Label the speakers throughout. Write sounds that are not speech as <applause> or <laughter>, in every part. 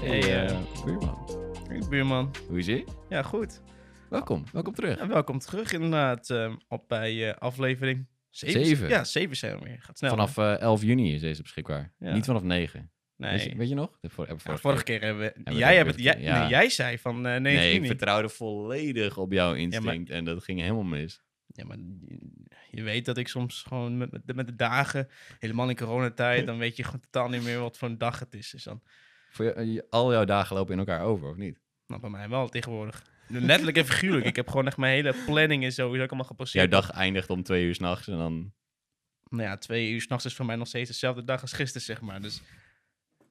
Speaker 1: Hey,
Speaker 2: Hey,
Speaker 1: eh,
Speaker 2: eh, buurman.
Speaker 1: hey, buurman.
Speaker 2: Hoe is ie?
Speaker 1: Ja, goed.
Speaker 2: Welkom, welkom terug.
Speaker 1: En welkom terug inderdaad eh, op bij eh, aflevering 7.
Speaker 2: Zeven.
Speaker 1: Ja, 7 zijn we weer. Gaat snel.
Speaker 2: Vanaf eh, 11 juni is deze beschikbaar.
Speaker 1: Ja.
Speaker 2: Niet vanaf 9.
Speaker 1: hè? Nee.
Speaker 2: Weet, je, weet je nog? De vor- heb ik
Speaker 1: Ja,
Speaker 2: vorige
Speaker 1: vorige
Speaker 2: keer-
Speaker 1: keer hebben we...
Speaker 2: we
Speaker 1: jij,
Speaker 2: het
Speaker 1: hebt
Speaker 2: ook
Speaker 1: het,
Speaker 2: weer
Speaker 1: jij,
Speaker 2: ja.
Speaker 1: nee, jij zei van eh nee,
Speaker 2: Nee,
Speaker 1: ik
Speaker 2: ik
Speaker 1: niet.
Speaker 2: vertrouwde volledig op jouw instinct en dat ging helemaal mis.
Speaker 1: Ja, maar je- je weet dat ik soms gewoon met, met, de, met de dagen, helemaal in
Speaker 2: <laughs>
Speaker 1: coronatijd, dan weet je gewoon totaal niet meer wat voor een dag het is. Dus dan,
Speaker 2: Voor jou- eh, je- al jouw dagen lopen in elkaar over, of niet? Dus
Speaker 1: nou, bij mij wel tegenwoordig. Letterlijk en figuurlijk. Ik heb gewoon echt mijn hele planning en zo is ook allemaal
Speaker 2: Jouw
Speaker 1: gepasseerd.
Speaker 2: dag eindigt om twee uur s'nachts en dan...
Speaker 1: Nou ja, twee uur s'nachts is voor mij nog steeds dezelfde dag als gisteren, zeg maar. Dus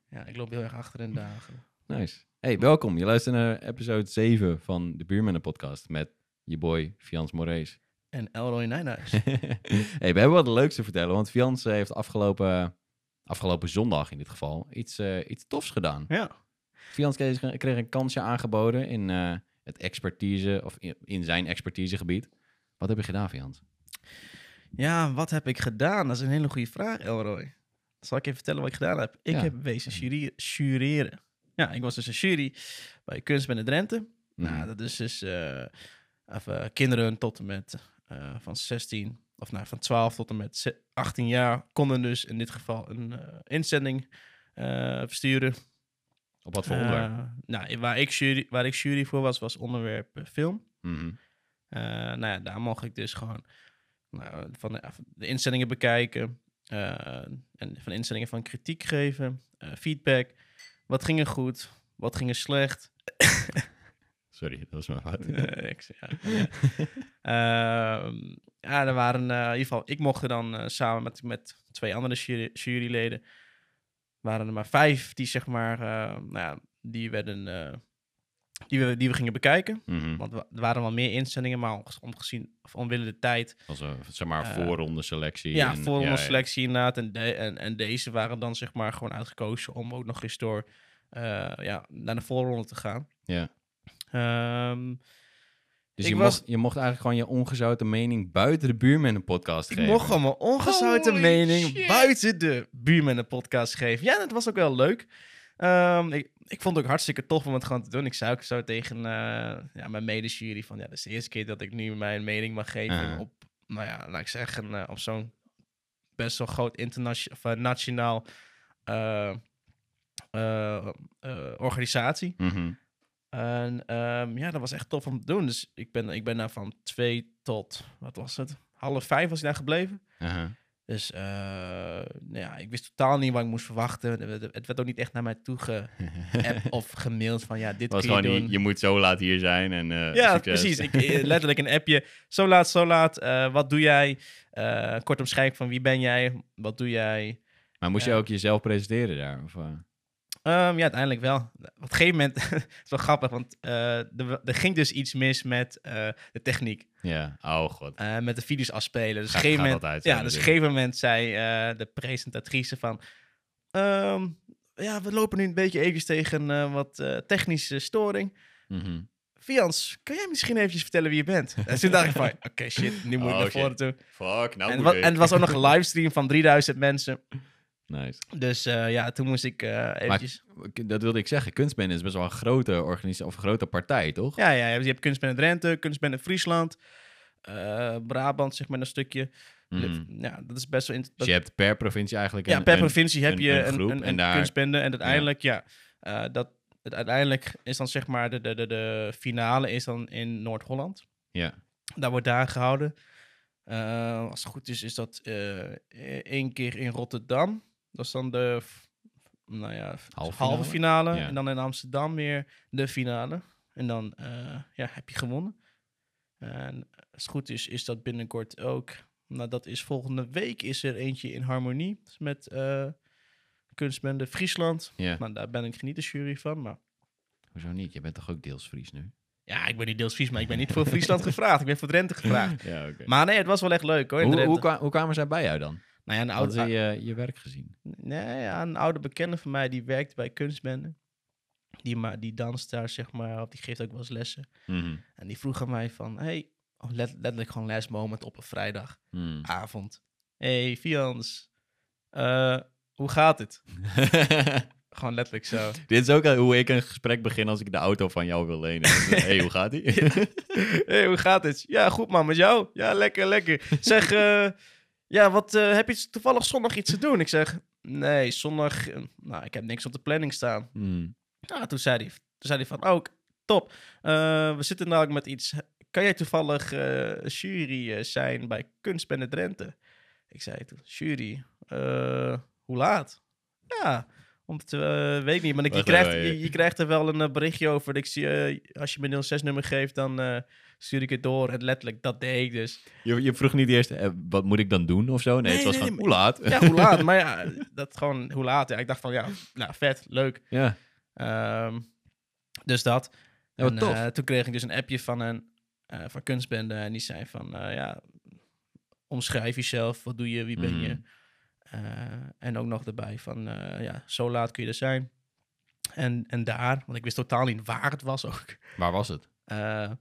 Speaker 1: ja, ik loop heel erg achter in dagen.
Speaker 2: Nice.
Speaker 1: Mm.
Speaker 2: Hey, welkom. Je luistert naar episode 7 van de Buurmannen Podcast met je boy Fians Morees.
Speaker 1: En Elroy Nijnhuis.
Speaker 2: <laughs> hey, we hebben wat leuks te vertellen, want Fians eh, heeft afgelopen, afgelopen zondag in dit geval iets, eh, iets tofs gedaan.
Speaker 1: ja.
Speaker 2: Fians kreeg, kreeg een kansje aangeboden in eh, het expertise, of in, in zijn expertisegebied. Wat heb je gedaan, Fians?
Speaker 1: ja, wat heb ik gedaan? Dat is een hele goede vraag, Elroy. Zal ik even vertellen wat ik gedaan heb? Ik
Speaker 2: Ja.
Speaker 1: heb wezen jury- jureren. Ja, ik was dus een jury bij Kunst binnen Drenthe.
Speaker 2: Mhm.
Speaker 1: Nou, dat is dus eh, even kinderen tot en met eh, van 16, of nou, van 12 tot en met ze- 18 jaar, konden dus in dit geval een eh, inzending eh, versturen.
Speaker 2: Op wat voor onderwerp?
Speaker 1: Eh, nou, waar ik, jury, waar ik jury voor was, was onderwerp eh, film.
Speaker 2: Mhm.
Speaker 1: Eh, nou ja, daar mocht ik dus gewoon nou, van de, de instellingen bekijken. eh, en van de instellingen van kritiek geven, eh, feedback. Wat ging er goed? Wat ging er slecht?
Speaker 2: Sorry, dat was mijn
Speaker 1: <laughs>
Speaker 2: fout.
Speaker 1: Eh, ik zeg, ja, ja. Ehm, ja, er waren eh, in ieder geval, ik mocht er dan eh, samen met, met twee andere jury- juryleden, waren er maar vijf die zeg maar, eh, nou ja, die werden, eh, die, we, die we gingen bekijken.
Speaker 2: Mhm.
Speaker 1: Want wa- er waren wel meer instellingen, maar onge- omgezien of omwille de tijd.
Speaker 2: Als een, zeg maar,
Speaker 1: Eh,
Speaker 2: voorronde selectie.
Speaker 1: Ja,
Speaker 2: en-
Speaker 1: voor
Speaker 2: ja,
Speaker 1: onze selectie inderdaad. En, de- en, en deze waren dan zeg maar gewoon uitgekozen om ook nog eens door eh, ja, naar de voorronde te gaan.
Speaker 2: Ja.
Speaker 1: Ehm,
Speaker 2: Dus
Speaker 1: Ik
Speaker 2: je,
Speaker 1: was-
Speaker 2: mocht, je mocht eigenlijk gewoon je ongezouten mening buiten de buurman een podcast
Speaker 1: ik
Speaker 2: geven.
Speaker 1: mocht gewoon mijn ongezouten
Speaker 2: Holy
Speaker 1: mening
Speaker 2: shit.
Speaker 1: buiten de buurman een podcast geven. Ja, dat was ook wel leuk. Ehm, ik, ik vond het ook hartstikke tof om het gewoon te doen. Ik zei ook zo tegen eh, ja, mijn medejury van... Ja, dat is de eerste keer dat ik nu mijn mening mag geven
Speaker 2: Ah.
Speaker 1: op... Nou ja, laat ik zeggen, eh, op zo'n best wel groot internationaal... of eh, nationaal eh, eh, eh, organisatie.
Speaker 2: Mhm.
Speaker 1: En ehm, ja, dat was echt tof om te doen. Dus ik ben, ik ben daar van twee tot, wat was het? Half vijf was ik daar gebleven.
Speaker 2: Aha.
Speaker 1: Dus eh, nou ja, ik wist totaal niet wat ik moest verwachten. Het werd- Het werd ook niet echt naar mij toe
Speaker 2: <laughs>
Speaker 1: geappt of gemaild van ja, dit
Speaker 2: was
Speaker 1: kun je
Speaker 2: gewoon,
Speaker 1: doen.
Speaker 2: je, je moet zo laat hier zijn en eh,
Speaker 1: ja,
Speaker 2: succes.
Speaker 1: precies.
Speaker 2: <laughs>
Speaker 1: Ik, eh, letterlijk een appje. Zo laat, zo laat. eh, wat doe jij? Eh kort omschrijving van wie ben jij? Wat doe jij?
Speaker 2: Maar moest
Speaker 1: Ja.
Speaker 2: je ook jezelf presenteren daar? Of, eh?
Speaker 1: Ehm, ja, uiteindelijk wel. Op een gegeven moment, <laughs> het is wel grappig, want eh, er, er ging dus iets mis met eh, de techniek.
Speaker 2: Ja, oh god.
Speaker 1: eh, met de video's afspelen. Dus
Speaker 2: Ga-
Speaker 1: op een gegeven
Speaker 2: gaat
Speaker 1: moment,
Speaker 2: altijd zo
Speaker 1: ja, dus op een
Speaker 2: natuurlijk.
Speaker 1: gegeven moment zei eh, de presentatrice van... "Ehm, ja, we lopen nu een beetje eventjes tegen eh, wat eh, technische storing.
Speaker 2: Mhm.
Speaker 1: Fians, kan jij misschien eventjes vertellen wie je bent? <laughs> En toen dacht ik
Speaker 2: <laughs>
Speaker 1: van, oké shit, nu moet ik
Speaker 2: Oh,
Speaker 1: naar
Speaker 2: shit.
Speaker 1: voren toe.
Speaker 2: Fuck, nou
Speaker 1: en,
Speaker 2: moet
Speaker 1: wa-
Speaker 2: ik.
Speaker 1: en het was ook nog een
Speaker 2: <laughs>
Speaker 1: livestream van 3000 mensen.
Speaker 2: Nice.
Speaker 1: Dus eh, ja, toen moest ik eh eventjes...
Speaker 2: K- Dat wilde ik zeggen. Kunstbende is best wel een grote organisatie of een grote partij, toch?
Speaker 1: Ja, ja, je hebt kunstbende Drenthe, kunstbende Friesland, eh, Brabant zeg maar een stukje.
Speaker 2: Mhm.
Speaker 1: Ja, dat is best wel... int-
Speaker 2: Dus je hebt per provincie eigenlijk
Speaker 1: Ja,
Speaker 2: een,
Speaker 1: per
Speaker 2: een-
Speaker 1: provincie heb
Speaker 2: een-
Speaker 1: je
Speaker 2: een
Speaker 1: een,
Speaker 2: groep
Speaker 1: een,
Speaker 2: en
Speaker 1: een
Speaker 2: daar-
Speaker 1: kunstbende. En uiteindelijk, ja, eh, dat, het, uiteindelijk is dan zeg maar de, de, de, de finale is dan in Noord-Holland.
Speaker 2: Ja.
Speaker 1: Daar wordt daar gehouden. Eh, als het goed is, is dat eh, e- één keer in Rotterdam. Dat is dan de f- nou ja, f-
Speaker 2: Halve
Speaker 1: halve
Speaker 2: finale?
Speaker 1: finale.
Speaker 2: Ja.
Speaker 1: En dan in Amsterdam weer de finale. En dan eh, ja, heb je gewonnen. En als het goed is, is dat binnenkort ook. Nou, dat is volgende week is er eentje in Harmonie Dat is met eh kunstbende Friesland.
Speaker 2: ja.
Speaker 1: Nou, daar ben ik niet de jury van, maar...
Speaker 2: Hoezo niet? Je bent toch ook deels Fries nu?
Speaker 1: Ja, ik ben niet deels Fries, maar ik ben niet voor
Speaker 2: <laughs>
Speaker 1: Friesland gevraagd. Ik ben voor Drenthe gevraagd.
Speaker 2: Ja, oké.
Speaker 1: Maar nee, het was wel echt leuk hoor. in
Speaker 2: Hoe,
Speaker 1: Drenthe.
Speaker 2: hoe, kwa- hoe kwamen zij bij jou dan?
Speaker 1: nou ja, een
Speaker 2: Hadden
Speaker 1: oude,
Speaker 2: ze je, je werk gezien?
Speaker 1: nee, ja, een oude bekende van mij die werkt bij kunstbende. die, ma- die danst daar, zeg maar, of die geeft ook wel eens lessen.
Speaker 2: Mhm.
Speaker 1: En die vroeg aan mij van, hey, oh, let- letterlijk gewoon last moment op een vrijdagavond.
Speaker 2: Mhm. <laughs>
Speaker 1: hey, Fians, eh, hoe gaat het? Gewoon letterlijk zo.
Speaker 2: Dit is ook al hoe ik een gesprek begin als ik de auto van jou wil
Speaker 1: <laughs>
Speaker 2: lenen. Hé, hey, hoe gaat die?
Speaker 1: hey, hoe gaat het? Ja, goed man, met jou? Ja, lekker, lekker. Zeg, eh, ja, wat, eh, heb je toevallig zondag iets te doen? Ik zeg, nee, zondag, eh, nou, ik heb niks op de planning staan.
Speaker 2: Mhm.
Speaker 1: Nou, toen zei hij, toen zei hij van, oh, k- top. Eh, we zitten namelijk met iets. Kan jij toevallig eh, jury eh, zijn bij Kunst Bende Drenthe? Ik zei toen, jury, eh, hoe laat? Ja, om te, eh, weet niet, maar ik, je,
Speaker 2: Wacht
Speaker 1: krijgt,
Speaker 2: even,
Speaker 1: je,
Speaker 2: je-
Speaker 1: je krijgt er wel een eh, berichtje over. Ik zie, eh, als je me 06-nummer geeft, dan eh, stuur ik het door. En letterlijk, dat deed ik dus.
Speaker 2: je, je vroeg niet eerst, eh, wat moet ik dan doen of zo? Nee,
Speaker 1: Nee,
Speaker 2: het was
Speaker 1: nee,
Speaker 2: van,
Speaker 1: nee,
Speaker 2: hoe laat?
Speaker 1: Ja, hoe laat? maar ja, dat gewoon, hoe laat? Ja, ik dacht van, ja, nou, vet, leuk.
Speaker 2: Ja.
Speaker 1: Ehm, dus dat.
Speaker 2: Ja, wat
Speaker 1: en,
Speaker 2: tof.
Speaker 1: eh, toen kreeg ik dus een appje van een eh, van kunstbende en die zei van eh, ja, omschrijf jezelf, wat doe je, wie ben je?
Speaker 2: Mhm.
Speaker 1: Eh, en ook nog erbij van eh, ja, zo laat kun je er zijn. En, en daar, want ik wist totaal niet waar het was ook.
Speaker 2: Waar was het?
Speaker 1: Eh, een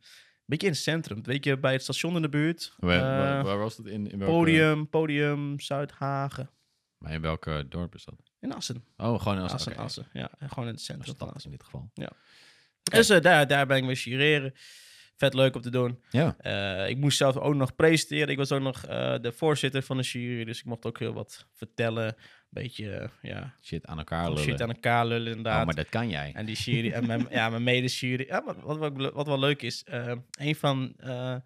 Speaker 1: beetje in het centrum, weet je, bij het station in de buurt.
Speaker 2: Waar, waar-
Speaker 1: Eh,
Speaker 2: waar was het? In, in welke,
Speaker 1: podium, podium, Zuidhagen.
Speaker 2: Maar in welk eh, dorp is dat?
Speaker 1: In Assen.
Speaker 2: Oh, gewoon in Assen.
Speaker 1: Assen,
Speaker 2: oké.
Speaker 1: Assen. Ja, gewoon in het
Speaker 2: Een
Speaker 1: centrum van
Speaker 2: stad
Speaker 1: Assen.
Speaker 2: in dit geval.
Speaker 1: Dus eh, daar, daar ben ik mee jureren. Vet leuk om te doen.
Speaker 2: Ja.
Speaker 1: Eh, ik moest zelf ook nog presenteren. Ik was ook nog eh, de voorzitter van de jury. Dus ik mocht ook heel wat vertellen. Een beetje eh, ja,
Speaker 2: Shit aan elkaar lullen.
Speaker 1: shit aan elkaar lullen inderdaad.
Speaker 2: Oh, maar dat kan jij.
Speaker 1: En die jury, en mijn, ja, mijn mede-jury. Ja, maar wat, wat, wat wel leuk is, eh, een van eh,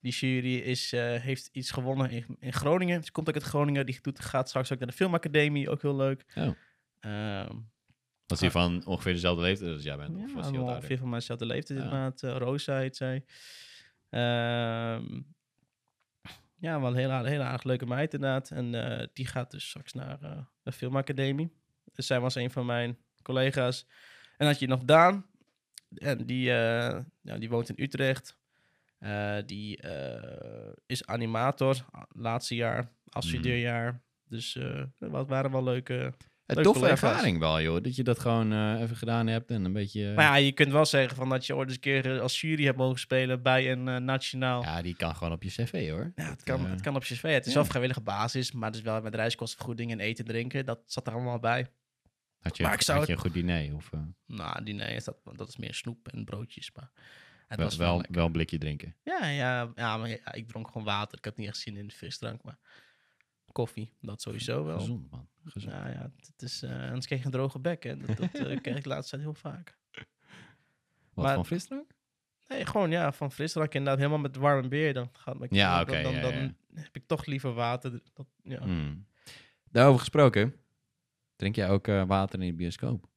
Speaker 1: die jury is, eh, heeft iets gewonnen in, in Groningen. Ze komt ook uit Groningen. Die doet, gaat straks ook naar de filmacademie. Ook heel leuk.
Speaker 2: Oh.
Speaker 1: Ehm,
Speaker 2: Als hij van ongeveer dezelfde leeftijd als jij bent. of
Speaker 1: Ja,
Speaker 2: was hij wat
Speaker 1: allemaal
Speaker 2: ouder?
Speaker 1: ongeveer van mijnzelfde leeftijd
Speaker 2: Ja.
Speaker 1: inderdaad. Eh, Rosa heet zij. Ehm, ja, wel een hele, aard- hele aardig leuke meid inderdaad. En eh, die gaat dus straks naar eh, de filmacademie. Dus zij was een van mijn collega's. En dan had je nog Daan. En die, eh, ja, die woont in Utrecht. Eh, die eh, is animator, a- laatste jaar, afstudeerjaar. Dus eh, wat waren wel leuke...
Speaker 2: Een
Speaker 1: Leuke
Speaker 2: toffe
Speaker 1: collega's.
Speaker 2: ervaring wel, joh. Dat je dat gewoon eh, even gedaan hebt en een beetje... eh,
Speaker 1: Maar ja, je kunt wel zeggen van dat je ooit eens een keer eh, als jury hebt mogen spelen bij een eh, nationaal. Ja,
Speaker 2: ja, die kan gewoon op je cv, hoor.
Speaker 1: het, kan,
Speaker 2: eh,
Speaker 1: het kan op je cv. Het is
Speaker 2: ja.
Speaker 1: wel vrijwillige basis, maar het is wel met reiskostenvergoeding en eten en drinken. Dat zat er allemaal bij.
Speaker 2: Had je,
Speaker 1: Maar ik zou
Speaker 2: had je een goed diner? Of, eh,
Speaker 1: Nou, diner is dat, dat is meer snoep en broodjes. Maar het
Speaker 2: wel,
Speaker 1: was wel.
Speaker 2: wel, wel een blikje drinken.
Speaker 1: Ja, ja, ja, maar ja, ik dronk gewoon water. Ik had niet echt zin in de frisdrank, maar koffie, dat sowieso wel.
Speaker 2: Gezond, man. Gezond.
Speaker 1: Nou ja, het- het is, eh, anders kreeg je een droge bek. Hè. Dat, dat eh, <laughs> kreeg ik de laatste tijd heel vaak.
Speaker 2: Wat,
Speaker 1: maar-
Speaker 2: van frisdrank?
Speaker 1: Nee, gewoon ja, van frisdrank inderdaad. Helemaal met warm en weer. Dan gaat mijn
Speaker 2: Ja,
Speaker 1: dan-
Speaker 2: oké,
Speaker 1: dan,
Speaker 2: ja,
Speaker 1: dan, heb ik toch liever water. Dat, ja.
Speaker 2: Hmm. Daarover gesproken, drink jij ook eh, water in de bioscoop?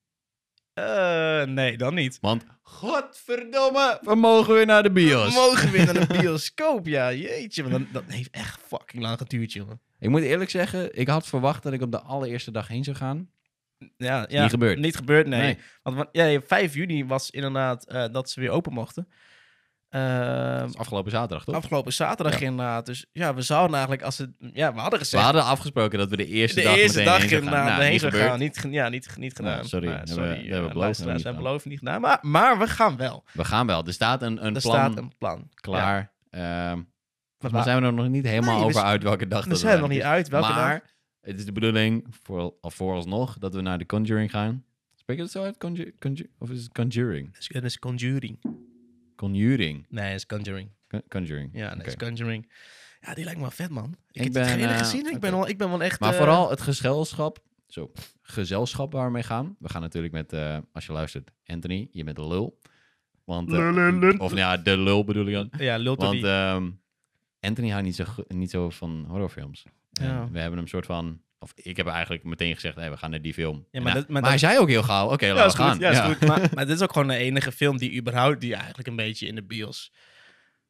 Speaker 1: Eh, nee, dan niet.
Speaker 2: Want,
Speaker 1: Godverdomme!
Speaker 2: we mogen weer naar de
Speaker 1: We
Speaker 2: bios.
Speaker 1: mogen weer naar een
Speaker 2: <laughs>
Speaker 1: bioscoop, ja. Jeetje, maar dan, dat heeft echt fucking lang geduurd, jongen.
Speaker 2: Ik moet eerlijk zeggen, ik had verwacht dat ik op de allereerste dag heen zou gaan.
Speaker 1: Ja,
Speaker 2: ja, niet gebeurd.
Speaker 1: Niet gebeurd, nee. Want, want ja, 5 juni was inderdaad eh, dat ze weer open mochten. Ehm,
Speaker 2: Dat is afgelopen zaterdag, toch?
Speaker 1: afgelopen zaterdag inderdaad. Dus ja, we zouden eigenlijk als het... Ja, we hadden
Speaker 2: we
Speaker 1: gezegd...
Speaker 2: hadden afgesproken dat we de eerste
Speaker 1: de
Speaker 2: dag
Speaker 1: eerste
Speaker 2: meteen
Speaker 1: dag
Speaker 2: heen zouden gaan.
Speaker 1: inderdaad
Speaker 2: Nou,
Speaker 1: heen
Speaker 2: niet
Speaker 1: zou
Speaker 2: gebeurd.
Speaker 1: gaan. Niet, ge- ja, niet, ge- niet gedaan.
Speaker 2: Nou, sorry,
Speaker 1: Maar
Speaker 2: hebben we-
Speaker 1: sorry.
Speaker 2: hebben we beloofd,
Speaker 1: luisteraars
Speaker 2: hebben we niet
Speaker 1: hebben
Speaker 2: gedaan.
Speaker 1: beloofd niet gedaan. Maar, maar we gaan wel.
Speaker 2: We gaan wel. Er staat een, een plan
Speaker 1: er staat een plan. Ja.
Speaker 2: klaar. Ehm,
Speaker 1: Maar
Speaker 2: maar
Speaker 1: we
Speaker 2: zijn we er nog niet helemaal
Speaker 1: Nee, we
Speaker 2: over
Speaker 1: z-
Speaker 2: uit welke dag
Speaker 1: we
Speaker 2: dat
Speaker 1: zijn er nog
Speaker 2: eigenlijk
Speaker 1: niet
Speaker 2: is.
Speaker 1: uit. Welke
Speaker 2: maar
Speaker 1: dag?
Speaker 2: het is de bedoeling, voor, al vooralsnog, dat we naar de Conjuring gaan. Spreek je dat zo uit? Conju- conju- of is het Conjuring?
Speaker 1: Het is- Het is Conjuring.
Speaker 2: Conjuring.
Speaker 1: Nee, het is Conjuring.
Speaker 2: Con- Conjuring.
Speaker 1: Ja, nee, het
Speaker 2: Oké.
Speaker 1: is Conjuring. Ja, die lijkt me wel vet, man. Ik,
Speaker 2: Ik
Speaker 1: heb
Speaker 2: ben,
Speaker 1: het geen eerder
Speaker 2: eh,
Speaker 1: gezien. Ik, ben
Speaker 2: oké.
Speaker 1: wel, ik ben wel echt...
Speaker 2: Maar
Speaker 1: eh,
Speaker 2: vooral het gezelschap. Zo, gezelschap waar we mee gaan. We gaan natuurlijk met, eh, als je luistert, Anthony, je bent de lul. Want, eh,
Speaker 1: Lululul.
Speaker 2: Of nou ja, de lul bedoel ik dan.
Speaker 1: Ja, lult
Speaker 2: Want
Speaker 1: die.
Speaker 2: ehm, Anthony houdt niet zo, go- niet zo van horrorfilms. En
Speaker 1: Ja.
Speaker 2: We hebben hem soort van... Of ik heb eigenlijk meteen gezegd, hey, we gaan naar die film. En
Speaker 1: maar
Speaker 2: hij-
Speaker 1: dat- maar
Speaker 2: hij zei ook heel gauw, oké,
Speaker 1: ja, is
Speaker 2: laten we
Speaker 1: goed.
Speaker 2: gaan.
Speaker 1: Ja, is goed. Maar, maar dit is ook gewoon de enige film die überhaupt... die eigenlijk een beetje in de bios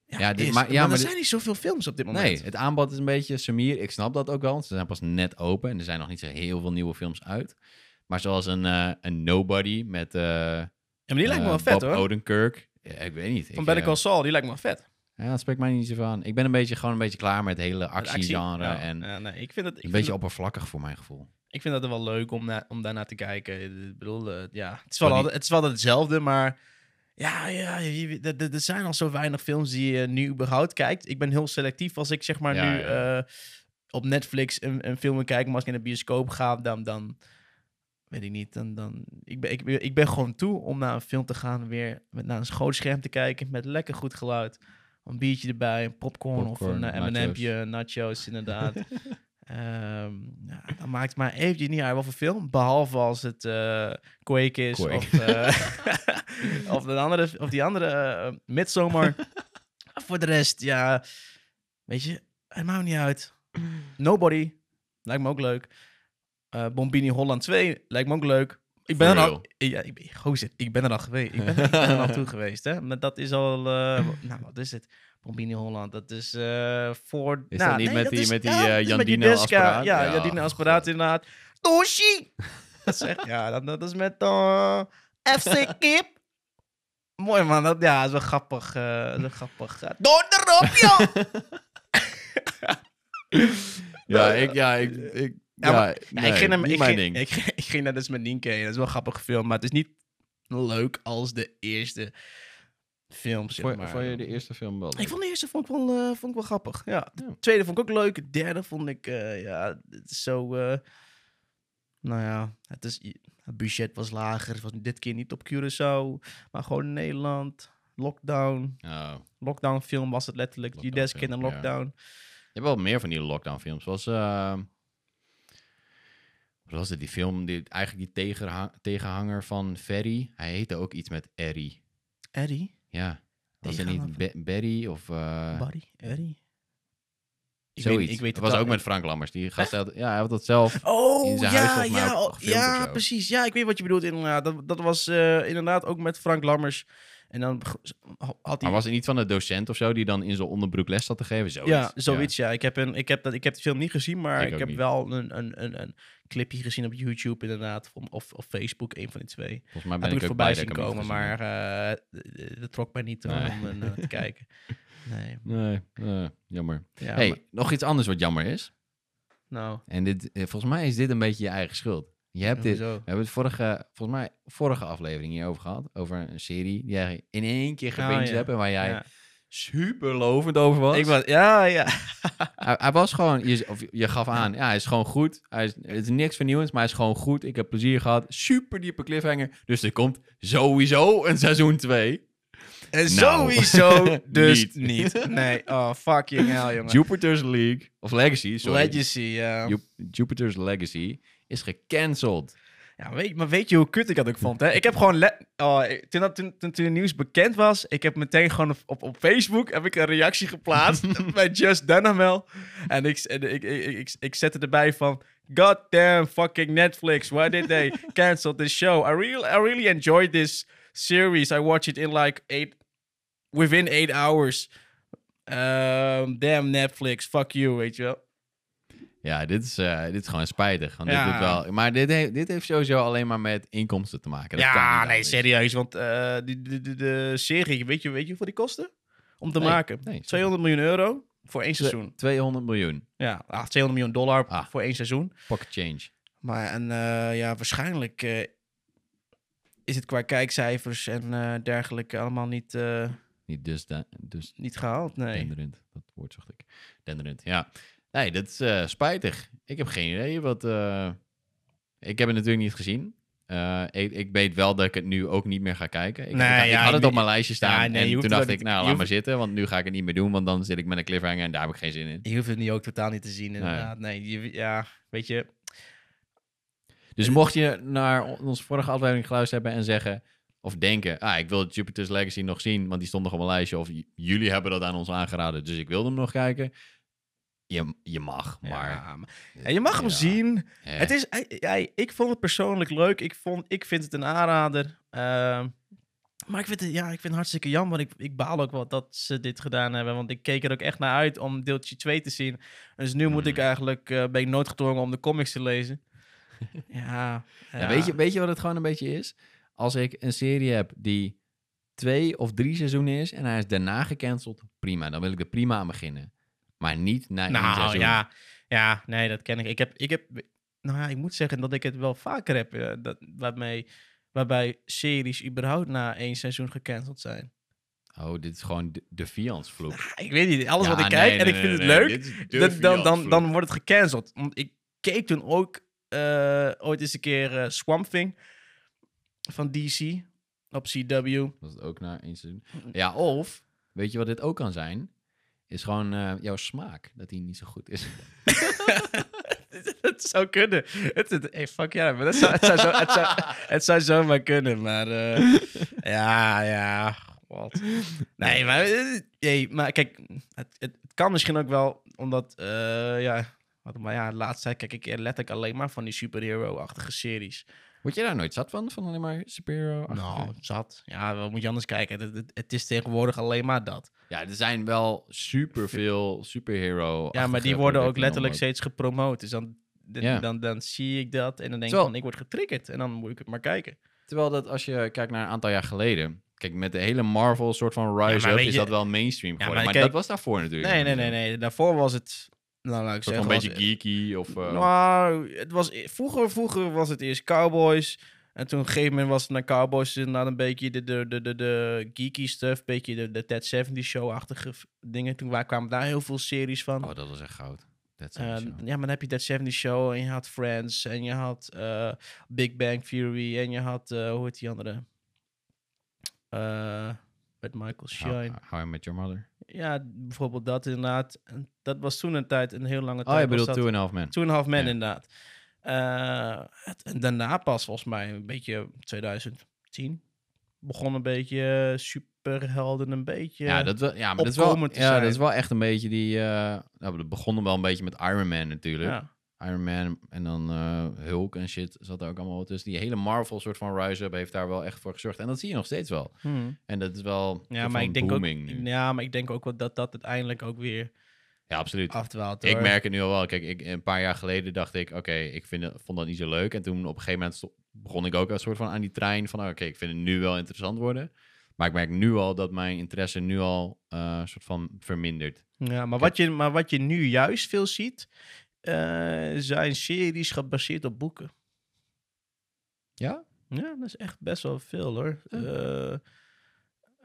Speaker 2: Ja, dit-
Speaker 1: is.
Speaker 2: maar- ja, maar
Speaker 1: er
Speaker 2: dit-
Speaker 1: zijn niet zoveel films op dit moment.
Speaker 2: Nee, het aanbod is een beetje sumier. Ik snap dat ook wel. want Ze zijn pas net open en er zijn nog niet zo heel veel nieuwe films uit. Maar zoals een, eh, een Nobody met... eh,
Speaker 1: Ja, maar die lijkt me wel
Speaker 2: Eh,
Speaker 1: vet,
Speaker 2: Bob
Speaker 1: hoor.
Speaker 2: Odenkirk. Ja, ik weet niet.
Speaker 1: Van
Speaker 2: ik,
Speaker 1: Better
Speaker 2: eh,
Speaker 1: Call Saul, die lijkt me wel vet.
Speaker 2: Ja, dat spreekt mij niet zo van. Ik ben een beetje, gewoon een beetje klaar met het hele
Speaker 1: Met actie.
Speaker 2: actiegenre.
Speaker 1: Ja,
Speaker 2: en
Speaker 1: ja, nee, ik vind het... ik
Speaker 2: een
Speaker 1: vind
Speaker 2: beetje oppervlakkig voor mijn gevoel.
Speaker 1: Ik vind dat wel leuk om, na, om daarnaar te kijken. Ik bedoel, eh, ja, het is,
Speaker 2: Van
Speaker 1: wel
Speaker 2: die-
Speaker 1: altijd, het is wel altijd hetzelfde, maar ja, ja je- je- er- er- er zijn al zo weinig films die je nu überhaupt kijkt. Ik ben heel selectief als ik zeg maar
Speaker 2: Ja,
Speaker 1: nu
Speaker 2: ja.
Speaker 1: eh, op Netflix een, een film wil kijken, maar als ik in de bioscoop ga, dan, dan weet ik niet. Dan, dan, ik, ben, ik, ben- ik ben gewoon toe om naar een film te gaan, weer met, naar een groot scherm te kijken met lekker goed geluid. Een biertje erbij, een popcorn,
Speaker 2: Popcorn,
Speaker 1: of een
Speaker 2: nachos.
Speaker 1: eh, M&M'tje, nachos inderdaad. Ehm, ja, dan maakt het maar eventjes niet uit wat voor film. Behalve als het eh Quake is.
Speaker 2: Quake.
Speaker 1: Of, eh, <laughs> of, de andere, of die andere eh, Midsommar. voor de rest, ja. Weet je, het maakt niet uit. Nobody. Lijkt me ook leuk. Eh, Bombini Holland 2. Lijkt me ook leuk. Ik ben
Speaker 2: For
Speaker 1: er al...
Speaker 2: real.
Speaker 1: Ja, ik, ben- gozer, ik ben er al geweest. Ik ben, er- ik ben er al toe geweest, hè. Maar dat is al... eh, wa- nou, wat is het? Bombini Holland, dat is eh voor...
Speaker 2: Is
Speaker 1: nou,
Speaker 2: dat niet
Speaker 1: nee,
Speaker 2: met die-
Speaker 1: is-
Speaker 2: met die,
Speaker 1: ja,
Speaker 2: eh,
Speaker 1: dat is met
Speaker 2: Jandino
Speaker 1: Judeska.
Speaker 2: Asparaat?
Speaker 1: Ja,
Speaker 2: Ja,
Speaker 1: Jandine
Speaker 2: god.
Speaker 1: Asparaat inderdaad. Toshi! <laughs> Dat is echt, ja, dat, dat is met eh, FC Kip. Mooi man, dat, ja, dat is wel grappig. eh, dat is wel grappig. Eh, Door erop, <laughs> joh!
Speaker 2: Ja,
Speaker 1: Nou, ja.
Speaker 2: ik, ja, ik, ik, ja,
Speaker 1: Ja, maar- Ja,
Speaker 2: nee,
Speaker 1: ik, ging hem,
Speaker 2: niet
Speaker 1: ik,
Speaker 2: mijn
Speaker 1: ging,
Speaker 2: ding.
Speaker 1: ik, ging- ik ging naar dus met Nienke heen. Dat is wel een grappige film, maar het is niet leuk als de eerste film, zeg maar.
Speaker 2: Vond je de eerste film wel?
Speaker 1: Ik vond de eerste vond ik wel, eh, vond ik wel grappig. Ja.
Speaker 2: Ja.
Speaker 1: De tweede vond ik ook leuk. De derde vond ik, eh, ja, het is zo. eh, nou ja, het, is, het budget was lager. Het was dit keer niet op Curaçao, maar gewoon in Nederland. Lockdown.
Speaker 2: Oh.
Speaker 1: Lockdown film was het letterlijk.
Speaker 2: Lockdown
Speaker 1: Judesk in een
Speaker 2: film, ja.
Speaker 1: lockdown.
Speaker 2: Je hebt wel meer van die lockdown films. Zoals, ehm, wat was het? Die film, die, eigenlijk die tegenha- tegenhanger van Ferry. Hij heette ook iets met Erry.
Speaker 1: Eddie?
Speaker 2: Ja. Was het
Speaker 1: Tegenhanger
Speaker 2: niet Be- Berry of eh
Speaker 1: Barry? Eddie? Ik
Speaker 2: zoiets?
Speaker 1: weet, ik
Speaker 2: het
Speaker 1: weet het
Speaker 2: was
Speaker 1: al-
Speaker 2: ook met Frank Lammers. Die gast had, ja, hij had dat zelf. in zijn
Speaker 1: Oh,
Speaker 2: huis
Speaker 1: ja,
Speaker 2: volgens mij
Speaker 1: ja,
Speaker 2: ook
Speaker 1: oh,
Speaker 2: gefilmd of
Speaker 1: ja,
Speaker 2: zo.
Speaker 1: precies. Ja, ik weet wat je bedoelt inderdaad. Dat, dat was eh, inderdaad ook met Frank Lammers. En dan had hij
Speaker 2: Maar was het niet van een docent of zo die dan in zijn onderbroek les zat te geven? Zoiets.
Speaker 1: Ja, zoiets. Ja, ik, heb een, ik, heb dat, ik heb de film niet gezien, maar
Speaker 2: Ik
Speaker 1: ik,
Speaker 2: ook
Speaker 1: heb
Speaker 2: niet.
Speaker 1: wel een, een, een, een clipje gezien op YouTube, inderdaad. Of, of, of Facebook, een van die twee.
Speaker 2: Volgens mij
Speaker 1: Heb
Speaker 2: ben
Speaker 1: ik
Speaker 2: ik
Speaker 1: er
Speaker 2: ook bij
Speaker 1: voorbij
Speaker 2: dat
Speaker 1: zien
Speaker 2: ik hem niet
Speaker 1: komen,
Speaker 2: gezien heb.
Speaker 1: maar eh, dat trok mij niet hoor,
Speaker 2: Nee.
Speaker 1: om eh, naar te
Speaker 2: <laughs>
Speaker 1: kijken. Nee.
Speaker 2: Nee, eh, jammer.
Speaker 1: Ja,
Speaker 2: hey,
Speaker 1: maar-
Speaker 2: nog iets anders wat jammer is.
Speaker 1: nou,
Speaker 2: En dit, eh, volgens mij is dit een beetje je eigen schuld. Je hebt dit, we
Speaker 1: hoezo?
Speaker 2: hebben het vorige, volgens mij vorige aflevering hierover gehad. Over een serie die jij in één keer gebinged
Speaker 1: Oh, ja.
Speaker 2: hebt en waar jij
Speaker 1: Ja.
Speaker 2: super lovend over was.
Speaker 1: Ik was,
Speaker 2: <laughs>
Speaker 1: ja, ja.
Speaker 2: Hij, hij was gewoon, je, of je gaf aan, ja, hij is gewoon goed. Hij is, het is niks vernieuwends, maar hij is gewoon goed. Ik heb plezier gehad. Super diepe cliffhanger. Dus er komt sowieso een seizoen 2.
Speaker 1: En
Speaker 2: Nou. <laughs>
Speaker 1: sowieso dus
Speaker 2: Niet.
Speaker 1: niet. Nee, oh,
Speaker 2: <laughs>
Speaker 1: fucking hell, jongen.
Speaker 2: Jupiter's League, of Legacy, sorry.
Speaker 1: Legacy, ja.
Speaker 2: Ju- Jupiter's Legacy is gecanceld.
Speaker 1: Ja, weet, maar weet je hoe kut ik dat ook vond? Hè? Ik heb gewoon... le- Oh, ik- toen, dat, toen, toen, toen het nieuws bekend was, ik heb meteen gewoon op, op, op Facebook heb ik een reactie geplaatst bij Just Dunhamel. En ik, en ik, ik, ik, ik, ik zette erbij van... God damn fucking Netflix, why did they cancel this show? I really, I really enjoyed this series. I watched it in like eight... Within eight hours. Ehm, damn Netflix, fuck you, weet je wel.
Speaker 2: Ja, dit is, eh, dit is gewoon spijtig. Want
Speaker 1: Ja.
Speaker 2: dit doet wel, maar dit, he- dit heeft sowieso alleen maar met inkomsten te maken. Dat kan
Speaker 1: ja,
Speaker 2: niet
Speaker 1: nee,
Speaker 2: anders.
Speaker 1: serieus. Want eh, die, de, de, de serie, weet je, weet je hoeveel die kostte? Om te
Speaker 2: Nee,
Speaker 1: maken.
Speaker 2: nee, sorry.
Speaker 1: 200 miljoen euro voor één
Speaker 2: Twe-
Speaker 1: seizoen.
Speaker 2: 200 miljoen.
Speaker 1: Ja, ah, 200 miljoen dollar
Speaker 2: Ah.
Speaker 1: voor één seizoen.
Speaker 2: Pocket change.
Speaker 1: Maar en, eh, ja, waarschijnlijk eh, is het qua kijkcijfers en eh, dergelijke allemaal niet, eh,
Speaker 2: Niet dus, da- dus
Speaker 1: niet gehaald. Nee.
Speaker 2: denderend. Dat woord zocht ik. Denderend, ja. Nee, dat is eh, spijtig. Ik heb geen idee wat... eh, ik heb het natuurlijk niet gezien. Eh, ik, ik weet wel dat ik het nu ook niet meer ga kijken. Ik,
Speaker 1: Nee,
Speaker 2: ik, had- ik
Speaker 1: ja,
Speaker 2: had het
Speaker 1: je-
Speaker 2: op mijn lijstje staan.
Speaker 1: Ja, nee, je
Speaker 2: en
Speaker 1: hoeft
Speaker 2: toen
Speaker 1: het ook
Speaker 2: dacht ik,
Speaker 1: niet-
Speaker 2: nou,
Speaker 1: je
Speaker 2: laat
Speaker 1: hoeft-
Speaker 2: maar zitten. Want nu ga ik het niet meer doen. Want dan zit ik met een cliffhanger en daar heb ik geen zin in.
Speaker 1: Je hoeft het nu ook totaal niet te zien, inderdaad. Nee, je, ja, weet je.
Speaker 2: Dus mocht je naar on- onze vorige aflevering geluisterd hebben en zeggen of denken, ah, ik wil Jupiter's Legacy nog zien, want die stond nog op mijn lijstje, of j- jullie hebben dat aan ons aangeraden, dus ik wilde hem nog kijken. Je, je mag, maar
Speaker 1: ja, maar- en je mag hem
Speaker 2: Ja.
Speaker 1: zien.
Speaker 2: hè,
Speaker 1: Het is, hij- hij- ik vond het persoonlijk leuk. Ik, vond, ik vind het een aanrader. Ehm, maar ik vind, het, ja, ik vind het hartstikke jammer. Ik, ik baal ook wat dat ze dit gedaan hebben. Want ik keek er ook echt naar uit om deeltje 2 te zien. Dus nu moet ik
Speaker 2: Hmm.
Speaker 1: eigenlijk, eh, ben ik noodgedwongen om de comics te
Speaker 2: <laughs>
Speaker 1: lezen. ja,
Speaker 2: Ja, weet, je, weet je wat het gewoon een beetje is? Als ik een serie heb die twee of drie seizoenen is en hij is daarna gecanceld, prima, dan wil ik er prima aan beginnen. Maar niet na één
Speaker 1: Nou
Speaker 2: seizoen.
Speaker 1: ja, ja, nee, dat ken ik. Ik heb, ik heb, nou, nou ja, ik moet zeggen dat ik het wel vaker heb. eh, dat, waarmee, waarbij series überhaupt na één seizoen gecanceld zijn. Ah,
Speaker 2: Oh, dit is gewoon de, de Fians-vloek.
Speaker 1: Ik weet niet, alles
Speaker 2: Ja,
Speaker 1: wat ik
Speaker 2: nee,
Speaker 1: kijk en
Speaker 2: nee,
Speaker 1: ik vind
Speaker 2: nee,
Speaker 1: het
Speaker 2: nee,
Speaker 1: leuk.
Speaker 2: dit is de
Speaker 1: dan, dan, dan,
Speaker 2: Fians-vloek.
Speaker 1: dan wordt het gecanceld. Want ik keek toen ook eh, ooit eens een keer eh, Swamp Thing van DC op CW. <laughs>
Speaker 2: Dat het ook naar één seizoen. Ja, of, weet je wat dit ook kan zijn? Is gewoon eh, jouw smaak, dat die niet zo goed
Speaker 1: <laughs>
Speaker 2: is.
Speaker 1: het zou kunnen. Het, het, hey, fuck ja, maar dat zou, het, zou zo, het, zou, het zou zomaar kunnen. Maar eh, ja, ja, wat. Nee, maar, eh, nee, maar kijk, het, het, het kan misschien ook wel, omdat, eh, ja, wat, maar ja, laatst tijd kijk ik eh, letterlijk alleen maar van die superhero-achtige series.
Speaker 2: Word je daar nooit zat van? Van alleen maar superhero?
Speaker 1: Nou, zat. Ja, wat moet je anders kijken? Het, het, het is tegenwoordig alleen maar dat.
Speaker 2: Ja, er zijn wel superveel superhero
Speaker 1: Ja, maar die worden ook letterlijk steeds gepromoot. Dus dan, dan,
Speaker 2: Ja.
Speaker 1: dan, dan zie ik dat en dan denk ik
Speaker 2: Terwijl-
Speaker 1: van, ik word getriggerd. En dan moet ik het maar kijken.
Speaker 2: Terwijl dat als je kijkt naar een aantal jaar geleden... Kijk, met de hele Marvel soort van rise
Speaker 1: maar
Speaker 2: up
Speaker 1: weet
Speaker 2: is
Speaker 1: je-
Speaker 2: dat wel mainstream geworden.
Speaker 1: maar
Speaker 2: maar
Speaker 1: kijk-
Speaker 2: dat was daarvoor natuurlijk.
Speaker 1: Nee, nee,
Speaker 2: nog niet
Speaker 1: nee,
Speaker 2: zo.
Speaker 1: nee. Daarvoor was het. Nou, laat ik
Speaker 2: Een soort
Speaker 1: zeggen.
Speaker 2: van
Speaker 1: was-
Speaker 2: beetje geeky of... eh,
Speaker 1: Nou, het was, e- vroeger, vroeger was het eerst Cowboys. En toen op een gegeven moment was het naar Cowboys. Inderdaad, een beetje de, de, de, de, de geeky stuff. Een beetje de, de Ted 70 Show-achtige f- dingen. Toen wa- kwamen daar heel veel series van.
Speaker 2: Oh, dat was echt goud. That's
Speaker 1: Eh,
Speaker 2: awesome.
Speaker 1: ja, maar dan heb je That 70 Show. En je had Friends. En je had eh, Big Bang Theory. En je had, eh, hoe heet die andere? Eh, met Michael Shine.
Speaker 2: how, how I Met Your Mother.
Speaker 1: Ja, bijvoorbeeld dat inderdaad. En dat was toen een tijd, een heel lange tijd.
Speaker 2: Oh, je
Speaker 1: was
Speaker 2: bedoelt
Speaker 1: dat
Speaker 2: Two and a Half Men.
Speaker 1: Two and a Half Men
Speaker 2: Ja.
Speaker 1: inderdaad. Eh, het- en daarna pas volgens mij, een beetje 2010, begon een beetje eh, superhelden, een beetje...
Speaker 2: Ja, dat, wel, ja, maar dat, is wel,
Speaker 1: opkomen te
Speaker 2: ja
Speaker 1: zijn.
Speaker 2: dat is wel echt een beetje die... eh, nou, we begonnen wel een beetje met Iron Man natuurlijk.
Speaker 1: Ja.
Speaker 2: Iron Man en dan eh, Hulk en shit zat daar ook allemaal tussen. Die hele Marvel soort van rise-up heeft daar wel echt voor gezorgd. En dat zie je nog steeds wel.
Speaker 1: Hmm.
Speaker 2: En dat is wel
Speaker 1: Ja, maar ik denk ook,
Speaker 2: Hm. booming nu.
Speaker 1: ja, maar ik denk ook wel dat dat uiteindelijk ook weer
Speaker 2: Ja, absoluut.
Speaker 1: afdwaalt.
Speaker 2: Ik
Speaker 1: hoor.
Speaker 2: merk het nu al wel. Kijk, ik, een paar jaar geleden dacht ik, oké, ik vind het, vond dat niet zo leuk. En toen op een gegeven moment sto- begon ik ook een soort van aan die trein van, oké, ik vind het nu wel interessant worden. Maar ik merk nu al dat mijn interesse nu al eh soort van vermindert.
Speaker 1: Ja, maar wat, je, maar wat je nu juist veel ziet, eh, zijn series gebaseerd op boeken.
Speaker 2: Ja?
Speaker 1: Ja, dat is echt best wel veel hoor. Eh,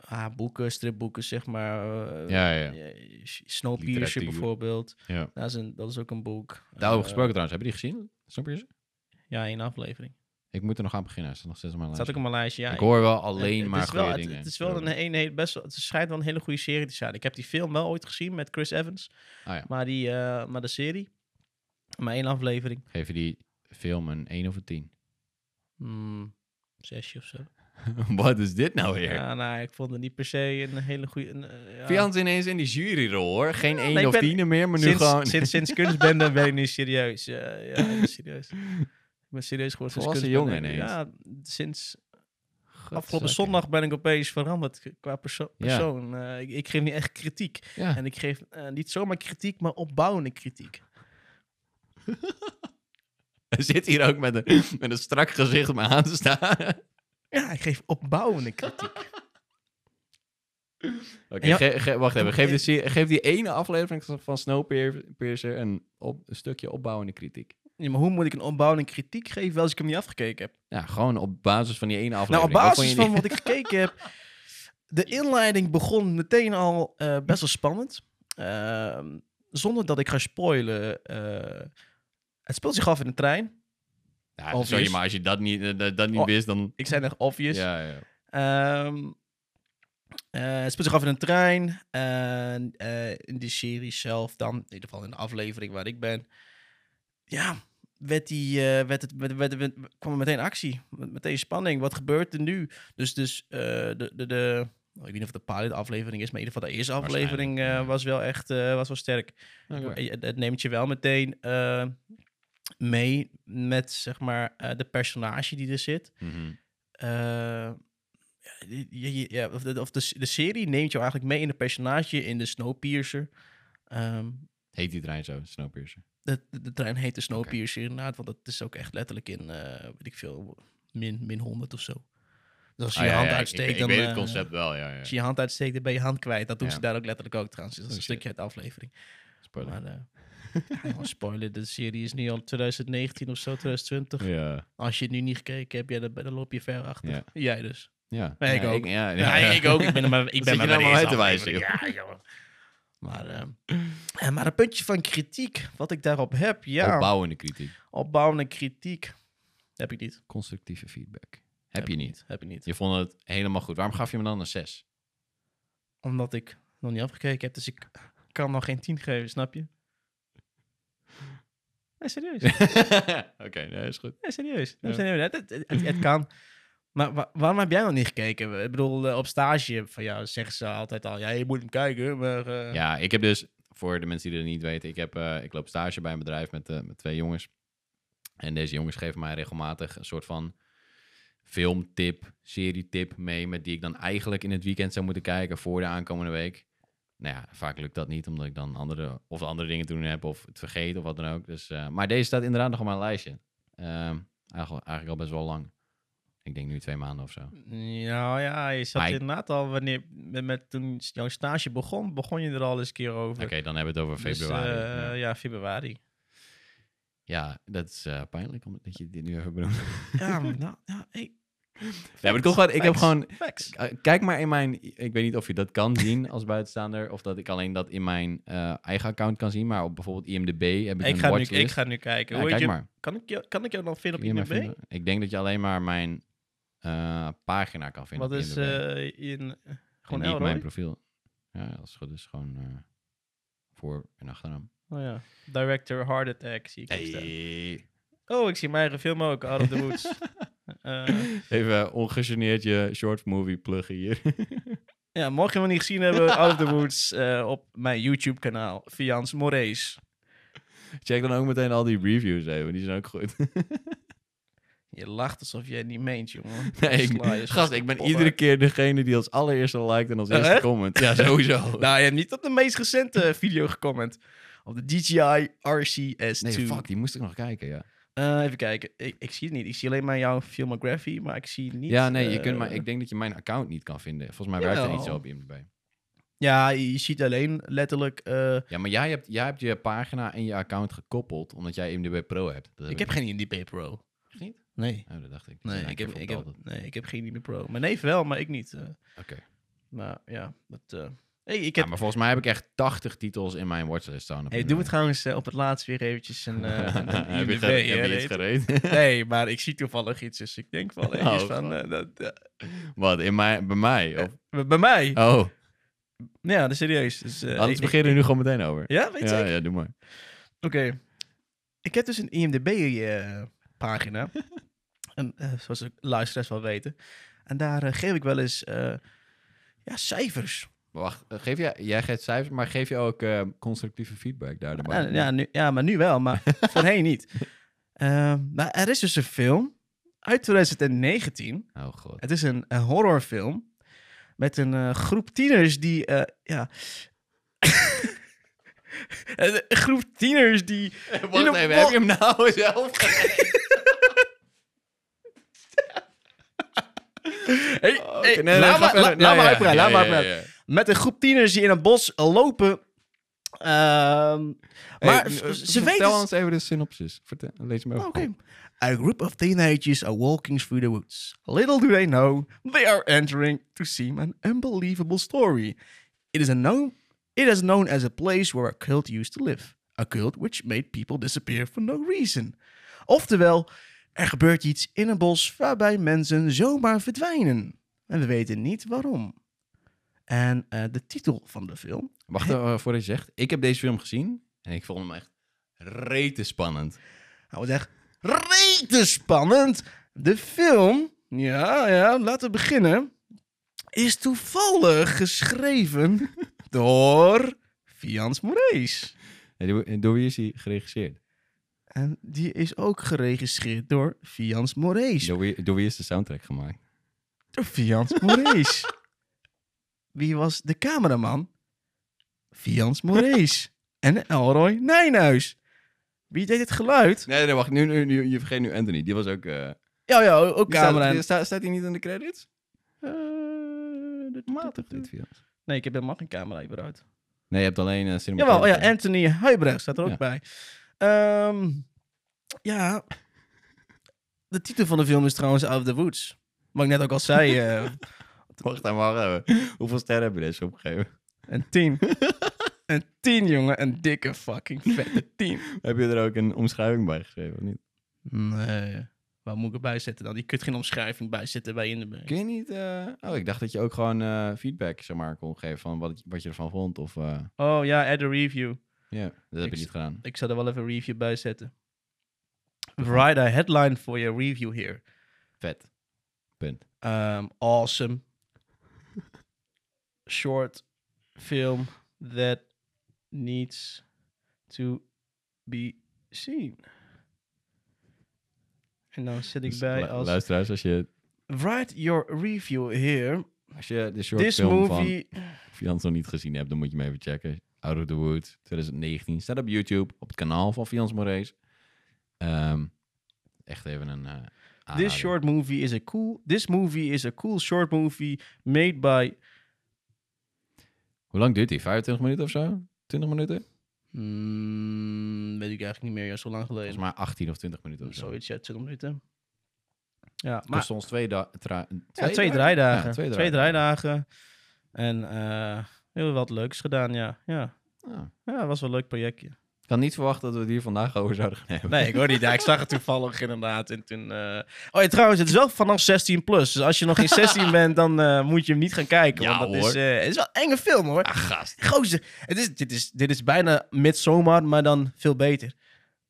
Speaker 1: ah, boeken, stripboeken zeg maar. eh,
Speaker 2: Ja, ja, ja.
Speaker 1: eh, Snowpiercer
Speaker 2: Literatuur.
Speaker 1: bijvoorbeeld.
Speaker 2: Ja.
Speaker 1: Dat is, een, dat is ook een boek.
Speaker 2: Daarover
Speaker 1: Eh,
Speaker 2: gesproken trouwens, hebben die gezien? Snap je ze?
Speaker 1: Ja, één aflevering.
Speaker 2: Ik moet er nog aan beginnen. Hij staat nog steeds op mijn
Speaker 1: Het staat ook
Speaker 2: lijstje.
Speaker 1: op mijn lijstje.
Speaker 2: ik
Speaker 1: Ja,
Speaker 2: hoor wel
Speaker 1: Het-
Speaker 2: alleen
Speaker 1: het
Speaker 2: maar
Speaker 1: is wel-
Speaker 2: goede
Speaker 1: het-
Speaker 2: dingen.
Speaker 1: Het, is wel een, een, hele- best wel, het schijnt wel een hele goede serie te zijn. Ik heb die film wel ooit gezien met Chris Evans.
Speaker 2: Ah ja.
Speaker 1: Maar, die, eh, maar de serie, maar één aflevering.
Speaker 2: Geef je die film een 1 of een 10?
Speaker 1: Hmm, zesje of zo.
Speaker 2: <laughs> Wat is dit nou weer?
Speaker 1: Ja, nou, ik vond het niet per se een hele goede. een, eh, ja.
Speaker 2: Fians ineens in die juryrol hoor. Geen 1
Speaker 1: ik
Speaker 2: of
Speaker 1: ben-
Speaker 2: 10 meer, maar nu
Speaker 1: sinds,
Speaker 2: gewoon... <laughs>
Speaker 1: sinds, sinds kunstbende ben ik nu serieus. Ja, ja, ik ben serieus. Ik ben serieus geworden sinds
Speaker 2: Volwassen
Speaker 1: kunstbende.
Speaker 2: jongen
Speaker 1: Ja, sinds afgelopen
Speaker 2: Godzakken.
Speaker 1: zondag ben ik opeens veranderd k- qua perso-
Speaker 2: Ja.
Speaker 1: persoon. Eh, ik, ik geef nu echt kritiek.
Speaker 2: Ja.
Speaker 1: En ik geef eh, niet zomaar kritiek, maar opbouwende kritiek.
Speaker 2: Hij zit hier ook met een, <laughs> met een strak gezicht om aan te staan. <laughs> Oké,
Speaker 1: Ja, ik geef opbouwende
Speaker 2: <laughs>
Speaker 1: kritiek. Ja.
Speaker 2: ge- ge- wacht even. Geef, de, se- geef die ene aflevering van Snowpiercer een, op, een stukje opbouwende kritiek.
Speaker 1: Ja, maar hoe moet ik een opbouwende kritiek geven als ik hem niet afgekeken heb?
Speaker 2: Ja, gewoon op basis van die ene
Speaker 1: Nou, op
Speaker 2: aflevering. Wat vond
Speaker 1: basis
Speaker 2: je
Speaker 1: van
Speaker 2: die-
Speaker 1: wat ik gekeken heb,
Speaker 2: <laughs>
Speaker 1: de inleiding begon meteen al eh, best wel spannend. Ehm, zonder dat ik ga spoilen. eh, het speelt zich af in de trein.
Speaker 2: Ja, sorry,
Speaker 1: Obvious.
Speaker 2: maar als je dat niet, eh, dat, dat niet
Speaker 1: Oh,
Speaker 2: wist, dan...
Speaker 1: Ik zei echt obvious.
Speaker 2: Ja, ja.
Speaker 1: Ehm, eh, het speelt zich af in een trein. En eh, in de serie zelf dan, in ieder geval in de aflevering waar ik ben. Ja, werd die, eh, werd het, werd, werd, werd- kwam er meteen actie. met- Meteen spanning. Wat gebeurt er nu? Dus, dus eh, de... de, de nou, ik weet niet of het de pilot aflevering is, maar in ieder geval de eerste aflevering
Speaker 2: Waarschijnlijk,
Speaker 1: eh, was wel echt eh, was wel sterk. Eh, Het, het neemt je wel meteen eh, mee met zeg maar eh, de personage die er zit.
Speaker 2: Mhm.
Speaker 1: Eh, je- je- ja, of de, of de, de serie neemt jou eigenlijk mee in een personage in de Snowpiercer. Ehm,
Speaker 2: Heet die trein zo, Snowpiercer.
Speaker 1: de, de, de trein heet de Snowpiercer inderdaad, want dat is ook echt letterlijk in, eh, weet ik veel, min, min 100 of zo. Dus als je
Speaker 2: Ah,
Speaker 1: je
Speaker 2: ja,
Speaker 1: hand
Speaker 2: ja, ik-
Speaker 1: uitsteekt,
Speaker 2: ik, ik
Speaker 1: dan...
Speaker 2: weet het
Speaker 1: eh,
Speaker 2: concept wel, ja. ja.
Speaker 1: als je je hand uitsteekt, dan ben je hand kwijt. Dat doen
Speaker 2: Ja.
Speaker 1: ze daar ook letterlijk ook trouwens. Dus dat is een
Speaker 2: Oh, shit.
Speaker 1: stukje uit de aflevering.
Speaker 2: Spoiler.
Speaker 1: Maar, eh, Ja, jongens, spoiler, de serie is nu al 2019 of zo, 2020.
Speaker 2: Ja.
Speaker 1: Als je het nu niet gekeken hebt, ja, dan, dan loop je ver achter.
Speaker 2: Ja.
Speaker 1: Jij dus.
Speaker 2: Ja.
Speaker 1: Nee, ik
Speaker 2: ja,
Speaker 1: ook.
Speaker 2: ja,
Speaker 1: Ja, ik
Speaker 2: <laughs>
Speaker 1: ook. Ik ben er maar, ik
Speaker 2: Zit je
Speaker 1: ben maar
Speaker 2: nou
Speaker 1: bij
Speaker 2: maar
Speaker 1: de
Speaker 2: uit te
Speaker 1: eerste
Speaker 2: wijzen,
Speaker 1: aflevering. Ja, joh. Maar, ehm, eh, maar een puntje van kritiek, wat ik daarop heb, ja.
Speaker 2: Opbouwende kritiek.
Speaker 1: Opbouwende kritiek heb ik niet.
Speaker 2: Constructieve feedback. Heb je
Speaker 1: ik
Speaker 2: niet.
Speaker 1: Heb ik niet.
Speaker 2: Je vond het helemaal goed. Waarom gaf je me dan een
Speaker 1: <laughs>
Speaker 2: 6?
Speaker 1: Omdat ik nog niet afgekeken heb, dus ik kan nog geen 10 geven, snap je? Nee, serieus.
Speaker 2: Oké, nee, is goed.
Speaker 1: Nee, serieus.
Speaker 2: Ja.
Speaker 1: serieus. Het, het, het- het kan. Maar wa- waarom heb jij nog niet gekeken? Ik bedoel, eh, op stage van jou zeggen ze altijd al, ja, je moet hem kijken, maar... eh,
Speaker 2: Ja, ik heb dus, voor de mensen die dat niet weten, ik, heb, eh, ik loop stage bij een bedrijf met, eh, met twee jongens. En deze jongens geven mij regelmatig een soort van filmtip, serietip mee, met die ik dan eigenlijk in het weekend zou moeten kijken voor de aankomende week. Nou ja, vaak lukt dat niet, omdat ik dan andere, of andere dingen te doen heb, of het vergeet, of wat dan ook. Dus, eh, maar deze staat inderdaad nog op mijn lijstje. Ehm, eigenlijk, eigenlijk al best wel lang. Ik denk nu twee maanden of zo.
Speaker 1: Nou ja, je zat
Speaker 2: Maar ik-
Speaker 1: inderdaad al, wanneer, met, met toen jouw stage begon, begon je er al eens een keer over.
Speaker 2: Oké, dan hebben we het over
Speaker 1: Dus,
Speaker 2: februari.
Speaker 1: eh,
Speaker 2: ja.
Speaker 1: ja, februari.
Speaker 2: Ja, dat is eh, pijnlijk om- dat je dit nu even benoemt.
Speaker 1: ja, maar nou, ja, hey,
Speaker 2: Ja, maar het komt gewoon- ik heb
Speaker 1: facts,
Speaker 2: gewoon-
Speaker 1: facts.
Speaker 2: K- Eh, Kijk maar in mijn. Ik weet niet of je dat kan zien <laughs> als buitenstaander. Of dat ik alleen dat in mijn eh, eigen account kan zien. Maar op bijvoorbeeld IMDb heb ik,
Speaker 1: Ik
Speaker 2: een
Speaker 1: ga, nu,
Speaker 2: watchlist.
Speaker 1: ik ga nu kijken.
Speaker 2: Ja,
Speaker 1: Hoe heet
Speaker 2: kijk
Speaker 1: je-
Speaker 2: maar.
Speaker 1: kan, ik jou, kan ik jou dan vinden op
Speaker 2: Kun je maar
Speaker 1: IMDb?
Speaker 2: vinden? Ik denk dat je alleen maar mijn eh, pagina kan vinden.
Speaker 1: Wat
Speaker 2: op
Speaker 1: is
Speaker 2: IMDb.
Speaker 1: eh, in...
Speaker 2: En
Speaker 1: Gewoon
Speaker 2: niet mijn
Speaker 1: Elroy?
Speaker 2: profiel. Ja, als het goed is, gewoon eh, voor- en achternaam.
Speaker 1: Oh ja. Director Heart Attack zie ik hier staan.
Speaker 2: Hey.
Speaker 1: Oh, ik zie mijn eigen film ook, Out of the
Speaker 2: <laughs>
Speaker 1: Woods. Eh,
Speaker 2: Even ongegeneerd je short movie pluggen hier. <laughs>
Speaker 1: ja, mocht je hem nog niet gezien hebben, Out of the Woods eh, op mijn YouTube-kanaal, Fians Moraes.
Speaker 2: Check dan ook meteen al die reviews even. Die zijn ook goed.
Speaker 1: Je lacht alsof jij het niet meent, jongen.
Speaker 2: <laughs>
Speaker 1: <laughs>
Speaker 2: Nee, ik-
Speaker 1: Sly is
Speaker 2: gast,
Speaker 1: een
Speaker 2: ik ben
Speaker 1: potbak.
Speaker 2: iedere keer degene die als allereerste liked en als
Speaker 1: Eh,
Speaker 2: eerste
Speaker 1: echt?
Speaker 2: comment. <laughs> Ja, sowieso.
Speaker 1: <laughs> Nou, je hebt niet op de meest recente eh, video gecomment. Op de DJI RCS2.
Speaker 2: nee, fuck, die moest ik nog kijken, ja.
Speaker 1: Eh, even kijken. Ik, ik zie het niet. Ik zie alleen maar jouw filmography, maar ik zie niet...
Speaker 2: ja, nee, je
Speaker 1: eh,
Speaker 2: kunt maar, ik denk dat je mijn account niet kan vinden. Volgens mij werkt het niet zo
Speaker 1: Jawel.
Speaker 2: op IMDb.
Speaker 1: Ja, je je ziet alleen letterlijk... eh,
Speaker 2: Ja, maar jij hebt, jij hebt je pagina en je account gekoppeld omdat jij IMDb Pro hebt. Dat
Speaker 1: ik heb geen IMDb Pro.
Speaker 2: Echt niet?
Speaker 1: Nee.
Speaker 2: Oh, dat dacht ik. Die
Speaker 1: Nee
Speaker 2: zijn
Speaker 1: ik, heb,
Speaker 2: eigenlijk
Speaker 1: ik heb,
Speaker 2: vertaald.
Speaker 1: nee, ik heb geen IMDb Pro. Mijn neef wel, maar ik niet. eh.
Speaker 2: Oké.
Speaker 1: Maar ja, dat... eh, hey, ik
Speaker 2: Ja,
Speaker 1: heb...
Speaker 2: maar volgens mij heb ik echt 80 titels in mijn watchlist staan. op
Speaker 1: hey,
Speaker 2: IMDb.
Speaker 1: doe het trouwens eh, op het laatst weer eventjes een, eh <laughs>
Speaker 2: <laughs>
Speaker 1: een
Speaker 2: heb je,
Speaker 1: IMDb,
Speaker 2: ge- heb je
Speaker 1: hè,
Speaker 2: iets
Speaker 1: weet-
Speaker 2: <laughs> gereed?
Speaker 1: Nee, maar ik zie toevallig iets, dus ik denk wel
Speaker 2: Oh,
Speaker 1: eens van...
Speaker 2: fuck.
Speaker 1: eh, dat, eh,
Speaker 2: Wat, in mijn, bij mij?
Speaker 1: <laughs>
Speaker 2: Of?
Speaker 1: bij- bij mij?
Speaker 2: Oh,
Speaker 1: Ja, dat is serieus. Dus, eh,
Speaker 2: anders
Speaker 1: ik-
Speaker 2: beginnen we nu gewoon meteen over.
Speaker 1: Ja, weet je
Speaker 2: Ja,
Speaker 1: zeker?
Speaker 2: ja, doe maar.
Speaker 1: Oké. Ik heb dus een
Speaker 2: <laughs>
Speaker 1: IMDb-pagina. en eh, zoals de luisteraars wel weten. En daar eh, geef ik wel eens eh, ja, cijfers.
Speaker 2: Maar Wacht, eh, geef jij, jij geeft cijfers, maar geef je ook eh, constructieve feedback daar erbij?
Speaker 1: Ja, ja, nu, ja, maar nu
Speaker 2: <laughs>
Speaker 1: wel, maar voorheen niet. Ehm, maar er is dus een film uit 2019.
Speaker 2: Oh god.
Speaker 1: Het is een, een horrorfilm met een eh, groep tieners die... eh, ja. <laughs> een groep tieners die... In
Speaker 2: <laughs>
Speaker 1: een
Speaker 2: Wacht even, heb
Speaker 1: bol-
Speaker 2: je hem nou <laughs> zelf?
Speaker 1: Hey,
Speaker 2: Oh,
Speaker 1: hey,
Speaker 2: oké, nee, nee,
Speaker 1: laat
Speaker 2: ga
Speaker 1: maar-
Speaker 2: verder.
Speaker 1: la-
Speaker 2: Nee,
Speaker 1: laat maar
Speaker 2: ja,
Speaker 1: uitpraten,
Speaker 2: ja,
Speaker 1: laat maar
Speaker 2: ja, ja,
Speaker 1: uitpraten.
Speaker 2: ja.
Speaker 1: met een groep tieners die in een bos eh, lopen. Ehm, maar
Speaker 2: Hey,
Speaker 1: z-
Speaker 2: eh,
Speaker 1: ze weten... dus-
Speaker 2: Vertel ons even de synopsis. Vertel, lees hem
Speaker 1: Oké.
Speaker 2: even. voor.
Speaker 1: Oh, A group of teenagers are walking through the woods. Little do they know, they are entering to seem an unbelievable story. It is, a known, it is known as a place where a cult used to live. A cult which made people disappear for no reason. Oftewel, er gebeurt iets in een bos waarbij mensen zomaar verdwijnen. En we weten niet waarom. En eh, de titel van de film
Speaker 2: Wacht even voordat je zegt. Ik heb deze film gezien en ik vond hem echt rete spannend.
Speaker 1: Nou, het is echt rete spannend. De film, ja, ja, laten we beginnen, is toevallig geschreven door Fians Moraes.
Speaker 2: En Door, en door wie is hij geregisseerd?
Speaker 1: En die is ook geregistreerd door Fians Moraes.
Speaker 2: Door wie, door wie is de soundtrack gemaakt?
Speaker 1: Door Fians Moraes. Wie was de cameraman? Fians Moraes. en Elroy Nijnhuis. Wie deed het geluid?
Speaker 2: Nee, nee, wacht. Nu, nu, nu- je vergeet nu Anthony. Die was ook... eh,
Speaker 1: Ja, ja, ook
Speaker 2: die staat-
Speaker 1: camera.
Speaker 2: die staat, staat hij niet in de credits?
Speaker 1: Eh, dit- dit- dit-
Speaker 2: Dit films.
Speaker 1: Nee, ik heb helemaal geen camera überhaupt.
Speaker 2: Nee, je hebt alleen eh
Speaker 1: Jawel, oh ja,
Speaker 2: cinematography.
Speaker 1: Anthony Huibrecht staat er ook
Speaker 2: Ja.
Speaker 1: bij. Ehm, ja, de titel van de film is trouwens Out of the Woods. Wat ik net ook al <laughs> zei, eh,
Speaker 2: <laughs> Wacht daar maar even. Hoeveel sterren heb je deze opgegeven?
Speaker 1: een tien. een tien, jongen. Een dikke fucking vette tien.
Speaker 2: Heb je er ook een omschrijving bij geschreven of niet?
Speaker 1: Nee, waar moet ik erbij zetten dan? Je kunt geen omschrijving bijzetten bij Inderberg.
Speaker 2: Kun je niet... eh, Oh, ik dacht dat je ook gewoon eh, feedback zeg maar, kon geven van wat, wat je ervan vond. Of, eh,
Speaker 1: Oh ja, add a review.
Speaker 2: ja, dat heb
Speaker 1: Ik-
Speaker 2: je niet gedaan.
Speaker 1: Ik zal er wel even een review bij zetten. Write a headline for your review here.
Speaker 2: Vet. Punt.
Speaker 1: Um, awesome. Short film that needs to be seen. En dan zit ik
Speaker 2: Dus
Speaker 1: bij
Speaker 2: lu-
Speaker 1: als...
Speaker 2: Luisteraars, als je,
Speaker 1: Write your review here.
Speaker 2: als je de short
Speaker 1: This
Speaker 2: film
Speaker 1: movie...
Speaker 2: van Fians nog niet gezien hebt, dan moet je hem even checken. Out of the Woods 2019. Staat op YouTube, op het kanaal van Fians Moraes. Ehm, echt even een... eh, aanrader.
Speaker 1: This short movie is a cool... This movie is a cool short movie made by...
Speaker 2: Hoe lang duurt die? 25 minuten of zo? 20 minuten?
Speaker 1: Hmm, weet ik eigenlijk niet meer. Ja, zo lang
Speaker 2: Volgens
Speaker 1: geleden.
Speaker 2: mij 18 of 20 minuten of zo.
Speaker 1: Zoiets, ja, 20 minuten. Ja, maar...
Speaker 2: kost ons twee, da- tra-
Speaker 1: Ja, twee draaidagen.
Speaker 2: Ja,
Speaker 1: twee,
Speaker 2: twee
Speaker 1: draaidagen. En eh, heel wat leuks gedaan, ja. Ja,
Speaker 2: Ja.
Speaker 1: ja was wel een leuk projectje.
Speaker 2: Ik had niet verwacht dat we het hier vandaag over zouden gaan hebben.
Speaker 1: Nee, ik hoor niet. Ja, ik zag het toevallig inderdaad. En toen, eh, Oh ja, trouwens, het is wel vanaf 16 plus. Dus als je nog geen <laughs> 16 bent, dan eh, moet je hem niet gaan kijken.
Speaker 2: Ja,
Speaker 1: want dat
Speaker 2: hoor.
Speaker 1: Is, eh, het is wel een enge film, hoor.
Speaker 2: Ah, gast.
Speaker 1: Gozer, het is, dit, is, dit is bijna midzomer, maar dan veel beter.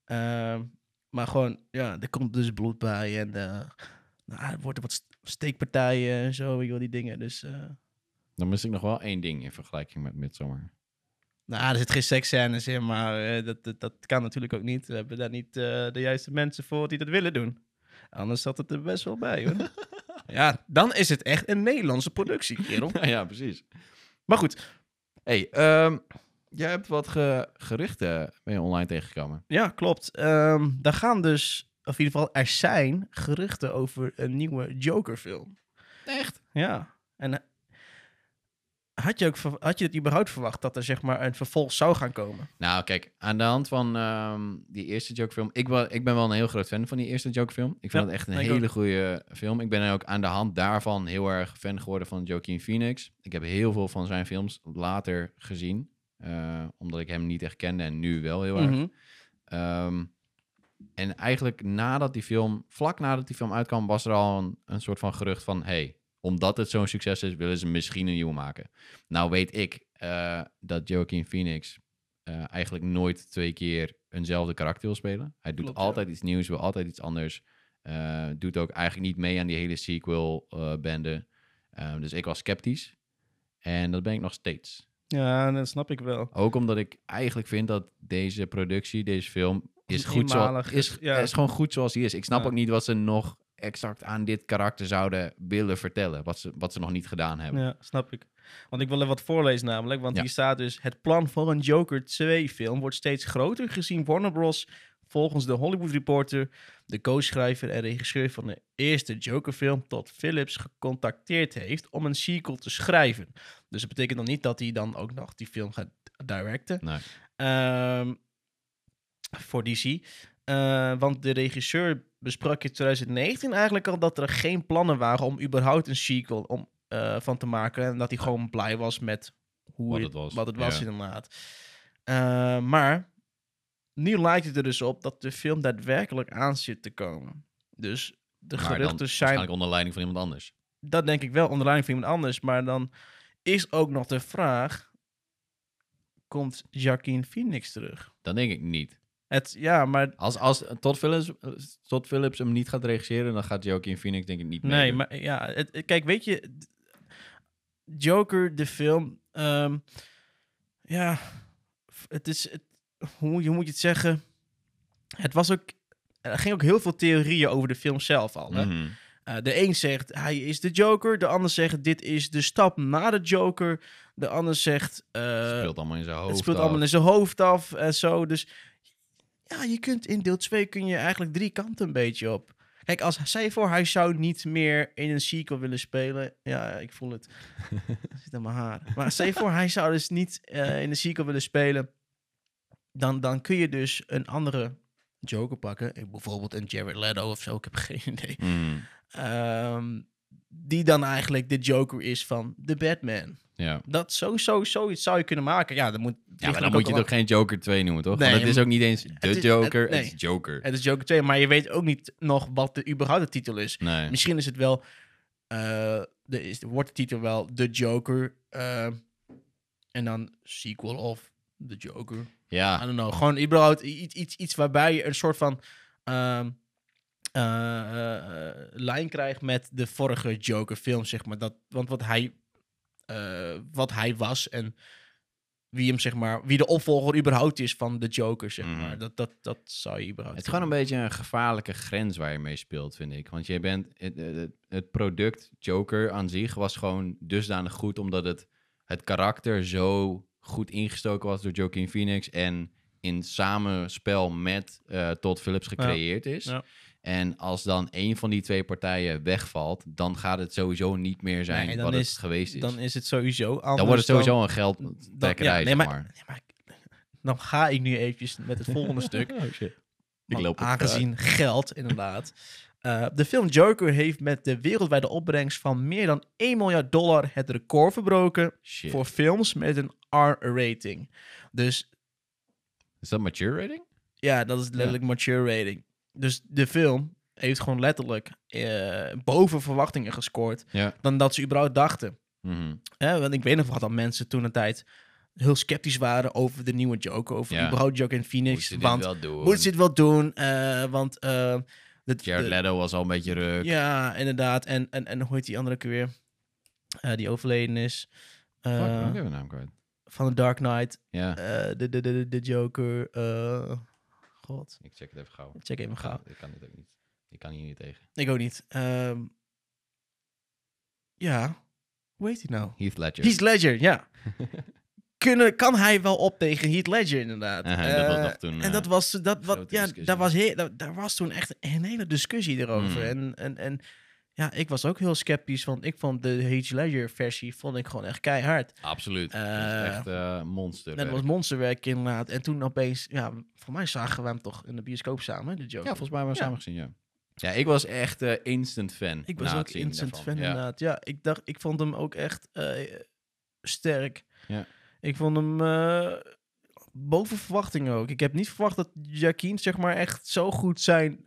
Speaker 1: Ehm, maar gewoon, ja, er komt dus bloed bij en eh, nou, er worden wat st- steekpartijen en zo, weet je wel, die dingen. Dus eh,
Speaker 2: Dan mis ik nog wel één ding in vergelijking met Midsommar.
Speaker 1: Nou, er zit geen seksscènes in, maar eh, dat, dat, dat kan natuurlijk ook niet. We hebben daar niet eh, de juiste mensen voor die dat willen doen. Anders zat het er best wel
Speaker 2: <laughs>
Speaker 1: bij, hoor. ja, dan is het echt een Nederlandse productie, kerel.
Speaker 2: <laughs> ja, precies.
Speaker 1: Maar goed,
Speaker 2: hey, ehm, jij hebt wat ge- geruchten ben je online tegengekomen.
Speaker 1: ja, klopt. Ehm daar gaan dus, of in ieder geval, er zijn geruchten over een nieuwe Joker-film.
Speaker 2: Echt?
Speaker 1: Ja, en eh, had je, ook, ver- had je het überhaupt verwacht dat er zeg maar een vervolg zou gaan komen?
Speaker 2: Nou, kijk, aan de hand van ehm, die eerste Jokerfilm... Ik, wa- ik ben wel een heel groot fan van die eerste Jokerfilm. Ik vind
Speaker 1: Ja,
Speaker 2: het echt een
Speaker 1: ik
Speaker 2: hele goede film. Ik ben ook aan de hand daarvan heel erg fan geworden van Joaquin Phoenix. Ik heb heel veel van zijn films later gezien. eh, omdat ik hem niet echt kende en nu wel heel erg.
Speaker 1: Mhm.
Speaker 2: Ehm, en eigenlijk nadat die film, vlak nadat die film uitkwam, was er al een, een soort van gerucht van: hey, omdat het zo'n succes is, willen ze misschien een nieuwe maken. Nou weet ik eh, dat Joaquin Phoenix eh, eigenlijk nooit twee keer eenzelfde karakter wil spelen. Hij doet
Speaker 1: Klopt, ja.
Speaker 2: altijd iets nieuws, wil altijd iets anders. Eh, doet ook eigenlijk niet mee aan die hele sequel-bende. dus ik was sceptisch. En dat ben ik nog steeds.
Speaker 1: Ja, dat snap ik wel.
Speaker 2: Ook omdat ik eigenlijk vind dat deze productie, deze film, is,
Speaker 1: Een
Speaker 2: goed zo,
Speaker 1: eenmalig-
Speaker 2: is,
Speaker 1: ja.
Speaker 2: is gewoon goed zoals die is. Ik snap
Speaker 1: Ja.
Speaker 2: ook niet wat ze nog exact aan dit karakter zouden willen vertellen. Wat ze, wat ze nog niet gedaan hebben.
Speaker 1: Ja, snap ik. Want ik wil er wat voorlezen namelijk. Want
Speaker 2: Ja.
Speaker 1: hier staat dus... Het plan voor een Joker 2-film wordt steeds groter... gezien Warner Bros. volgens de Hollywood Reporter... de co-schrijver en regisseur van de eerste Joker-film... tot Phillips gecontacteerd heeft om een sequel te schrijven. Dus dat betekent dan niet dat hij dan ook nog die film gaat directen.
Speaker 2: Nee.
Speaker 1: Ehm, voor DC. Eh, want de regisseur besprak in 2019 eigenlijk al dat er geen plannen waren om überhaupt een sequel om, eh, van te maken. En dat hij gewoon blij was met hoe
Speaker 2: Wat het was,
Speaker 1: wat het was
Speaker 2: ja.
Speaker 1: inderdaad. Eh, maar nu lijkt het er dus op dat de film daadwerkelijk aan zit te komen. Dus de
Speaker 2: Maar dan
Speaker 1: geruchten zijn
Speaker 2: Waarschijnlijk onder leiding van iemand anders.
Speaker 1: dat denk ik wel onder leiding van iemand anders. Maar dan is ook nog de vraag: komt Joaquin Phoenix terug?
Speaker 2: Dan denk ik niet.
Speaker 1: Het, ja, maar.
Speaker 2: Als, als Todd, Phillips, Todd Phillips hem niet gaat regisseren, dan gaat Joaquin Phoenix denk ik niet mee.
Speaker 1: Nee, maar ja. Het, het- kijk, weet je. d- Joker, de film. ehm, ja. f- Het is. Het, hoe, moet je- hoe moet je het zeggen? Het was ook. Er ging ook heel veel theorieën over de film zelf al. Hè?
Speaker 2: Mhm.
Speaker 1: Eh, de een zegt hij is de Joker. De ander zegt dit is de stap na de Joker. De ander zegt.
Speaker 2: Het
Speaker 1: eh,
Speaker 2: speelt allemaal in zijn hoofd.
Speaker 1: Het speelt
Speaker 2: af.
Speaker 1: allemaal in zijn hoofd af en zo. Dus ja, je kunt in deel 2 kun je eigenlijk drie kanten een beetje op. Kijk, als zij voor hij zou niet meer in een sequel willen spelen. Ja, ik voel
Speaker 2: <laughs>
Speaker 1: het. Het zit aan mijn haar. Maar zij voor hij zou dus niet eh, in een sequel willen spelen. Dan, dan kun je dus een andere Joker pakken. Eh, Bijvoorbeeld een Jared Leto of zo. Ik heb geen <laughs> idee.
Speaker 2: Mm,
Speaker 1: Ehm, die dan eigenlijk de Joker is van de Batman.
Speaker 2: ja.
Speaker 1: Dat zo, zo, zoiets zou je kunnen maken. Ja, dan moet,
Speaker 2: Ja, maar dan moet je
Speaker 1: ook
Speaker 2: toch geen Joker 2 noemen, toch?
Speaker 1: Nee,
Speaker 2: Want het is
Speaker 1: maar-
Speaker 2: ook niet eens de
Speaker 1: is- het-
Speaker 2: Joker, het,
Speaker 1: nee.
Speaker 2: is Joker.
Speaker 1: Het is Joker 2, maar je weet ook niet nog wat de überhaupt de titel is.
Speaker 2: nee.
Speaker 1: Misschien is het wel, eh, de, is, wordt de titel wel The Joker eh, en dan sequel of The Joker. I
Speaker 2: Ja,
Speaker 1: don't know, gewoon überhaupt i- iets, iets, iets waarbij je een soort van ehm, eh, eh, lijn krijgt met de vorige Joker film, zeg maar. Dat, want wat hij, eh, wat hij was en wie hem, zeg maar, wie de opvolger überhaupt is van de Joker, zeg
Speaker 2: Mhm.
Speaker 1: maar. Dat, dat, dat zou je überhaupt...
Speaker 2: het is gewoon een beetje een gevaarlijke grens waar je mee speelt, vind ik. Want je bent, het, het- het product Joker aan zich was gewoon dusdanig goed, omdat het, het karakter zo goed ingestoken was door Joaquin Phoenix en in samenspel met eh Todd Phillips gecreëerd is.
Speaker 1: Ja.
Speaker 2: En als dan een van die twee partijen wegvalt, dan gaat het sowieso niet meer zijn
Speaker 1: Nee, dan
Speaker 2: wat
Speaker 1: is-
Speaker 2: het geweest is.
Speaker 1: Dan is het sowieso anders
Speaker 2: Dan wordt het sowieso een
Speaker 1: dan-
Speaker 2: geldtrekkerij,
Speaker 1: ja, nee,
Speaker 2: zeg
Speaker 1: maar-
Speaker 2: maar.
Speaker 1: Nee, maar ik- <laughs> dan ga ik nu eventjes met het volgende stuk.
Speaker 2: Ik
Speaker 1: Want
Speaker 2: loop het
Speaker 1: aangezien geld, inderdaad. Eh, de film Joker heeft met de wereldwijde opbrengst van meer dan 1 miljard dollar het record verbroken
Speaker 2: Shit.
Speaker 1: voor films met een R-rating. Dus
Speaker 2: Is dat mature rating?
Speaker 1: ja, dat is letterlijk mature rating. Dus de film heeft gewoon letterlijk eh, boven verwachtingen gescoord
Speaker 2: Ja.
Speaker 1: dan dat ze überhaupt dachten.
Speaker 2: Mhm.
Speaker 1: Hè, want ik weet nog wat dat mensen toen een tijd heel sceptisch waren over de nieuwe Joker, over
Speaker 2: Ja.
Speaker 1: überhaupt Joker en
Speaker 2: Moet
Speaker 1: Phoenix.
Speaker 2: ze dit
Speaker 1: want
Speaker 2: wel doen?
Speaker 1: moet ze dit wel doen? Eh, want eh het,
Speaker 2: Jared Leto was al een beetje ruk.
Speaker 1: ja, inderdaad. En, en, en hoe heet die andere keer weer? Eh, die overleden is. Eh,
Speaker 2: Fuck, ik heb mijn naam kwijt.
Speaker 1: van The Dark Knight.
Speaker 2: Ja,
Speaker 1: Eh, de, de, de, de Joker. eh, God,
Speaker 2: ik check het even gauw.
Speaker 1: check even
Speaker 2: Ik kan-
Speaker 1: gauw.
Speaker 2: Ik kan dit ook niet. Ik kan hier niet tegen.
Speaker 1: Ik ook niet. Ehm, ja, hoe heet hij nou?
Speaker 2: Heath Ledger. <laughs>
Speaker 1: Heath Ledger, ja. Kunnen, kan hij wel op tegen Heath Ledger, inderdaad.
Speaker 2: Aha, dat was
Speaker 1: Eh,
Speaker 2: nog toen,
Speaker 1: en
Speaker 2: eh,
Speaker 1: dat was, dat, wat,
Speaker 2: grote
Speaker 1: ja,
Speaker 2: discussie.
Speaker 1: daar, was heel, daar, daar was toen echt een hele discussie erover.
Speaker 2: Hmm.
Speaker 1: En, en, en ja, ik was ook heel sceptisch, want ik vond de Heath Ledger versie vond ik gewoon echt keihard.
Speaker 2: Absoluut. Dat
Speaker 1: Eh,
Speaker 2: is echt eh monster.
Speaker 1: Dat was monsterwerk inderdaad. En toen opeens, ja, voor mij zagen we hem toch in de bioscoop samen, de
Speaker 2: ja,
Speaker 1: Joker.
Speaker 2: volgens mij hebben we
Speaker 1: Ja.
Speaker 2: samen gezien, ja. Ja, ik was echt eh, instant fan.
Speaker 1: ik was
Speaker 2: na het
Speaker 1: ook
Speaker 2: zien
Speaker 1: instant
Speaker 2: daarvan.
Speaker 1: fan
Speaker 2: Ja.
Speaker 1: inderdaad. Ja, ik dacht, ik vond hem ook echt eh, sterk.
Speaker 2: Ja.
Speaker 1: Ik vond hem eh, boven verwachting ook. Ik heb niet verwacht dat Jaquin zeg maar echt zo goed zijn,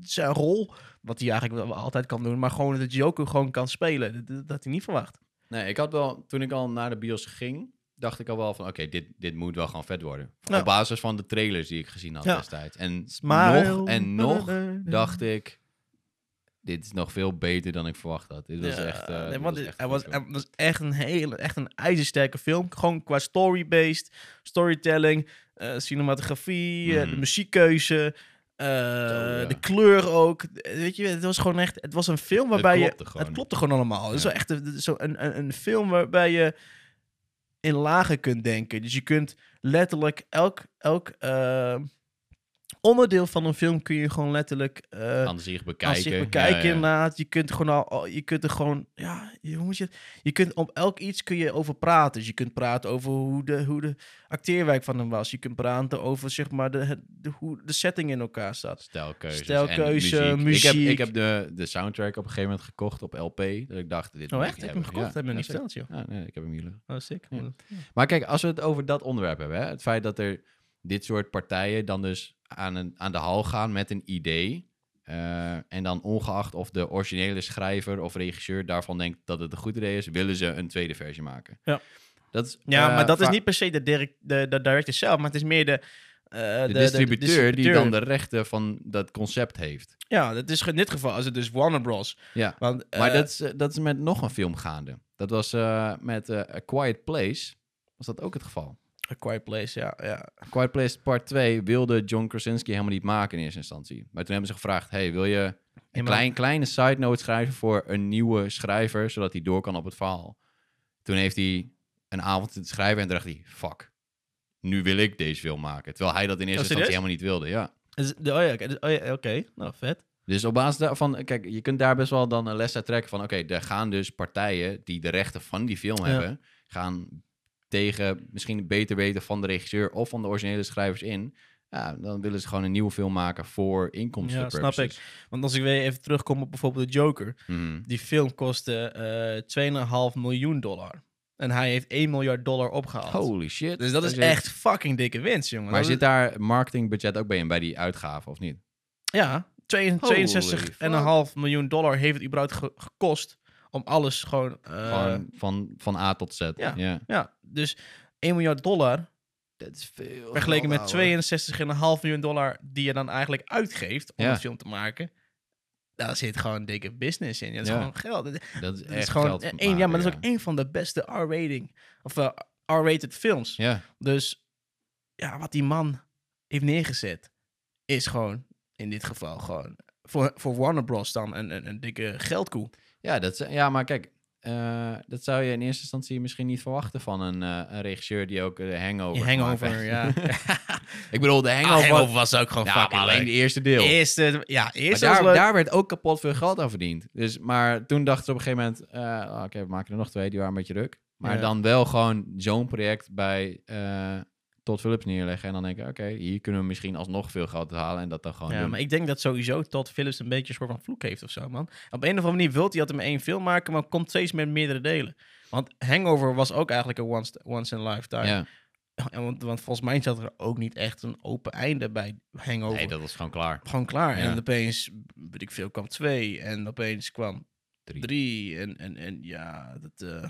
Speaker 1: zijn rol, wat hij eigenlijk wel altijd kan doen, maar gewoon dat Joker gewoon kan spelen. Dat, dat had hij niet verwacht.
Speaker 2: Nee, ik had wel, toen ik al naar de bios ging, dacht ik al wel van, oké, dit, dit moet wel gaan vet worden.
Speaker 1: Ja.
Speaker 2: Op basis van de trailers die ik gezien had
Speaker 1: Nou. Ja.
Speaker 2: destijds. En
Speaker 1: Smile.
Speaker 2: nog en nog dacht ik, dit is nog veel beter dan ik verwacht had. Dit was
Speaker 1: Ja,
Speaker 2: echt... eh,
Speaker 1: nee,
Speaker 2: dit
Speaker 1: want
Speaker 2: was
Speaker 1: het-
Speaker 2: echt
Speaker 1: hij
Speaker 2: goed,
Speaker 1: was,
Speaker 2: joh.
Speaker 1: hij was echt een hele, echt een ijzersterke film. Gewoon qua story-based, storytelling, eh, cinematografie, eh, de
Speaker 2: Mhm. Oh,
Speaker 1: muziekkeuze, eh,
Speaker 2: ja.
Speaker 1: de kleur ook. Eh, Weet je, het was gewoon echt, het was een film waarbij je,
Speaker 2: klopte gewoon.
Speaker 1: het klopte gewoon allemaal. Het is
Speaker 2: Ja.
Speaker 1: wel echt een, zo een, een, een film waarbij je in lagen kunt denken. Dus je kunt letterlijk elk, elk eh, onderdeel van een film kun je gewoon letterlijk eh,
Speaker 2: aan zich bekijken.
Speaker 1: als je bekijken
Speaker 2: Ja, ja.
Speaker 1: inderdaad, je kunt gewoon al- al, je kunt er gewoon, ja, je- hoe moet je, het- je kunt om elk iets kun je over praten. Dus je kunt praten over hoe de, hoe de acteerwerk van hem was. Je kunt praten over, zeg maar, de, het- de, hoe de setting in elkaar staat.
Speaker 2: Stijlkeuzes
Speaker 1: Stijlkeuze,
Speaker 2: en muziek. Ik heb,
Speaker 1: muziek.
Speaker 2: ik heb de, de soundtrack op een gegeven moment gekocht op LP. Dat ik dacht, dit
Speaker 1: Oh
Speaker 2: moet ik
Speaker 1: echt? Heb je
Speaker 2: hebben.
Speaker 1: hem gekocht?
Speaker 2: Ja,
Speaker 1: Heb je hem niet
Speaker 2: ja, zeker.
Speaker 1: verteld, joh?
Speaker 2: Ja, nee, ik heb hem hier liggen.
Speaker 1: Oh, sick.
Speaker 2: Ja. Maar kijk, als we het over dat onderwerp hebben, hè, het feit dat er dit soort partijen dan dus aan, een, aan de hal gaan met een idee. eh, en dan ongeacht of de originele schrijver of regisseur daarvan denkt dat het een goed idee is, willen ze een tweede versie maken.
Speaker 1: Ja.
Speaker 2: dat is,
Speaker 1: Ja,
Speaker 2: eh,
Speaker 1: maar dat is
Speaker 2: va-
Speaker 1: niet per se de, direct, de, de director zelf, maar het is meer de... eh,
Speaker 2: de, distributeur die dan de rechten van dat concept heeft.
Speaker 1: Ja, dat is in dit geval, als het dus Warner Bros.
Speaker 2: Ja.
Speaker 1: Want,
Speaker 2: maar
Speaker 1: eh,
Speaker 2: dat is, eh, dat is met nog een film gaande. Dat was eh, met eh, A Quiet Place. Was dat ook het geval?
Speaker 1: A Quiet Place, ja. ja.
Speaker 2: Quiet Place Part 2 wilde John Krasinski helemaal niet maken in eerste instantie. Maar toen hebben ze gevraagd, hey, wil je een
Speaker 1: maar-
Speaker 2: klein, kleine side note schrijven voor een nieuwe schrijver, zodat hij door kan op het verhaal? Toen heeft hij een avond te schrijven en toen dacht hij, fuck, nu wil ik deze film maken. Terwijl hij dat in eerste
Speaker 1: serieus?
Speaker 2: instantie helemaal niet wilde, ja.
Speaker 1: Is- Oh ja, oké. Dus- oh ja, oké. Nou, vet.
Speaker 2: Dus op basis daarvan, kijk, je kunt daar best wel dan een les uit trekken van, oké, er gaan dus partijen die de rechten van die film
Speaker 1: Ja.
Speaker 2: hebben, gaan tegen misschien beter weten van de regisseur of van de originele schrijvers in. Ja, dan willen ze gewoon een nieuwe film maken voor inkomsten.
Speaker 1: Ja, snap
Speaker 2: purposes.
Speaker 1: Want als ik weer even terugkom op bijvoorbeeld de Joker.
Speaker 2: Mhm.
Speaker 1: Die film kostte eh 2,5 miljoen dollar. En hij heeft 1 miljard dollar opgehaald.
Speaker 2: Holy shit.
Speaker 1: Dus dat is echt fucking dikke winst, jongen.
Speaker 2: Maar
Speaker 1: Dat
Speaker 2: zit daar marketingbudget ook bij in, bij die uitgaven, of niet?
Speaker 1: Ja,
Speaker 2: Holy
Speaker 1: 62,5 miljoen dollar heeft het überhaupt ge- gekost om alles gewoon... eh,
Speaker 2: Gewoon van, van A tot Z.
Speaker 1: ja. Ja, dus 1 miljard dollar
Speaker 2: Dat is veel.
Speaker 1: vergeleken met 62,5 miljoen dollar die je dan eigenlijk uitgeeft om
Speaker 2: Ja.
Speaker 1: een film te maken. Daar zit gewoon dikke business in. Dat is
Speaker 2: Ja.
Speaker 1: gewoon geld. Dat,
Speaker 2: Dat is echt
Speaker 1: dat is gewoon e-
Speaker 2: geld
Speaker 1: één,
Speaker 2: maken,
Speaker 1: ja, maar dat is ook één van de beste R-rating of eh, R-rated films.
Speaker 2: Ja.
Speaker 1: Dus ja, wat die man heeft neergezet, is gewoon in dit geval gewoon voor, voor Warner Bros. dan een, een, een dikke geldkoe.
Speaker 2: Ja, dat, is- ja maar kijk, eh, dat zou je in eerste instantie misschien niet verwachten van een, eh, een regisseur die ook de hangover.
Speaker 1: Die
Speaker 2: gemaakt
Speaker 1: Hangover,
Speaker 2: heeft. <laughs>
Speaker 1: ja.
Speaker 2: Ik bedoel, de Ah, hangover.
Speaker 1: Ah, Hangover was ook gewoon
Speaker 2: ja, maar alleen de eerste deel.
Speaker 1: Eerste, ja,
Speaker 2: Maar
Speaker 1: eerste
Speaker 2: daar,
Speaker 1: was leuk.
Speaker 2: daar werd ook kapot veel geld aan verdiend. Dus, maar toen dachten ze op een gegeven moment, eh, oh, oké, we maken er nog twee, die waren een beetje druk. Maar
Speaker 1: Ja.
Speaker 2: dan wel gewoon zo'n project bij eh Todd Phillips neerleggen. En dan denken, oké, hier kunnen we misschien alsnog veel geld uit halen. En dat dan gewoon
Speaker 1: Ja,
Speaker 2: doen.
Speaker 1: maar ik denk dat sowieso Todd Phillips een beetje een soort van vloek heeft of zo, man. Op een of andere manier wil hij dat hem één film maken, maar komt steeds met meerdere delen. Want Hangover was ook eigenlijk een once, once in a lifetime.
Speaker 2: ja.
Speaker 1: <laughs> En want, want volgens mij zat er ook niet echt een open einde bij Hangover.
Speaker 2: Nee, dat was gewoon klaar.
Speaker 1: Gewoon klaar.
Speaker 2: Ja.
Speaker 1: En opeens, weet ik veel, kwam twee. En opeens kwam
Speaker 2: Drie.
Speaker 1: drie. En, en, en ja, dat, eh,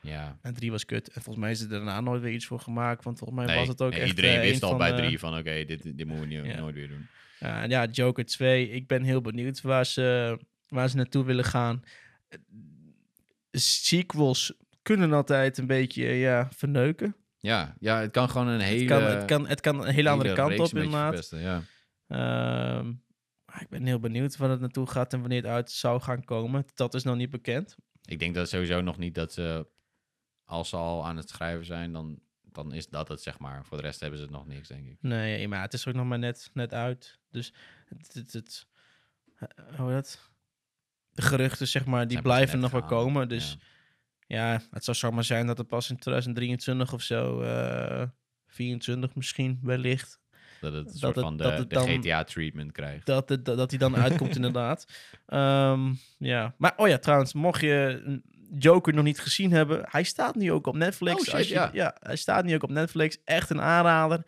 Speaker 2: Ja.
Speaker 1: en drie was kut. En volgens mij is er daarna nooit weer iets voor gemaakt. Want volgens mij
Speaker 2: Nee,
Speaker 1: was het ook
Speaker 2: nee,
Speaker 1: echt...
Speaker 2: iedereen
Speaker 1: eh,
Speaker 2: wist
Speaker 1: een
Speaker 2: al
Speaker 1: van
Speaker 2: bij
Speaker 1: de-
Speaker 2: drie van, oké, dit, dit moeten we niet,
Speaker 1: Ja.
Speaker 2: nooit weer doen.
Speaker 1: Ja, en ja, Joker 2. Ik ben heel benieuwd waar ze, waar ze naartoe willen gaan. Eh, Sequels kunnen altijd een beetje ja, verneuken.
Speaker 2: Ja, ja, het kan gewoon een hele...
Speaker 1: het, kan, het, kan, het kan een hele andere kant op inderdaad.
Speaker 2: ja.
Speaker 1: Ehm, maar ik ben heel benieuwd waar het naartoe gaat en wanneer het uit zou gaan komen. Dat is nog niet bekend.
Speaker 2: Ik denk dat sowieso nog niet dat ze, als ze al aan het schrijven zijn, dan, dan is dat het, zeg maar. Voor de rest hebben ze het nog niks, denk ik.
Speaker 1: Nee, maar het is ook nog maar net, net uit. Dus het, het, het, eh, hoe heet dat? De geruchten, zeg maar, die
Speaker 2: Zijn pas
Speaker 1: blijven
Speaker 2: net
Speaker 1: nog wel
Speaker 2: gaande,
Speaker 1: komen. Dus Ja, het zou zomaar zijn dat het pas in 2023 of zo, eh 24 misschien, wellicht,
Speaker 2: ja, dat het een
Speaker 1: dat
Speaker 2: soort
Speaker 1: het-
Speaker 2: van
Speaker 1: dat
Speaker 2: de,
Speaker 1: het
Speaker 2: de
Speaker 1: dan-
Speaker 2: GTA-treatment krijgt.
Speaker 1: dat, het, dat, hij dan
Speaker 2: <laughs>
Speaker 1: uitkomt inderdaad. Ehm, ja, maar oh ja, trouwens, mocht je Joker nog niet gezien hebben, hij staat nu ook op Netflix.
Speaker 2: Oh, shit,
Speaker 1: Als je-
Speaker 2: ja.
Speaker 1: hij staat nu ook op Netflix. Echt een aanrader.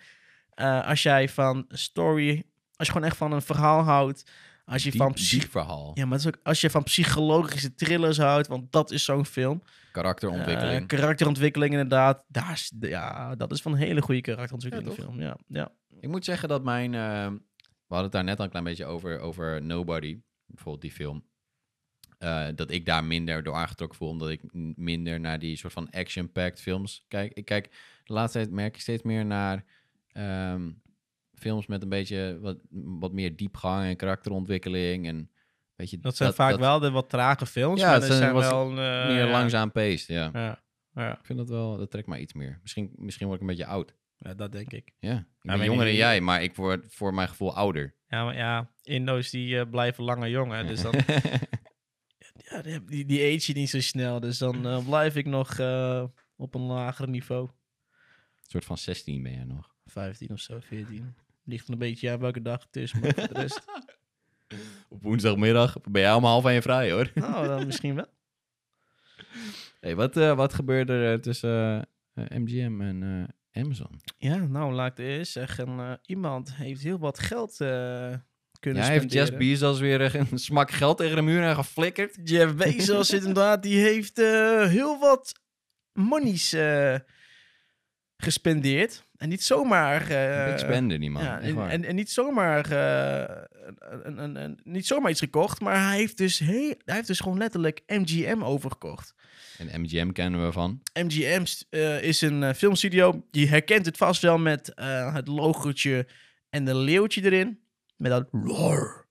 Speaker 1: Eh, als jij van story, als je gewoon echt van een verhaal houdt, als je
Speaker 2: Diep-
Speaker 1: van
Speaker 2: diep
Speaker 1: psych-
Speaker 2: verhaal.
Speaker 1: ja, maar het is ook, als je van psychologische thrillers houdt, want dat is zo'n film.
Speaker 2: Karakterontwikkeling.
Speaker 1: Eh, karakterontwikkeling, inderdaad. Daar is, ja, dat is van een hele goede karakterontwikkeling
Speaker 2: Ja,
Speaker 1: in
Speaker 2: toch?
Speaker 1: film. Ja, ja.
Speaker 2: Ik moet zeggen dat mijn. eh, we hadden het daar net al een klein beetje over, over Nobody, bijvoorbeeld die film. Eh, dat ik daar minder door aangetrokken voel, omdat ik m- minder naar die soort van action-packed films kijk. Ik kijk, de laatste tijd merk ik steeds meer naar ehm, films met een beetje wat, wat meer diepgang en karakterontwikkeling. En, weet je,
Speaker 1: Dat zijn vaak wel de wat trage films,
Speaker 2: Ja,
Speaker 1: maar
Speaker 2: het
Speaker 1: dat
Speaker 2: zijn
Speaker 1: zijn,
Speaker 2: wat
Speaker 1: wel... eh,
Speaker 2: Meer
Speaker 1: ja.
Speaker 2: langzaam paced, ja.
Speaker 1: Ja, ja.
Speaker 2: Ik vind dat wel, dat trekt mij iets meer. Misschien, misschien word ik een beetje oud.
Speaker 1: Ja, dat denk ik.
Speaker 2: Ja, ik ben
Speaker 1: weet niet
Speaker 2: jonger dan
Speaker 1: wie-
Speaker 2: jij, maar ik word voor mijn gevoel ouder.
Speaker 1: Ja, maar ja, Indo's die eh, blijven langer jong, hè. Dus <laughs> dan,
Speaker 2: <laughs>
Speaker 1: ja, die- die, die age je niet zo snel. Dus dan eh, blijf ik nog eh, op een lager niveau.
Speaker 2: Een soort van 16 ben jij nog. 15.
Speaker 1: 15 of zo, 14. Ligt er een beetje aan welke dag het is, maar voor de <laughs> rest...
Speaker 2: Op woensdagmiddag ben jij om half één vrij hoor.
Speaker 1: Nou, dan misschien wel.
Speaker 2: Hey, wat, eh, wat gebeurde er eh, tussen eh, eh, MGM en eh, Amazon?
Speaker 1: Ja, nou, laat ik eerst zeggen. eh, iemand heeft heel wat geld eh, kunnen
Speaker 2: Ja, hij heeft Jeff
Speaker 1: spenderen.
Speaker 2: Bezos weer eh, <laughs> een smak geld tegen de muur en geflikkerd.
Speaker 1: Jeff
Speaker 2: <laughs>
Speaker 1: Bezos inderdaad, die heeft eh, heel wat monies eh, gespendeerd. En niet zomaar... eh,
Speaker 2: Ik spende die man.
Speaker 1: ja,
Speaker 2: echt waar.
Speaker 1: en, en niet zomaar, eh, een- een- een- een- niet zomaar iets gekocht, maar hij heeft, dus heel, hij heeft dus gewoon letterlijk MGM overgekocht.
Speaker 2: En MGM kennen we van.
Speaker 1: MGM st- eh, is een eh, filmstudio. Je herkent het vast wel met eh, het logootje en de leeuwtje erin. Met dat roar.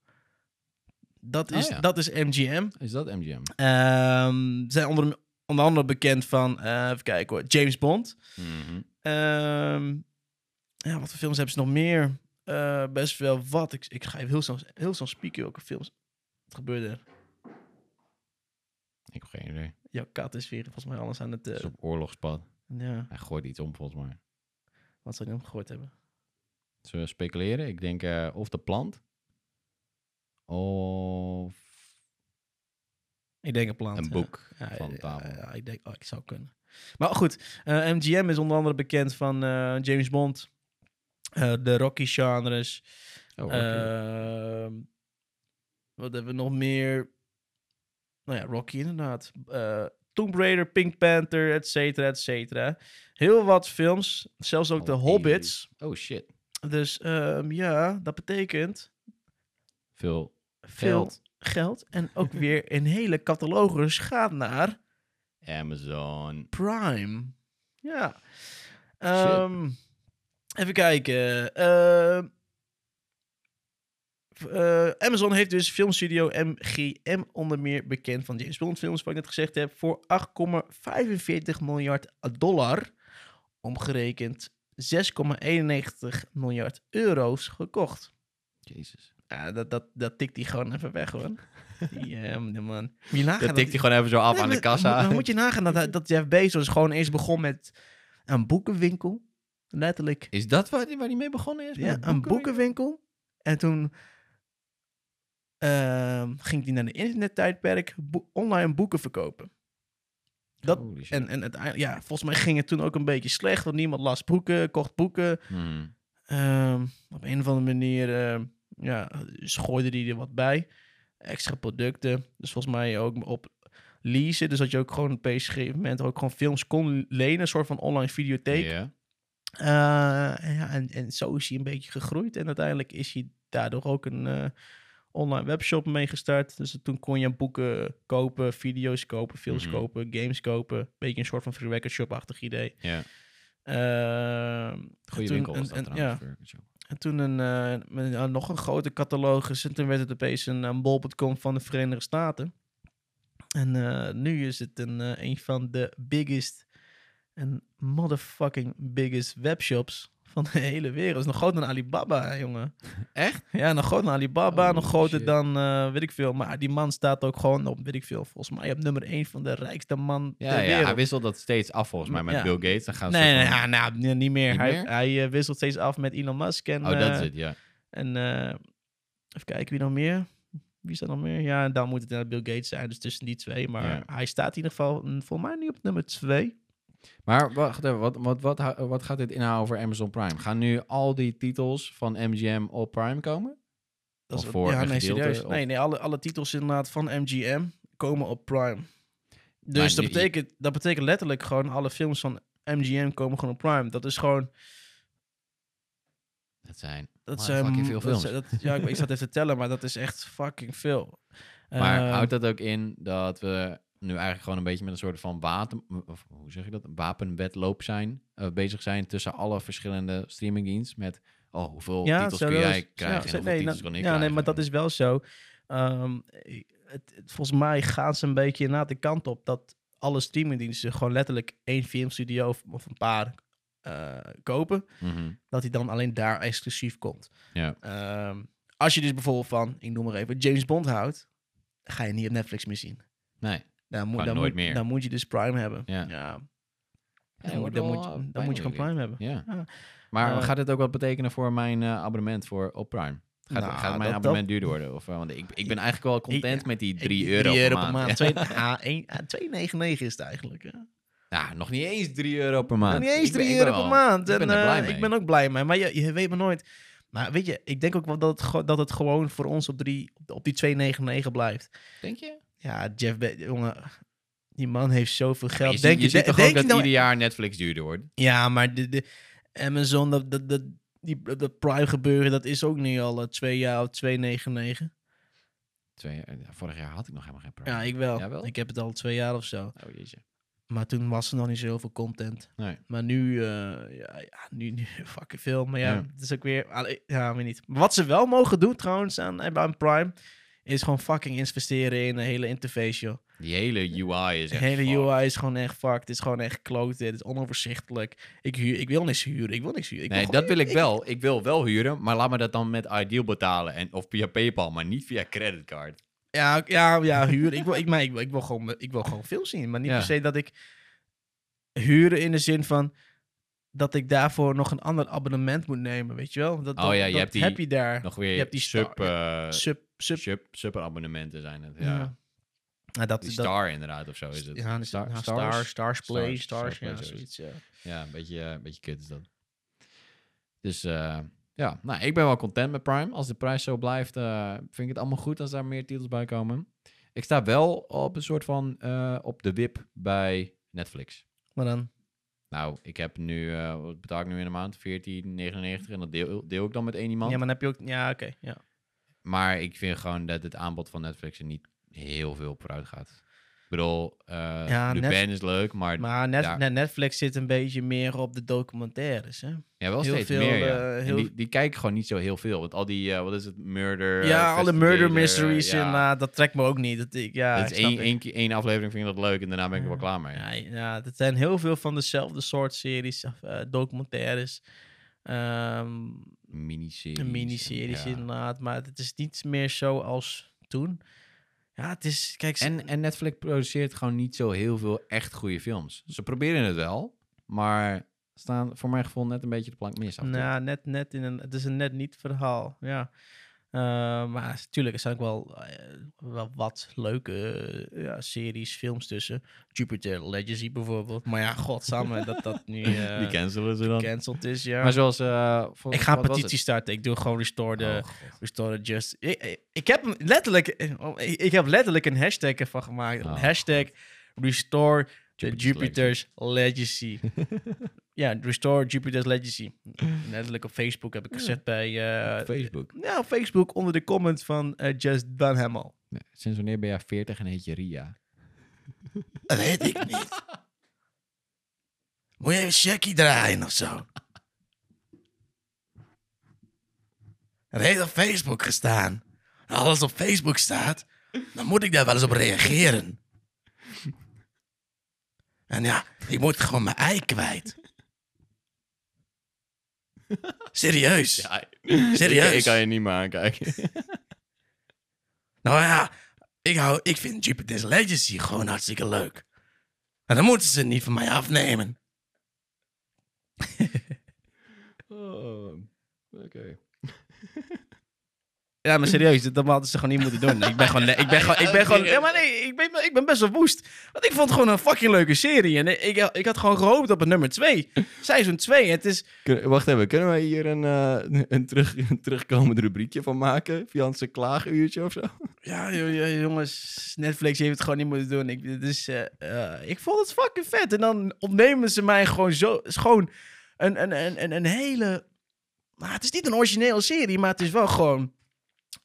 Speaker 1: Dat
Speaker 2: Oh
Speaker 1: is,
Speaker 2: ja.
Speaker 1: dat is MGM.
Speaker 2: Is dat MGM?
Speaker 1: Ehm, ze zijn onder, onder andere bekend van, eh, even kijken hoor, James Bond.
Speaker 2: Mhm.
Speaker 1: Ehm, ja, wat voor films hebben ze nog meer? eh, best wel wat. Ik, ik ga even heel snel, heel snel spieken welke films. Wat gebeurde er?
Speaker 2: Ik heb geen idee.
Speaker 1: Jouw kat is weer volgens mij alles aan het... eh,
Speaker 2: Het is op oorlogspad.
Speaker 1: ja,
Speaker 2: Hij gooit iets om volgens mij.
Speaker 1: wat zou hij hem gehoord hebben?
Speaker 2: Zullen we speculeren? Ik denk eh, of de plant. Of
Speaker 1: Ik denk een plant.
Speaker 2: een
Speaker 1: ja.
Speaker 2: boek
Speaker 1: Ja,
Speaker 2: van
Speaker 1: ja,
Speaker 2: tafel.
Speaker 1: ja, ik denk, oh, ik zou kunnen. Maar goed, eh, MGM is onder andere bekend van eh, James Bond, eh, de Rocky-genres,
Speaker 2: Oh, oké.
Speaker 1: Ehm, wat hebben we nog meer? Nou ja, Rocky inderdaad. Eh Tomb Raider, Pink Panther, et cetera, et cetera. Heel wat films, zelfs ook de
Speaker 2: Al die-
Speaker 1: Hobbits.
Speaker 2: oh shit.
Speaker 1: Dus ehm, ja, dat betekent
Speaker 2: Veel
Speaker 1: veel
Speaker 2: Geld.
Speaker 1: geld. En ook weer een hele catalogus gaat naar
Speaker 2: Amazon.
Speaker 1: Prime. Ja. Ehm, even kijken. Ehm, v- eh, Amazon heeft dus filmstudio MGM onder meer bekend van James Bond films, wat ik net gezegd heb, voor 8,45 miljard dollar, omgerekend 6,91 miljard euro's gekocht.
Speaker 2: Jezus.
Speaker 1: Ja, dat, dat, dat tikt hij gewoon even
Speaker 2: <laughs>
Speaker 1: weg, hoor. Die, ehm, die man. Wie nagaat
Speaker 2: Dat tikt
Speaker 1: die-
Speaker 2: hij gewoon even zo af
Speaker 1: Ah, Nee,
Speaker 2: aan de
Speaker 1: maar mo-
Speaker 2: kassa.
Speaker 1: mo- Moet je nagaan dat, hij- dat Jeff Bezos gewoon eerst begon met een boekenwinkel. Letterlijk.
Speaker 2: Is dat waar hij, waar hij mee begonnen is? Met
Speaker 1: Ja, een boekenwinkel. En toen ehm, ging hij naar de internettijdperk boe- online boeken verkopen. dat-
Speaker 2: Holy shit.
Speaker 1: En, en uiteindelijk, ja, volgens mij ging het toen ook een beetje slecht, want niemand las boeken, kocht boeken.
Speaker 2: Hmm.
Speaker 1: Ehm, op een of andere manier ehm, ja, schooide hij er wat bij. Extra producten. Dus volgens mij ook op leasen. Dus dat je ook gewoon op een gegeven moment ook gewoon films kon lenen. Een soort van online videotheek.
Speaker 2: Ja.
Speaker 1: Eh, en ja, en, en zo is hij een beetje gegroeid. En uiteindelijk is hij daardoor ook een eh, online webshop mee gestart. Dus toen kon je boeken kopen, video's kopen, films
Speaker 2: Mhm.
Speaker 1: kopen, games kopen. Beetje een soort van free record shop-achtig idee.
Speaker 2: ja.
Speaker 1: Ehm,
Speaker 2: Goeie
Speaker 1: toen-
Speaker 2: winkel was
Speaker 1: en-
Speaker 2: dat
Speaker 1: en-
Speaker 2: trouwens. voor-
Speaker 1: en toen een, eh, met, ja, nog een grote catalogus. En toen werd het opeens een, een bol.com van de Verenigde Staten. En eh, nu is het een, eh, een van de biggest en motherfucking biggest webshops van de hele wereld. Is nog groter dan Alibaba, hè, jongen.
Speaker 2: <laughs> Echt?
Speaker 1: Ja, nog groter dan Alibaba,
Speaker 2: Oh,
Speaker 1: nog groter
Speaker 2: shit.
Speaker 1: dan eh, weet ik veel. Maar die man staat ook gewoon op, weet ik veel, volgens mij op nummer 1 van de rijkste man
Speaker 2: Ja,
Speaker 1: ter
Speaker 2: ja,
Speaker 1: wereld.
Speaker 2: hij wisselt dat steeds af volgens mij met
Speaker 1: Ja.
Speaker 2: Bill Gates. Dan gaan ze
Speaker 1: Nee, nee,
Speaker 2: van-
Speaker 1: ja, nou, nee, niet meer.
Speaker 2: Niet
Speaker 1: hij
Speaker 2: meer?
Speaker 1: hij eh, wisselt steeds af met Elon Musk. En,
Speaker 2: Oh, dat
Speaker 1: eh,
Speaker 2: is het, ja.
Speaker 1: En eh, even kijken, wie nog meer? Wie staat nog meer? Ja, en dan moet het inderdaad Bill Gates zijn, dus tussen die twee. Maar
Speaker 2: Ja.
Speaker 1: hij staat in ieder geval mm, voor mij nu op nummer twee.
Speaker 2: Maar wacht even, wat, wat, wat, hou- wat gaat dit inhouden voor Amazon Prime? Gaan nu al die titels van MGM op Prime komen?
Speaker 1: Dat
Speaker 2: Of
Speaker 1: wat-
Speaker 2: voor
Speaker 1: ja,
Speaker 2: een
Speaker 1: nee,
Speaker 2: gedeelte,
Speaker 1: serieus.
Speaker 2: of-
Speaker 1: Nee, nee, alle, alle titels inderdaad van MGM komen op Prime.
Speaker 2: Maar
Speaker 1: Dus dat
Speaker 2: die-
Speaker 1: betekent, dat betekent letterlijk gewoon alle films van MGM komen gewoon op Prime. Dat is gewoon...
Speaker 2: Dat zijn.
Speaker 1: Dat
Speaker 2: Maar
Speaker 1: zijn
Speaker 2: fucking veel
Speaker 1: dat
Speaker 2: films.
Speaker 1: zijn- dat- ja, ik, ik zat even te tellen, maar dat is echt fucking veel.
Speaker 2: Maar
Speaker 1: Ehm,
Speaker 2: houdt dat ook in dat we nu eigenlijk gewoon een beetje met een soort van wapen, of hoe zeg je dat, Een wapenwedloop zijn, eh, bezig zijn tussen alle verschillende streamingdiensten met, oh, hoeveel titels kun
Speaker 1: zo wel
Speaker 2: jij
Speaker 1: is-
Speaker 2: krijgen en
Speaker 1: zo-
Speaker 2: hoeveel titels
Speaker 1: nou,
Speaker 2: kan ik
Speaker 1: ja, nee,
Speaker 2: krijgen.
Speaker 1: maar dat is wel zo. Ehm, ik- het, het- volgens mij gaan ze een beetje na de kant op dat alle streamingdiensten gewoon letterlijk één filmstudio of, of een paar eh, kopen.
Speaker 2: Mhm.
Speaker 1: Dat die dan alleen daar exclusief komt.
Speaker 2: Ja.
Speaker 1: Ehm, als je dus bijvoorbeeld van, ik noem maar even, James Bond houdt, ga je niet op Netflix meer zien.
Speaker 2: Nee.
Speaker 1: Dan moet,
Speaker 2: Gewoon
Speaker 1: dan,
Speaker 2: nooit
Speaker 1: moet,
Speaker 2: meer.
Speaker 1: dan moet je dus Prime hebben.
Speaker 2: Ja.
Speaker 1: Dan, moet, dan, moet, je- dan moet je gewoon Prime hebben.
Speaker 2: Ja.
Speaker 1: Ja.
Speaker 2: Maar
Speaker 1: Eh,
Speaker 2: gaat dit ook wat betekenen voor mijn eh, abonnement voor, op Prime? Gaat,
Speaker 1: Nou,
Speaker 2: gaat mijn
Speaker 1: dat-
Speaker 2: abonnement duurder worden? Of, eh, want ik, ik ben eigenlijk wel content met die 3 euro, per maand. Ja.
Speaker 1: Twee- ah, één- ah, 2,99 is het eigenlijk. Hè?
Speaker 2: <laughs> Nou, nog niet eens 3 euro per maand.
Speaker 1: Niet eens
Speaker 2: Ik ben-
Speaker 1: 3
Speaker 2: ik ben
Speaker 1: euro per
Speaker 2: wel-
Speaker 1: maand.
Speaker 2: ik ben
Speaker 1: en,
Speaker 2: er blij
Speaker 1: eh,
Speaker 2: mee.
Speaker 1: Ik ben ook blij mee. Maar je, je weet maar nooit. Maar weet je, ik denk ook wel dat het, gewoon- dat het gewoon voor ons op, drie, op die 2,99 blijft.
Speaker 2: Denk je?
Speaker 1: Ja, Jeff Be jongen. Die man heeft zoveel
Speaker 2: Ja,
Speaker 1: geld.
Speaker 2: je
Speaker 1: denk
Speaker 2: ziet, je ziet
Speaker 1: de-
Speaker 2: toch
Speaker 1: denk
Speaker 2: ook dat
Speaker 1: je nou-
Speaker 2: ieder jaar Netflix duurder wordt?
Speaker 1: Ja, maar de, de Amazon, dat, dat, dat, die, dat Prime gebeuren, dat is ook nu al eh, twee jaar of 2,99.
Speaker 2: Twee, jaar- ja, vorig jaar had ik nog helemaal geen Prime.
Speaker 1: Ja, ik wel.
Speaker 2: Jawel.
Speaker 1: Ik heb het al twee jaar of zo.
Speaker 2: Oh jeetje.
Speaker 1: Maar toen was er nog niet zoveel content.
Speaker 2: Nee.
Speaker 1: Maar nu, eh, ja, ja, nu, nu <laughs> fucking veel. Maar ja,
Speaker 2: Ja.
Speaker 1: het is ook weer... allee, Ja, weet niet. Maar Wat ze wel mogen doen trouwens aan, aan eh, Prime... is gewoon fucking investeren in de hele interface, joh.
Speaker 2: Die hele UI is
Speaker 1: De
Speaker 2: echt...
Speaker 1: hele
Speaker 2: fucked.
Speaker 1: UI is gewoon echt fucked. Het is gewoon echt kloten. Het is onoverzichtelijk. Ik, huur, ik wil niks huren. Ik wil niks huren. Ik
Speaker 2: Nee,
Speaker 1: gewoon-
Speaker 2: dat wil ik wel. Ik wil wel huren, maar laat me dat dan met Ideal betalen. En, of via Paypal, maar niet via creditcard.
Speaker 1: Ja, ik- ja, ja huren. ik, wil, ik, maar ik, wil- ik, wil gewoon, ik wil gewoon veel zien. Maar niet
Speaker 2: Ja.
Speaker 1: per se dat ik huren in de zin van dat ik daarvoor nog een ander abonnement moet nemen, weet je wel? Dat,
Speaker 2: Oh
Speaker 1: dat-
Speaker 2: ja, je
Speaker 1: dat
Speaker 2: hebt die-
Speaker 1: heb je daar.
Speaker 2: Nog weer
Speaker 1: Je hebt die star-
Speaker 2: sub, eh,
Speaker 1: sub, sub,
Speaker 2: sub, super abonnementen zijn het. Ja.
Speaker 1: ja. Nou, dat,
Speaker 2: Die
Speaker 1: dat,
Speaker 2: star inderdaad of zo is het.
Speaker 1: ja,
Speaker 2: Star-
Speaker 1: star, ja,
Speaker 2: Stars?
Speaker 1: star, stars, play,
Speaker 2: Stars,
Speaker 1: stars,
Speaker 2: Play,
Speaker 1: ja,
Speaker 2: zoiets.
Speaker 1: zoiets, ja.
Speaker 2: Ja, een beetje, eh, een beetje kut is dat. Dus eh, ja, nou, ik ben wel content met Prime. Als de prijs zo blijft, eh, vind ik het allemaal goed als daar meer titels bij komen. Ik sta wel op een soort van eh, op de wip bij Netflix.
Speaker 1: Maar dan,
Speaker 2: Nou, ik heb nu, eh, wat betaal ik nu in de maand? 14,99 en dat deel, deel ik dan met één iemand.
Speaker 1: ja,
Speaker 2: maar...
Speaker 1: maar dan heb je ook, ja, oké, ja.
Speaker 2: ik vind gewoon dat het aanbod van Netflix er niet heel veel op vooruit gaat. Ik bedoel, eh
Speaker 1: Ja,
Speaker 2: Lupin
Speaker 1: Net-
Speaker 2: is leuk, maar,
Speaker 1: Maar net,
Speaker 2: daar-
Speaker 1: net- Netflix zit een beetje meer op de documentaires, hè?
Speaker 2: Ja, wel
Speaker 1: Heel
Speaker 2: steeds
Speaker 1: veel,
Speaker 2: meer. Ja.
Speaker 1: eh,
Speaker 2: En
Speaker 1: heel-
Speaker 2: die, die kijken gewoon niet zo heel veel. Want al die, eh, wat is het, murder. eh,
Speaker 1: ja, alle murder mysteries
Speaker 2: en
Speaker 1: en ah, dat trekt me ook niet. Dat ik, ja,
Speaker 2: dat is
Speaker 1: ik snap
Speaker 2: één,
Speaker 1: het.
Speaker 2: één, keer- één aflevering vind ik dat leuk en daarna ben ik er wel klaar mee.
Speaker 1: Ja, ja, dat zijn heel veel van dezelfde soort series, of, eh, documentaires, ehm,
Speaker 2: Miniseries.
Speaker 1: en miniseries
Speaker 2: ja.
Speaker 1: inderdaad. Maar het is niet meer zo als toen. Ja, het is, kijk, ze-
Speaker 2: En, en Netflix produceert gewoon niet zo heel veel echt goede films. Ze proberen het wel, maar staan voor mijn gevoel net een beetje de plank mis. af en toe.
Speaker 1: nou, net, net in een, het is een net niet verhaal, ja. Eh, maar natuurlijk, er zijn ook wel, eh, wel wat leuke eh, ja, series, films tussen. Jupiter Legacy bijvoorbeeld. Maar ja, godsamme, dat dat <laughs> nu eh,
Speaker 2: die cancelen ze dan.
Speaker 1: gecanceld is, ja.
Speaker 2: Maar zoals... eh, vol-
Speaker 1: Ik ga een
Speaker 2: wat was
Speaker 1: petitie starten. Ik doe gewoon restore
Speaker 2: het?
Speaker 1: the,
Speaker 2: Oh, god.
Speaker 1: restore the just. Ik, ik- ik heb hem letterlijk. oh, Ik, ik heb letterlijk een hashtag ervan gemaakt.
Speaker 2: Oh,
Speaker 1: hashtag restore the
Speaker 2: Jupiter's
Speaker 1: Jupiter's
Speaker 2: <laughs>
Speaker 1: legacy. ja, restore Jupiter's legacy. Letterlijk op Facebook heb ik gezet bij. eh,
Speaker 2: Op Facebook.
Speaker 1: Nou, op Facebook onder de comment van eh, Just Dunham al.
Speaker 2: Nee, Sinds wanneer ben jij 40 en heet je Ria?
Speaker 1: Dat weet ik niet. Moet je even checkie draaien of zo? Het heeft op Facebook gestaan. Als alles op Facebook staat, dan moet ik daar wel eens op reageren. En ja, ik moet gewoon mijn ei kwijt. Serieus. Serieus?
Speaker 2: Ik, ik kan je niet meer aankijken.
Speaker 1: Nou ja, ik, hou, ik vind Jupiter's Legacy gewoon hartstikke leuk. En dan moeten ze het niet van mij afnemen. Oh,
Speaker 2: Oké.
Speaker 1: Ja, maar serieus, dat dat hadden ze gewoon niet moeten doen. Ik ben gewoon, ik ben gewoon, ik ben gewoon, ja, maar nee, ik ben, ik ben best wel woest. Want ik vond het gewoon een fucking leuke serie. En ik, ik had gewoon gehoopt op een nummer 2. Seizoen 2. Het is,
Speaker 3: Kun- wacht even, kunnen wij hier een, eh, <laughs> een, terug, een terugkomend rubriekje van maken? Via ons klaaguurtje of zo?
Speaker 1: ja, jo- jo- jongens, Netflix heeft het gewoon niet moeten doen. Ik, dus, ik vond het fucking vet. En dan ontnemen ze mij gewoon zo, is gewoon een, een, een, een, een hele... Nou, het is niet een originele serie, maar het is wel gewoon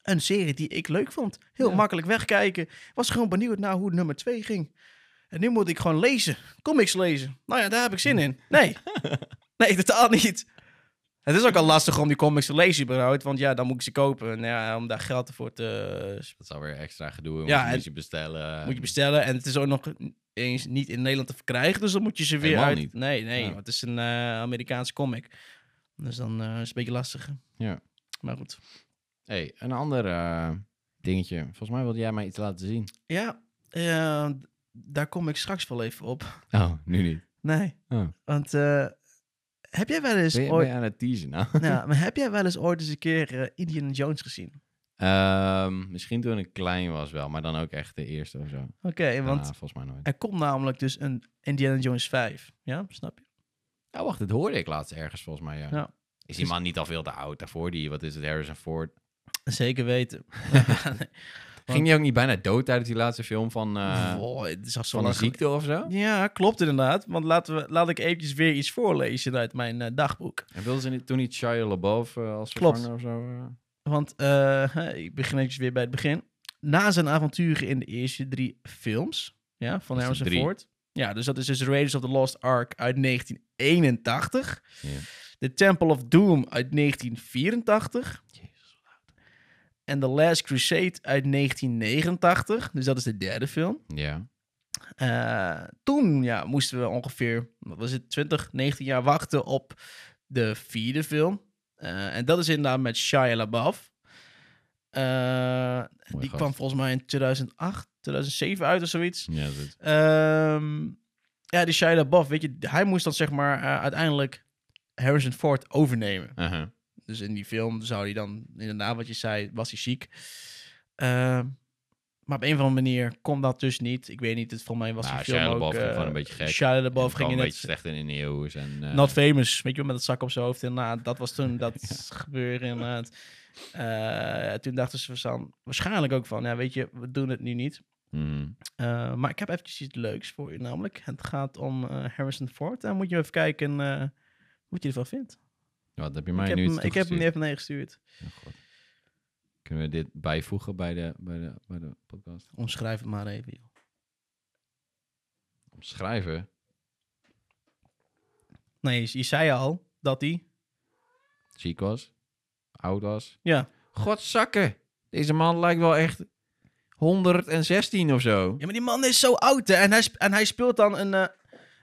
Speaker 1: een serie die ik leuk vond. Heel
Speaker 3: Ja.
Speaker 1: makkelijk wegkijken. Was gewoon benieuwd naar hoe nummer 2 ging. En nu moet ik gewoon lezen. Comics lezen. Nou ja, daar heb ik zin in. Nee. Nee, totaal niet. Het is ook al lastig om die comics te lezen überhaupt. Want ja, dan moet ik ze kopen. En ja, om daar geld voor te
Speaker 2: Dat is alweer extra gedoe.
Speaker 1: Ja,
Speaker 2: Ja,
Speaker 1: en-
Speaker 2: moet je bestellen.
Speaker 1: moet je bestellen. En het is ook nog eens niet in Nederland te verkrijgen. Dus dan moet je ze weer
Speaker 2: Helemaal
Speaker 1: uit...
Speaker 2: niet.
Speaker 1: Nee, nee.
Speaker 2: Ja.
Speaker 1: want het is een eh, Amerikaanse comic. Dus dan eh, is het een beetje lastiger.
Speaker 2: Ja.
Speaker 1: Maar goed.
Speaker 2: hey, een ander eh, dingetje. Volgens mij wilde jij mij iets laten zien.
Speaker 1: Ja, eh, daar kom ik straks wel even op.
Speaker 2: Oh, nu niet.
Speaker 1: Nee.
Speaker 2: Oh.
Speaker 1: Want eh, heb jij wel eens
Speaker 2: Ben je, ben
Speaker 1: ooit...
Speaker 2: je aan het teasen
Speaker 3: <laughs>
Speaker 2: nou?
Speaker 1: Nou, maar heb jij wel eens ooit eens een keer eh, Indiana Jones gezien?
Speaker 2: Ehm, misschien toen ik klein was wel, maar dan ook echt de eerste of zo.
Speaker 1: Oké, want
Speaker 2: Daarna volgens mij nooit.
Speaker 1: er komt namelijk dus een Indiana Jones 5. Ja,
Speaker 2: <laughs>
Speaker 1: snap je?
Speaker 2: Oh, wacht, dat hoorde ik laatst ergens volgens mij, ja.
Speaker 1: Ja.
Speaker 2: Is die man niet al veel te oud daarvoor? Die, wat is het, Harrison Ford?
Speaker 1: Zeker weten.
Speaker 2: Ah.
Speaker 1: <laughs>
Speaker 2: Ging die ook niet bijna dood tijdens die laatste film van, eh,
Speaker 1: Wow, het is al zo
Speaker 2: van een
Speaker 1: lang geleden.
Speaker 2: ziekte of zo?
Speaker 1: Ja, klopt inderdaad. Want laten we, laat ik eventjes weer iets voorlezen uit mijn eh, dagboek.
Speaker 2: En wilden ze niet, toen niet Shia LaBeouf eh, als
Speaker 1: Klopt.
Speaker 2: vervanger of zo? eh?
Speaker 1: Want eh, hè, ik begin eventjes weer bij het begin. Na zijn avonturen in de eerste drie films ja, van
Speaker 2: Dat is er
Speaker 1: Harrison
Speaker 2: drie.
Speaker 1: Ford. Ja, dus dat is dus Raiders of the Lost Ark uit 1981.
Speaker 2: Ja.
Speaker 1: The Temple of Doom uit 1984. en The Last Crusade uit 1989. Dus dat is de derde film.
Speaker 2: Ja.
Speaker 1: Eh, toen ja, moesten we ongeveer, wat was het, 20, 19 jaar wachten op de vierde film. Eh, en dat is inderdaad met Shia LaBeouf. Eh, die
Speaker 2: gast.
Speaker 1: kwam volgens mij in 2008, 2007 uit of zoiets.
Speaker 2: Ja, dat-
Speaker 1: Ehm, ja, die Shia LaBeouf, weet je, hij moest dan zeg maar eh, uiteindelijk Harrison Ford overnemen.
Speaker 2: aha.
Speaker 1: Dus in die film zou hij dan, inderdaad, wat je zei, was hij ziek. Ehm, maar op een of andere manier kon dat dus niet. Ik weet niet, het, volgens mij was
Speaker 2: Nou,
Speaker 1: die film
Speaker 2: Shia
Speaker 1: ook...
Speaker 2: LaBeouf ging
Speaker 1: eh,
Speaker 2: gewoon een beetje gek.
Speaker 1: Shia
Speaker 2: En
Speaker 1: LaBeouf ging
Speaker 2: gewoon
Speaker 1: in
Speaker 2: een beetje
Speaker 1: het...
Speaker 2: slecht in de nieuws. En, eh,
Speaker 1: Not famous, weet je wel, met het zak op zijn hoofd inderdaad. Dat was toen
Speaker 2: <laughs>
Speaker 1: dat gebeuren inderdaad. Eh, toen dachten ze van, waarschijnlijk ook van, ja, weet je, we doen het nu niet.
Speaker 2: mm.
Speaker 1: Eh, maar ik heb eventjes iets leuks voor je namelijk. Het gaat om eh, Harrison Ford. En moet je even kijken eh, wat je ervan vindt.
Speaker 2: Wat heb je mij
Speaker 1: ik,
Speaker 2: nu
Speaker 1: heb hem,
Speaker 2: iets
Speaker 1: ik heb hem
Speaker 2: toegestuurd?
Speaker 1: even meegestuurd.
Speaker 2: Oh, God. Kunnen we dit bijvoegen bij de, bij de, bij de podcast?
Speaker 1: Omschrijf het maar even. joh.
Speaker 2: Omschrijven?
Speaker 1: Nee, je, je zei al dat hij...
Speaker 2: Ziek was? Oud was?
Speaker 1: Ja.
Speaker 2: Godzakken! Deze man lijkt wel echt 116 of zo.
Speaker 1: ja, maar die man is zo oud hè. En hij, sp- en hij speelt dan een... eh,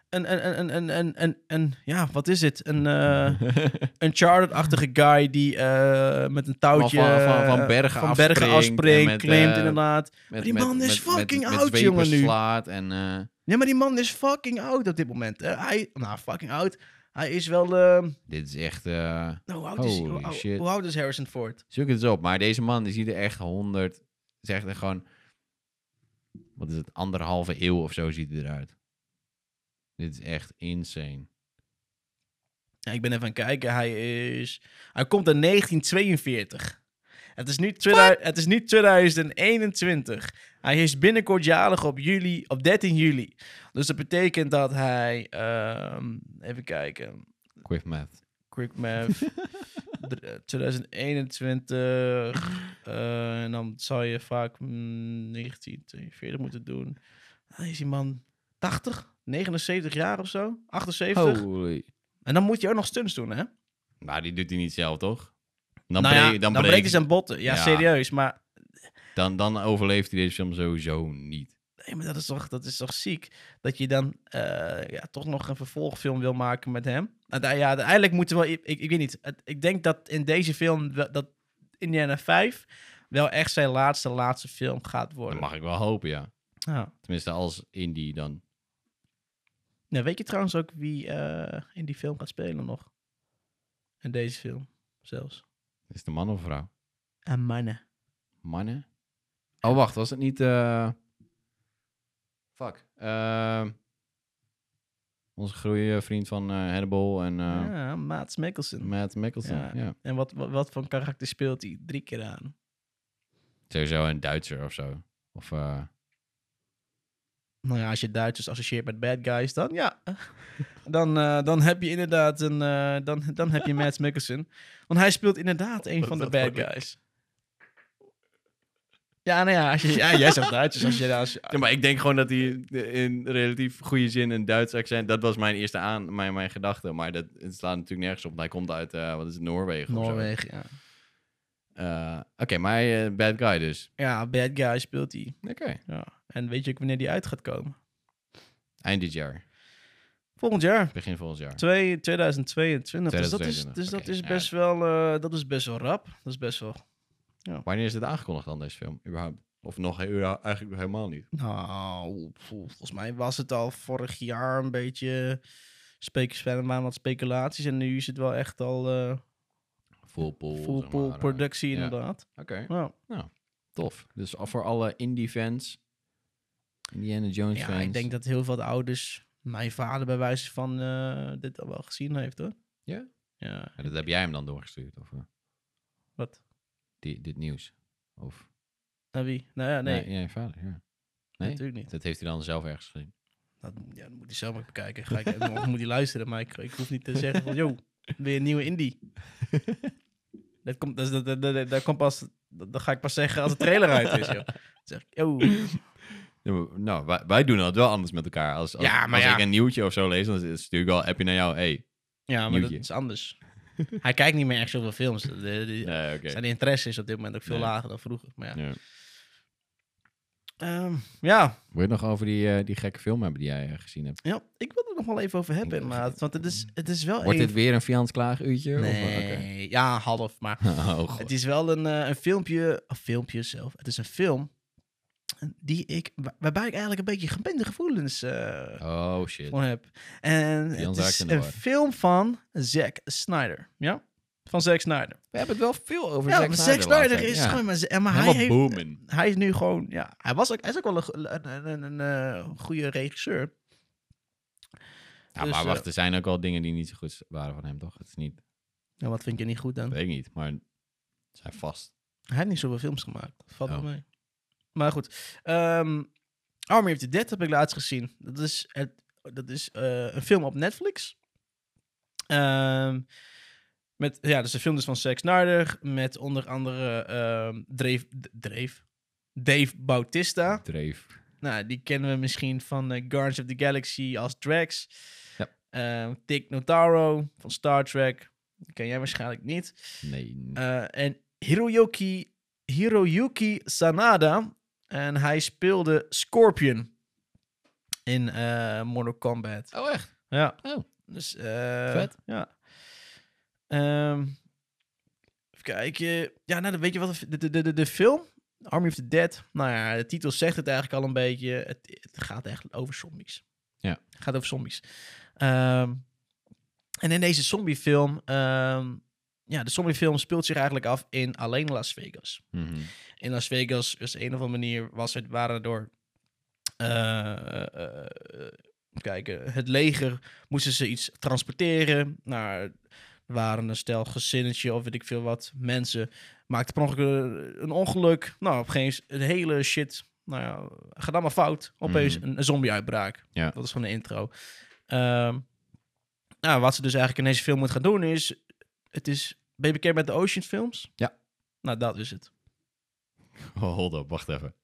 Speaker 1: een, een, een, een, een, een, een- ja, wat is het? Een, eh Uncharted-achtige guy die eh, met een touwtje... eh,
Speaker 2: Van- van- van bergen
Speaker 1: van bergen
Speaker 2: afspringt en
Speaker 1: afspringt,
Speaker 2: met,
Speaker 1: klimt
Speaker 2: eh,
Speaker 1: inderdaad.
Speaker 2: <laughs> Met-
Speaker 1: die
Speaker 2: met-
Speaker 1: man is
Speaker 2: met- met-
Speaker 1: fucking
Speaker 2: met
Speaker 1: oud,
Speaker 2: zwepers
Speaker 1: jongen, nu.
Speaker 2: slaat en... eh,
Speaker 1: Ja, maar die man is fucking oud op dit moment. Eh, hij, nou, fucking oud. Hij is wel... eh,
Speaker 2: dit is echt... eh,
Speaker 1: nou, hoe, oud is, hoe,
Speaker 2: Holy
Speaker 1: hoe-
Speaker 2: shit.
Speaker 1: hoe oud is Harrison Ford?
Speaker 2: Zoek het eens op. Maar deze man die ziet er echt 100. is echt een gewoon. Wat is het? Anderhalve eeuw of zo ziet hij eruit. Dit is echt insane.
Speaker 1: Ja, ik ben even aan het kijken. Hij is... Hij komt in 1942. Het is nu, 2000 het is nu 2021. Hij is binnenkort jarig op, juli, op 13 juli. Dus dat betekent dat hij... ehm, even kijken.
Speaker 2: Quick math.
Speaker 1: Quick math. Dr- eh, 2021. eh, en dan zou je vaak mm, 1942 moeten doen. Ah, is die man 80? 79 jaar of zo? 78?
Speaker 2: Holy.
Speaker 1: En dan moet je ook nog stunts doen, hè?
Speaker 2: Maar Nou, die doet hij niet zelf, toch? Dan,
Speaker 1: nou ja,
Speaker 2: bre-
Speaker 1: dan,
Speaker 2: dan, breekt-
Speaker 1: breekt hij zijn botten. Ja,
Speaker 2: Ja.
Speaker 1: serieus. Maar,
Speaker 2: dan, dan overleeft hij deze film sowieso niet.
Speaker 1: nee, maar dat, is toch, dat is toch ziek? Dat je dan eh, ja, toch nog een vervolgfilm wil maken met hem. Nou, daar- ja, uiteindelijk moeten we... Ik, ik, ik weet niet. Het- Ik denk dat in deze film... wel- Dat Indiana 5 wel echt zijn laatste, laatste film gaat
Speaker 2: Dat
Speaker 1: worden.
Speaker 2: mag ik wel hopen, ja.
Speaker 1: Ja.
Speaker 2: Tenminste, als indie dan.
Speaker 1: Nou, weet je trouwens ook wie eh, in die film gaat spelen nog? In deze film zelfs.
Speaker 2: Is het een man of een vrouw?
Speaker 1: En mannen.
Speaker 2: Mannen? Oh, wacht. Was het niet... eh, Fuck. Ehm, onze groeie vriend van eh, Hannibal en... eh,
Speaker 1: Ja, Maats Mikkelsen.
Speaker 2: Matt Mickelson, ja.
Speaker 1: Ja. En wat, wat, wat voor karakter speelt hij drie keer aan?
Speaker 2: Sowieso een Duitser of zo. Of, eh,
Speaker 1: Nou ja, als je Duitsers associeert met bad guys, dan ja. Dan, eh, dan heb je inderdaad een... eh, dan, dan heb je Mads Mikkelsen. Want hij speelt inderdaad een
Speaker 2: Wat
Speaker 1: van
Speaker 2: is
Speaker 1: de
Speaker 2: dat
Speaker 1: bad
Speaker 2: voor een-
Speaker 1: guys. Ja, nou ja, als je, ja, jij zegt Duitsers. Als je, daar- als je,
Speaker 2: Ja, maar ik denk gewoon dat hij in relatief goede zin een Duits accent... Dat was mijn eerste aan, mijn, mijn gedachte. Maar dat, het slaat natuurlijk nergens op. want Hij komt uit, eh, wat is het, Noorwegen of zo.
Speaker 1: Noorwegen, ja.
Speaker 2: Eh, Oké, maar hij, eh, bad guy dus.
Speaker 1: Ja, bad guy speelt hij.
Speaker 2: Oké,
Speaker 1: Ja. En weet je ook wanneer die uit gaat komen?
Speaker 2: eind dit jaar.
Speaker 1: Volgend jaar.
Speaker 2: Begin volgend jaar.
Speaker 1: Twee- 2022. Dus dat is,
Speaker 2: 2022,
Speaker 1: dus
Speaker 2: oké.
Speaker 1: dat is
Speaker 2: Ja.
Speaker 1: best wel, eh, dat is best wel rap. Dat is best wel.
Speaker 2: Wanneer is dit aangekondigd dan, deze film, überhaupt? Of nog he- eigenlijk nog helemaal niet?
Speaker 1: Nou, vol- volgens mij was het al vorig jaar een beetje spelen maar wat speculaties en nu is het wel echt al eh
Speaker 2: Full pool.
Speaker 1: full
Speaker 2: zeg
Speaker 1: pool
Speaker 2: maar, eh.
Speaker 1: productie
Speaker 2: ja.
Speaker 1: inderdaad.
Speaker 2: Oké,
Speaker 1: Nou,
Speaker 2: tof. Dus al voor alle indie fans, Indiana Jones
Speaker 1: ja,
Speaker 2: fans.
Speaker 1: ik denk dat heel veel ouders, mijn vader bij wijze van eh, dit al wel gezien heeft, hoor.
Speaker 2: Ja?
Speaker 1: Ja.
Speaker 2: Ja, dat heb jij hem dan doorgestuurd? Of, eh,
Speaker 1: Wat?
Speaker 2: die, dit nieuws? Of...
Speaker 1: Naar wie? Nou ja, nee,
Speaker 2: Ja, ja, je vader, ja. Nee?
Speaker 1: natuurlijk niet.
Speaker 2: Dat heeft hij dan zelf ergens gezien.
Speaker 1: Dat, ja, dat moet hij zelf maar bekijken. Ga ik, of <laughs> moet hij luisteren, maar ik, ik hoef niet te zeggen van... Yo, weer een
Speaker 2: <laughs>
Speaker 1: nieuwe indie. dat komt, dat, dat, dat, dat, dat komt pas... Dat, dat ga ik pas zeggen als de trailer uit is, joh. Dan zeg ik, yo.
Speaker 2: Ja, maar- nou, wij, wij doen dat wel anders met elkaar. Als, als,
Speaker 1: Ja, maar
Speaker 2: als
Speaker 1: ja.
Speaker 2: ik een nieuwtje of zo lees, dan stuur ik wel een appje naar jou. Hey.
Speaker 1: Ja, maar dat
Speaker 2: Nieuwtje.
Speaker 1: is anders. <laughs> Hij kijkt niet meer echt zoveel films. De, de-
Speaker 2: Nee, oké.
Speaker 1: Zijn interesse is op dit moment ook veel
Speaker 2: Nee.
Speaker 1: lager dan vroeger. Maar ja.
Speaker 2: Ja.
Speaker 1: Ehm, ja.
Speaker 2: Wil je het nog over die, eh, die gekke film hebben die jij eh, gezien hebt?
Speaker 1: ja, ik wil het nog wel even over hebben. Maar, want het is, het is wel
Speaker 2: Wordt
Speaker 1: een-
Speaker 2: dit weer een Fians klaaguurtje?
Speaker 1: Oh, Nee,
Speaker 2: Of, oh, oké. <laughs>
Speaker 1: ja, half. Maar
Speaker 2: oh, god.
Speaker 1: Het is wel een, eh, een filmpje, een filmpje zelf. Het is een film die ik, wa- waarbij ik eigenlijk een beetje gemengde gevoelens eh
Speaker 2: oh shit.
Speaker 1: voor heb. En
Speaker 2: Jan
Speaker 1: het
Speaker 2: raakt
Speaker 1: is
Speaker 2: in de
Speaker 1: een
Speaker 2: war.
Speaker 1: film van Zack Snyder. Ja? Van Zack Snyder.
Speaker 2: We hebben het wel veel over
Speaker 1: ja,
Speaker 2: Zack
Speaker 1: maar
Speaker 2: Snyder.
Speaker 1: Zack
Speaker 2: laatst
Speaker 1: Snyder
Speaker 2: tijd.
Speaker 1: is
Speaker 2: Ja.
Speaker 1: gewoon... Maar, ze- en maar hij,
Speaker 2: helemaal
Speaker 1: heeft,
Speaker 2: boomen.
Speaker 1: hij is nu gewoon... Ja, hij, was ook, hij is ook wel een, een, een, een, een, eh, goede regisseur.
Speaker 2: Ja,
Speaker 1: Dus,
Speaker 2: maar
Speaker 1: eh,
Speaker 2: wacht, er zijn ook wel dingen die niet zo goed waren van hem, toch? Het is niet,
Speaker 1: Ja, wat vind je niet goed dan?
Speaker 2: weet ik niet, maar het zijn vast.
Speaker 1: Hij heeft niet zoveel films gemaakt. Valt wel
Speaker 2: Oh.
Speaker 1: mee. Maar goed. ehm Army of the Dead heb ik laatst gezien. Dat is, het, dat is eh, een film op Netflix. Ehm, met, ja, dus de film is van Zack Snyder. Met onder andere ehm Dreef, D- Dreef, Dave Bautista.
Speaker 2: Dreef.
Speaker 1: Nou, die kennen we misschien van eh, Guardians of the Galaxy als Drax.
Speaker 2: Ja.
Speaker 1: Ehm, Dick Notaro van Star Trek. Die ken jij waarschijnlijk niet.
Speaker 2: Nee.
Speaker 1: Eh, en Hiroyuki, Hiroyuki Sanada. En hij speelde Scorpion in eh, Mortal Kombat.
Speaker 2: oh, echt?
Speaker 1: Ja.
Speaker 2: Oh.
Speaker 1: Dus, eh,
Speaker 2: Vet.
Speaker 1: Ja. Ehm, even kijken. Ja, nou, dan weet je wat? De, de, de- de, de film, Army of the Dead. Nou ja, de titel zegt het eigenlijk al een beetje. Het, het gaat echt over zombies.
Speaker 2: Ja.
Speaker 1: Het gaat over zombies. Ehm, en in deze zombiefilm... ehm, ja, de zombiefilm speelt zich eigenlijk af in alleen Las Vegas
Speaker 2: Mhm. <laughs>
Speaker 1: in Las Vegas dus op een of andere manier was het, waren er door. eh, kijken, het leger moesten ze iets transporteren. Nou, er waren een stel gezinnetje of weet ik veel wat mensen. Maakte per ongeluk eh, een ongeluk. Nou, opeens een hele shit. Nou ja, gaat allemaal fout. Opeens
Speaker 2: Mhm.
Speaker 1: een, een zombie-uitbraak.
Speaker 2: Ja.
Speaker 1: Dat is van de intro. Ehm, nou, wat ze dus eigenlijk in deze film moet gaan doen is... Het is... Ben je bekend met de Ocean films?
Speaker 2: Ja.
Speaker 1: Nou, dat is
Speaker 2: <laughs>
Speaker 1: het.
Speaker 2: Oh, hold up, wacht even.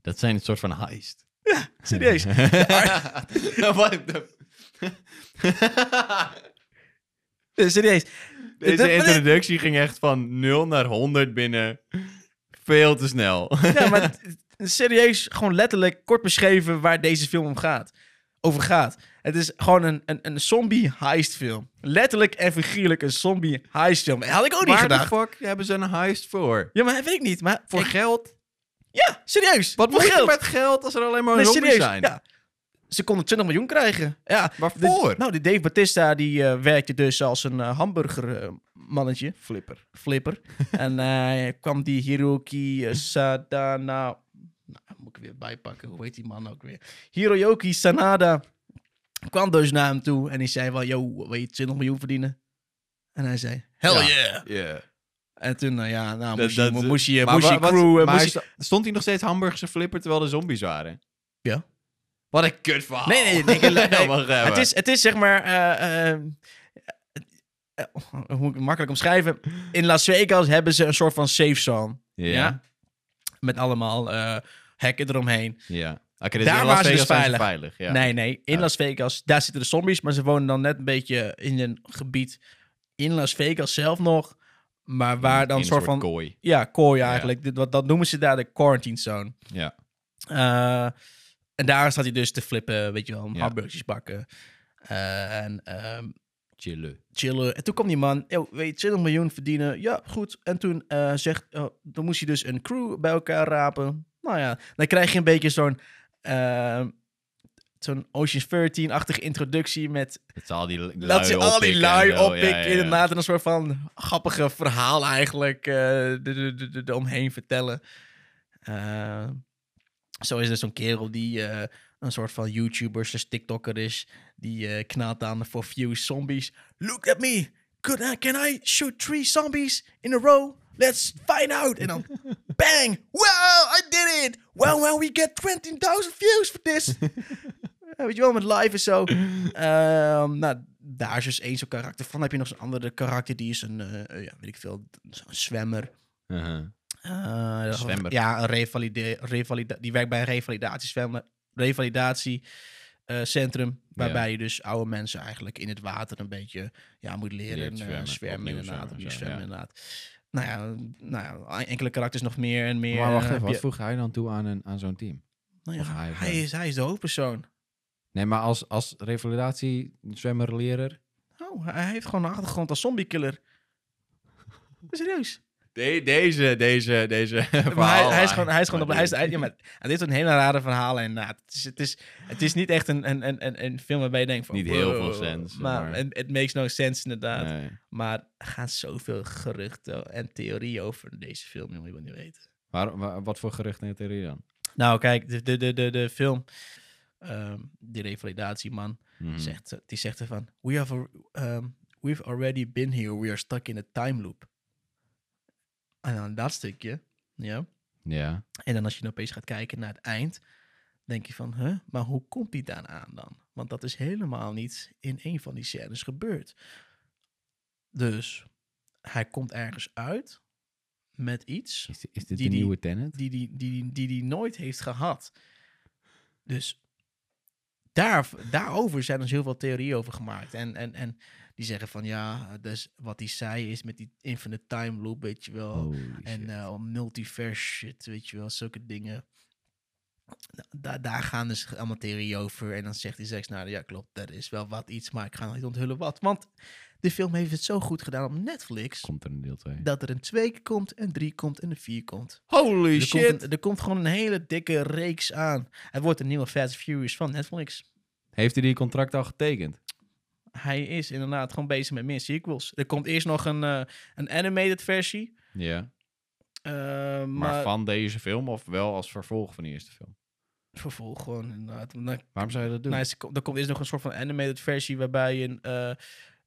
Speaker 2: Dat zijn een soort van heist. <laughs>
Speaker 1: Serieus.
Speaker 2: What the-
Speaker 1: Eh, Serieus.
Speaker 2: Deze
Speaker 1: Dat-
Speaker 2: introductie ging echt van 0 naar 100 binnen veel te snel. <laughs>
Speaker 1: Ja, maar t- t- serieus, gewoon letterlijk kort beschreven waar deze film om gaat. Over gaat. Het is gewoon een, een, een zombie heist film. Letterlijk en figuurlijk een zombie heist film. Had ik ook niet
Speaker 2: Waar de
Speaker 1: gedacht.
Speaker 2: fuck hebben ze een heist voor?
Speaker 1: Ja, maar dat weet ik niet. Maar
Speaker 2: Voor
Speaker 1: ik-
Speaker 2: geld?
Speaker 1: ja, serieus.
Speaker 2: Wat
Speaker 1: voor
Speaker 2: moet je
Speaker 1: geld?
Speaker 2: met geld als er alleen maar
Speaker 1: Nee,
Speaker 2: zombies
Speaker 1: serieus.
Speaker 2: zijn?
Speaker 1: Ja. Ze konden 20 miljoen krijgen. Ja. De-
Speaker 2: Waarvoor?
Speaker 1: nou, die Dave Batista die eh, werkte dus als een eh, hamburger hamburgermannetje,
Speaker 3: Flipper.
Speaker 1: flipper.
Speaker 2: <laughs>
Speaker 1: en eh, kwam die Hiroki eh, Sadana... Nou, moet ik weer bijpakken. Hoe heet die man ook weer? Hiroyuki Sanada kwam dus naar hem toe en die zei wel... Yo, wil je 20 miljoen verdienen? En hij zei... Hell
Speaker 2: Ja.
Speaker 1: yeah! En toen, nou ja, nou, moest
Speaker 2: Dat-
Speaker 1: je,
Speaker 2: dat-
Speaker 1: moest je,
Speaker 2: Maar
Speaker 1: moest je
Speaker 2: wa- wat-
Speaker 1: crew... en
Speaker 2: maar
Speaker 1: moest je-
Speaker 2: st- Stond hij nog steeds hamburgers en flipper terwijl er zombies waren?
Speaker 1: Ja.
Speaker 2: Wat een kut verhaal.
Speaker 1: Nee, nee, nee,
Speaker 2: <laughs>
Speaker 1: nee, nee.
Speaker 2: Nou, Wacht even.
Speaker 1: Het is, het is zeg maar. eh, eh, eh, hoe moet ik het makkelijk omschrijven? In Las Vegas hebben ze een soort van safe zone.
Speaker 2: Ja.
Speaker 1: Ja.
Speaker 2: Ja.
Speaker 1: Met allemaal eh, hekken eromheen.
Speaker 2: Oké, dus
Speaker 1: Daar
Speaker 2: in Las
Speaker 1: waren ze
Speaker 2: Vegas
Speaker 1: dus
Speaker 2: zijn ze
Speaker 1: veilig.
Speaker 2: veilig. Ja.
Speaker 1: Nee, nee. In
Speaker 2: Ja.
Speaker 1: Las Vegas, daar zitten de zombies. Maar ze wonen dan net een beetje in een gebied in Las Vegas zelf nog. Maar waar dan
Speaker 2: In
Speaker 1: een soort van.
Speaker 2: kooi.
Speaker 1: Ja, kooi
Speaker 2: Ja.
Speaker 1: eigenlijk. Dit, wat, dat noemen ze daar de quarantine zone.
Speaker 2: Ja.
Speaker 1: Eh, en daar staat hij dus te flippen, weet je wel, om
Speaker 2: Ja.
Speaker 1: hamburgers bakken. Eh, en ehm,
Speaker 2: Chillen.
Speaker 1: chillen. En toen kwam die man, "Yo, weet je, 20 miljoen verdienen. Ja, goed. En toen eh, zegt, oh, dan moest hij dus een crew bij elkaar rapen. Nou ja, dan krijg je een beetje zo'n eh, zo'n Ocean's 13-achtige introductie met
Speaker 2: Dat ze al die lui
Speaker 1: dat ze al die lui
Speaker 2: op
Speaker 1: oppikken. Inderdaad, en een soort van grappige verhaal eigenlijk eh, de de- de- de- de omheen vertellen. Eh, zo is er zo'n kerel die eh, een soort van YouTuber slash TikTokker is. Die eh, knalt aan voor few zombies. Look at me. Could I, can I shoot three zombies in a row? Let's find out. En
Speaker 2: <laughs>
Speaker 1: dan bang. Wow, I did it. Well, well, we get 20.000 views for this. Ja, weet je wel, met live en zo. Ehm, nou, daar is dus één zo'n karakter van. Dan heb je nog zo'n andere karakter, die is een, eh, eh, ja, weet ik veel, zo'n zwemmer.
Speaker 2: Uh-huh.
Speaker 1: Eh, dat-
Speaker 2: Zwemmer.
Speaker 1: Ja, een revalide, revalida- die werkt bij een revalidatiezwemmer. Revalidatie. Eh, eh, centrum. Waarbij je dus oude mensen eigenlijk in het water een beetje ja, moet leren
Speaker 2: Leert
Speaker 1: eh,
Speaker 2: zwemmen,
Speaker 1: zwemmen.
Speaker 2: opnieuw
Speaker 1: inderdaad.
Speaker 2: zwemmen,
Speaker 1: opnieuw
Speaker 2: zo,
Speaker 1: zwemmen,
Speaker 2: ja.
Speaker 1: inderdaad. Nou ja, nou ja, enkele karakters nog meer en meer.
Speaker 2: Maar wacht
Speaker 1: eh,
Speaker 2: even,
Speaker 1: heb
Speaker 2: wat
Speaker 1: je-
Speaker 2: voegt hij dan toe aan, een, aan zo'n team?
Speaker 1: Nou ja,
Speaker 2: of hij
Speaker 1: hij,
Speaker 2: of hem?
Speaker 1: is, hij is de hoofdpersoon.
Speaker 2: Nee, maar als, als revalidatie, zwemmerleraar...
Speaker 1: Oh, hij heeft gewoon een achtergrond als zombiekiller. <laughs> Serieus?
Speaker 2: deze, deze, deze
Speaker 1: Maar hij, hij is gewoon, hij is gewoon op, hij is, hij- ja, maar <laughs> dit is een hele rare verhaal inderdaad. Het is, het is, het is niet echt een, een, een, een, een film waarbij je denkt van...
Speaker 2: Niet heel veel sense,
Speaker 1: Maar
Speaker 2: maar-
Speaker 1: het it makes no sense inderdaad. Maar er gaan zoveel geruchten en theorieën over deze film, jongen, je wil niet weten.
Speaker 2: Waar, waar- wat voor geruchten heeft hij dan?
Speaker 1: Nou, kijk, de, de, de, de, de film, ehm, die revalidatieman,
Speaker 2: Mhm.
Speaker 1: zegt, die zegt ervan... We have a- ehm, we've already been here, we are stuck in a time loop. En dan dat stukje, ja...
Speaker 2: Ja.
Speaker 1: En dan als je dan opeens gaat kijken naar het eind, denk je van, huh, maar hoe komt die daar aan dan? Want dat is helemaal niet in een van die scènes gebeurd. Dus hij komt ergens uit met iets
Speaker 2: Is, is dit
Speaker 1: Die-
Speaker 2: de
Speaker 1: die-
Speaker 2: nieuwe Tenet?
Speaker 1: die die, die, die, die nooit heeft gehad. Dus daar, daarover zijn dus heel veel theorieën over gemaakt. En, en, en die zeggen van ja, dus wat hij zei is met die infinite time loop, weet je wel.
Speaker 2: Holy
Speaker 1: Oh, En
Speaker 2: shit.
Speaker 1: eh, multiverse shit, weet je wel, zulke dingen. Da- daar- daar gaan dus allemaal theorieën over. En dan zegt die seks, nou ja, klopt, dat is wel wat iets, maar ik ga nog niet onthullen wat. Want de film heeft het zo goed gedaan op Netflix,
Speaker 2: Komt er een deel 2.
Speaker 1: dat er een 2 komt, een 3 komt en een 4 komt.
Speaker 2: Holy
Speaker 1: Er komt, een- er komt gewoon een hele dikke reeks aan. Het wordt een nieuwe Fast Furious van Netflix.
Speaker 2: Heeft hij die contract al getekend?
Speaker 1: Hij is inderdaad gewoon bezig met meer sequels. Er komt eerst nog een, eh, een animated versie.
Speaker 2: Ja.
Speaker 1: eh,
Speaker 2: Maar,
Speaker 1: maar
Speaker 2: van deze film of wel als vervolg van de eerste film?
Speaker 1: vervolg gewoon inderdaad. Want dan
Speaker 2: Waarom zou je dat doen?
Speaker 1: Nou, er, komt, er komt eerst nog een soort van animated versie waarbij je een, eh,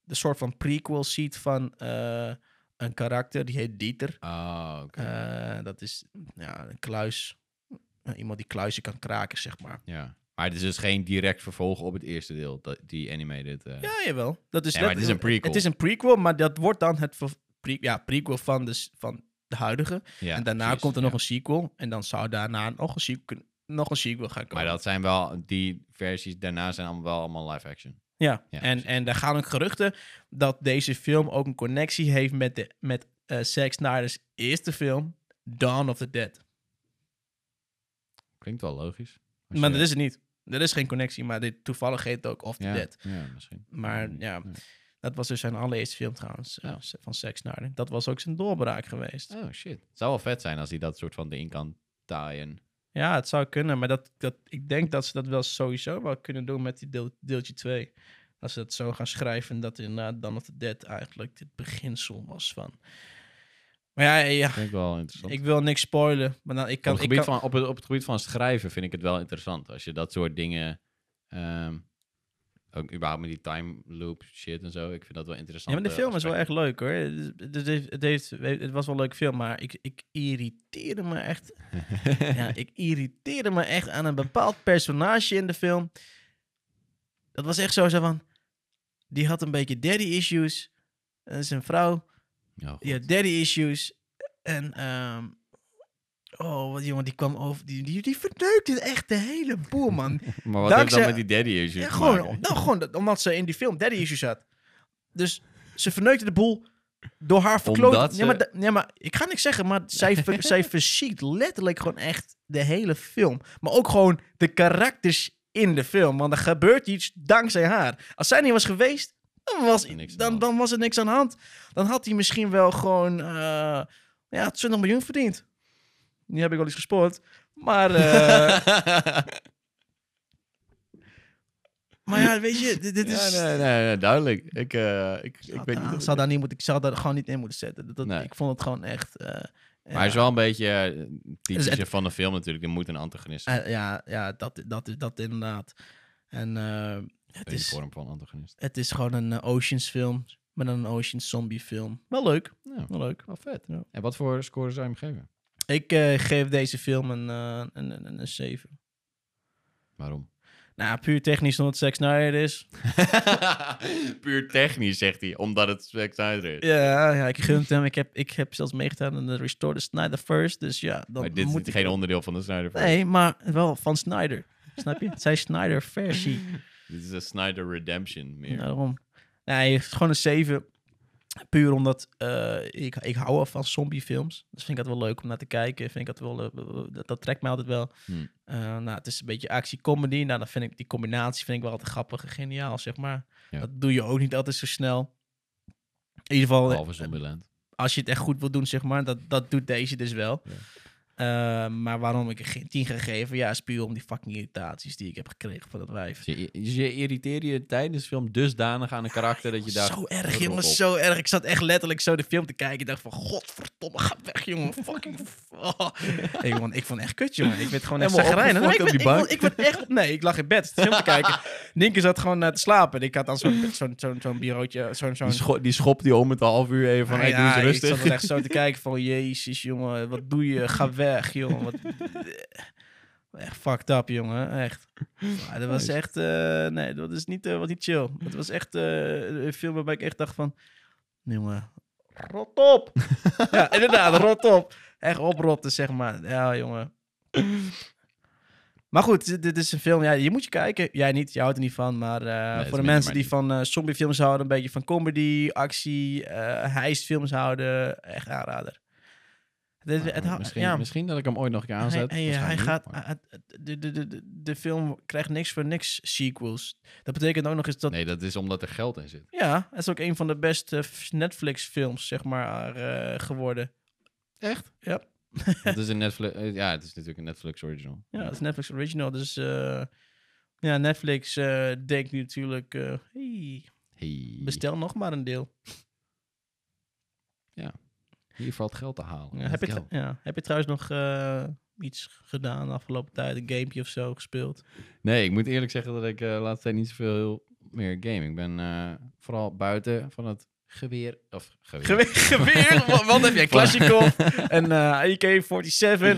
Speaker 1: de soort van prequel ziet van eh, een karakter die heet Dieter.
Speaker 2: Ah, oké.
Speaker 1: Eh, dat is ja, een kluis. Eh, iemand die kluizen kan kraken, zeg maar.
Speaker 2: ja. Maar het is dus geen direct vervolg op het eerste deel, dat, die animated. eh.
Speaker 1: Ja, jawel. Dat is,
Speaker 2: Ja, maar
Speaker 1: dat-
Speaker 2: het is een prequel.
Speaker 1: Het is een prequel, maar dat wordt dan het ver- pre- ja, prequel van de, s- van de huidige.
Speaker 2: Ja,
Speaker 1: en daarna
Speaker 2: precies,
Speaker 1: komt er
Speaker 2: ja.
Speaker 1: nog een sequel. En dan zou daarna nog een sequel, nog een sequel gaan komen.
Speaker 2: Maar dat zijn wel, die versies daarna zijn allemaal wel allemaal live action.
Speaker 1: Ja,
Speaker 2: Ja,
Speaker 1: en, en daar gaan ook geruchten dat deze film ook een connectie heeft met, de, met eh Zack Snyder's eerste film, Dawn of the Dead.
Speaker 2: Klinkt wel logisch. Als
Speaker 1: Maar
Speaker 2: je-
Speaker 1: dat is het niet. Er is geen connectie, maar dit toevallig heet ook Of the
Speaker 2: ja,
Speaker 1: Dead.
Speaker 2: Ja, misschien. Hmm.
Speaker 1: Maar
Speaker 2: Nee,
Speaker 1: ja,
Speaker 2: nee.
Speaker 1: dat was dus zijn allereerste film trouwens, eh,
Speaker 2: Ja.
Speaker 1: van Zack Snyder. Dat was ook zijn doorbraak geweest.
Speaker 2: Oh shit. Het zou wel vet zijn als hij dat soort van erin kan taaien.
Speaker 1: Ja, het zou kunnen, maar dat, dat, ik denk dat ze dat wel sowieso wel kunnen doen met die deel, deeltje 2. Als ze dat zo gaan schrijven, dat inderdaad Dawn of the Dead eigenlijk het beginsel was van. Maar ja, ja,
Speaker 2: Klinkt wel interessant.
Speaker 1: Ik wil niks spoilen, maar nou, ik kan...
Speaker 2: op, het
Speaker 1: ik
Speaker 2: gebied
Speaker 1: kan-
Speaker 2: van, op, het, op het gebied van schrijven vind ik het wel interessant. Als je dat soort dingen. ehm, ook überhaupt met die time loop shit en zo. Ik vind dat wel
Speaker 1: Ja,
Speaker 2: interessant. eh,
Speaker 1: maar de film is wel echt leuk, hoor. Het- Het, heeft- het, heeft, het was wel een leuke film, maar ik, ik irriteerde me echt... ja, ik irriteerde me echt aan een bepaald personage in de film. Dat was echt zo, zo van... Die had een beetje daddy issues. Eh, zijn vrouw, die had daddy issues. En, ehm, Oh, wat jongen, die kwam over... Die, die, die verneukte echt de hele boel, man.
Speaker 2: maar wat heeft
Speaker 1: dankzij-
Speaker 2: dat met die daddy issues?
Speaker 1: Ja,
Speaker 2: te
Speaker 1: gewoon,
Speaker 2: maken? <laughs>
Speaker 1: om- nou, gewoon dat- omdat ze in die film daddy issues had. Dus ze verneukte de boel door haar verkloot.
Speaker 2: Omdat
Speaker 1: Ja, maar,
Speaker 2: ze-
Speaker 1: da- ja, maar ik ga niks zeggen, maar zij,
Speaker 2: <laughs>
Speaker 1: ver, zij verziekt letterlijk gewoon echt de hele film. Maar ook gewoon de karakters in de film. Want er gebeurt iets dankzij haar. Als zij niet was geweest, dan was,
Speaker 2: Niks aan de
Speaker 1: dan,
Speaker 2: hand.
Speaker 1: dan was er niks aan de hand. Dan had hij misschien wel gewoon eh, ja, 20 miljoen verdiend. Nu heb ik wel iets gespoord.
Speaker 2: <laughs>
Speaker 1: Maar, eh, maar ja, weet je, dit, dit is... ah,
Speaker 2: Ja, nee, nee, nee, duidelijk. Ik, eh, ik, ik
Speaker 1: Ik
Speaker 2: weet niet.
Speaker 1: zou
Speaker 2: of-
Speaker 1: daar niet moeten, ik zou daar gewoon niet in moeten zetten. Dat, dat-
Speaker 2: Nee.
Speaker 1: Ik vond het gewoon echt. eh,
Speaker 2: Maar hij is
Speaker 1: ja,
Speaker 2: wel een beetje eh, typisch
Speaker 1: het-
Speaker 2: van de film natuurlijk. Er moet een antagonist zijn.
Speaker 1: eh, ja, ja, dat, dat, dat inderdaad. En eh, het,
Speaker 2: Een
Speaker 1: is,
Speaker 2: vorm van antagonist.
Speaker 1: het is gewoon een eh, Oceans film, maar dan een Oceans zombie film. Wel leuk,
Speaker 2: Ja,
Speaker 1: wel leuk.
Speaker 2: wel vet.
Speaker 1: Ja.
Speaker 2: En wat voor score zou je hem geven?
Speaker 1: Ik eh, geef deze film een, eh, een, een, een, een 7. <laughs>
Speaker 2: Waarom?
Speaker 1: Nou, puur technisch omdat Zack Snyder is.
Speaker 2: Puur technisch, zegt hij. Omdat het Zack Snyder is.
Speaker 1: Ja, ja ik gun het hem. Ik heb, ik heb zelfs meegedaan aan de Restore the Snyder First. Dus ja, dan
Speaker 2: maar dit is
Speaker 1: moet ik...
Speaker 2: geen onderdeel van de Snyder.
Speaker 1: Nee, maar wel van Snyder. Snap je? Het zijn Snyder-versie.
Speaker 2: Dit is een Snyder Redemption meer.
Speaker 1: Daarom. Nee, het is gewoon een 7. Puur omdat eh, ik, ik hou wel van zombiefilms. Dus vind ik dat wel leuk om naar te kijken. Vind ik dat wel... eh, dat, dat trekt mij altijd wel.
Speaker 2: Hmm.
Speaker 1: Eh, nou, het is een beetje actie-comedy. Nou, dan vind ik die combinatie vind ik wel altijd grappig en geniaal, zeg maar.
Speaker 2: Ja.
Speaker 1: Dat doe je ook niet altijd zo snel. In ieder geval,
Speaker 2: Behalve Zombieland.
Speaker 1: als je het echt goed wil doen, zeg maar. Dat, dat doet deze dus wel. Eh, maar waarom ik er geen 10 ga geven? Ja, is puur om die fucking irritaties die ik heb gekregen van dat wijf.
Speaker 2: Dus je, dus je irriteert je tijdens de film dusdanig aan een karakter dat je daar...
Speaker 1: Oh, Zo erg,
Speaker 2: rot op.
Speaker 1: jongens, zo erg. Ik zat echt letterlijk zo de film te kijken. Ik dacht van, godverdomme, ga weg, jongen. Fucking... Oh. <laughs> Hey, man, ik vond het echt kut, jongen. Ik werd gewoon echt
Speaker 3: Helemaal
Speaker 1: zagrijnig. Nee, ik,
Speaker 3: opgeflokt
Speaker 1: werd-
Speaker 3: op
Speaker 1: ik,
Speaker 3: die
Speaker 1: werd- ik werd echt... Nee, ik lag in bed de film te kijken. Nienke zat gewoon eh, te slapen. En Ik had dan zo'n zo'n zo'n zo'n bureautje... Zo'n zo'n
Speaker 3: Die, scho die schopt die om het half uur even van,
Speaker 1: Ah
Speaker 3: hey, doe eens
Speaker 1: ja, Ik zat
Speaker 3: rustig.
Speaker 1: er echt
Speaker 3: <laughs>
Speaker 1: zo te kijken van, jezus jongen, wat doe je? Ga weg, jongen. Wat... <laughs> Echt fucked up, jongen. Echt. Maar dat was echt, eh, nee, dat is niet, eh, wat niet chill. Het was echt eh, een film waarbij ik echt dacht van, jongen, rot op. <laughs> ja, inderdaad, rot op. Echt oprotten, zeg maar. Ja, jongen. Maar goed, dit- dit is een film. Ja, je moet je kijken. Jij niet, je houdt er niet van. Maar eh,
Speaker 2: dat ben
Speaker 1: voor de
Speaker 2: ik
Speaker 1: mensen
Speaker 2: maar
Speaker 1: die
Speaker 2: niet.
Speaker 1: van eh, zombiefilms houden, een beetje van comedy, actie, eh heistfilms houden, echt aanrader.
Speaker 2: <laughs>
Speaker 1: Dit-
Speaker 2: Nou,
Speaker 1: het hou-
Speaker 2: misschien,
Speaker 1: ja.
Speaker 2: misschien dat ik hem ooit nog een keer aanzet.
Speaker 1: Hij, hij- hij
Speaker 2: Waarschijnlijk
Speaker 1: gaat,
Speaker 2: niet, maar-
Speaker 1: hij- de, de, de, de- de film krijgt niks voor niks sequels. Dat betekent ook nog eens dat
Speaker 2: Nee, dat is omdat er geld in zit.
Speaker 1: ja, het is ook een van de beste f- Netflix-films, zeg maar, eh, geworden.
Speaker 2: Echt? <laughs>
Speaker 1: Ja.
Speaker 2: het is een Netflix... eh, Ja, het is natuurlijk een Netflix original.
Speaker 1: Ja, het is Netflix Original. Dus eh, ja, Netflix eh, denkt nu natuurlijk, eh, hey,
Speaker 2: Hey,
Speaker 1: bestel nog maar een deel.
Speaker 2: Hier valt geld te halen.
Speaker 1: Ja, heb, je
Speaker 2: Let's
Speaker 1: tr-
Speaker 2: go.
Speaker 1: ja, heb je trouwens nog eh, iets gedaan de afgelopen tijd? Een gamepje of zo gespeeld?
Speaker 2: Nee, ik moet eerlijk zeggen dat ik eh laatst tijd niet zoveel heel meer game. Ik ben eh, vooral buiten van het geweer... Of geweer.
Speaker 1: Geweer, <laughs> geweer wa- wat heb <laughs> jij? Klasjikov, een eh, AK-47,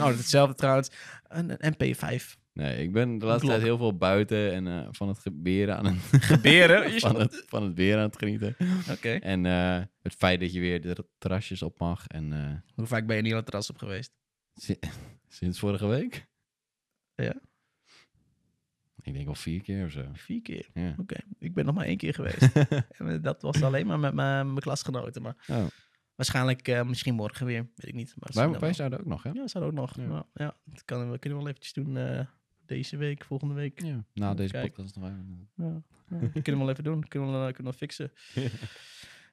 Speaker 1: oh, hetzelfde trouwens, een, een MP5.
Speaker 2: Nee, ik ben de laatste
Speaker 1: Glock.
Speaker 2: tijd heel veel buiten en eh, van het geberen aan het,
Speaker 1: Geberen? <laughs> Je-
Speaker 2: van, het, van het weer aan het genieten.
Speaker 1: Oké.
Speaker 2: En eh, het feit dat je weer de terrasjes op mag. En eh,
Speaker 1: Hoe vaak ben je niet aan het terras op geweest?
Speaker 2: si- sinds vorige week?
Speaker 1: Ja.
Speaker 2: Ik denk al vier keer
Speaker 1: <laughs>
Speaker 2: of zo.
Speaker 1: Vier keer.
Speaker 2: Ja.
Speaker 1: Oké, ik ben nog maar één keer geweest. en eh, dat was alleen maar met mijn mijn klasgenoten. Maar
Speaker 2: Oh.
Speaker 1: waarschijnlijk eh, misschien morgen weer, weet ik niet. Maar
Speaker 2: Wij,
Speaker 1: snel
Speaker 2: wij
Speaker 1: wel.
Speaker 2: zouden ook nog, hè?
Speaker 1: Ja, dat zou ook nog.
Speaker 2: Ja.
Speaker 1: Ja, ja dat kan, we kunnen we wel eventjes doen eh, deze week, volgende week.
Speaker 2: Ja. Na deze
Speaker 1: Kijk.
Speaker 2: podcast nog even.
Speaker 1: Ja, ja, <laughs> dat kunnen we wel even doen. Kunnen we, wel- kunnen we wel
Speaker 2: <laughs>
Speaker 1: fixen.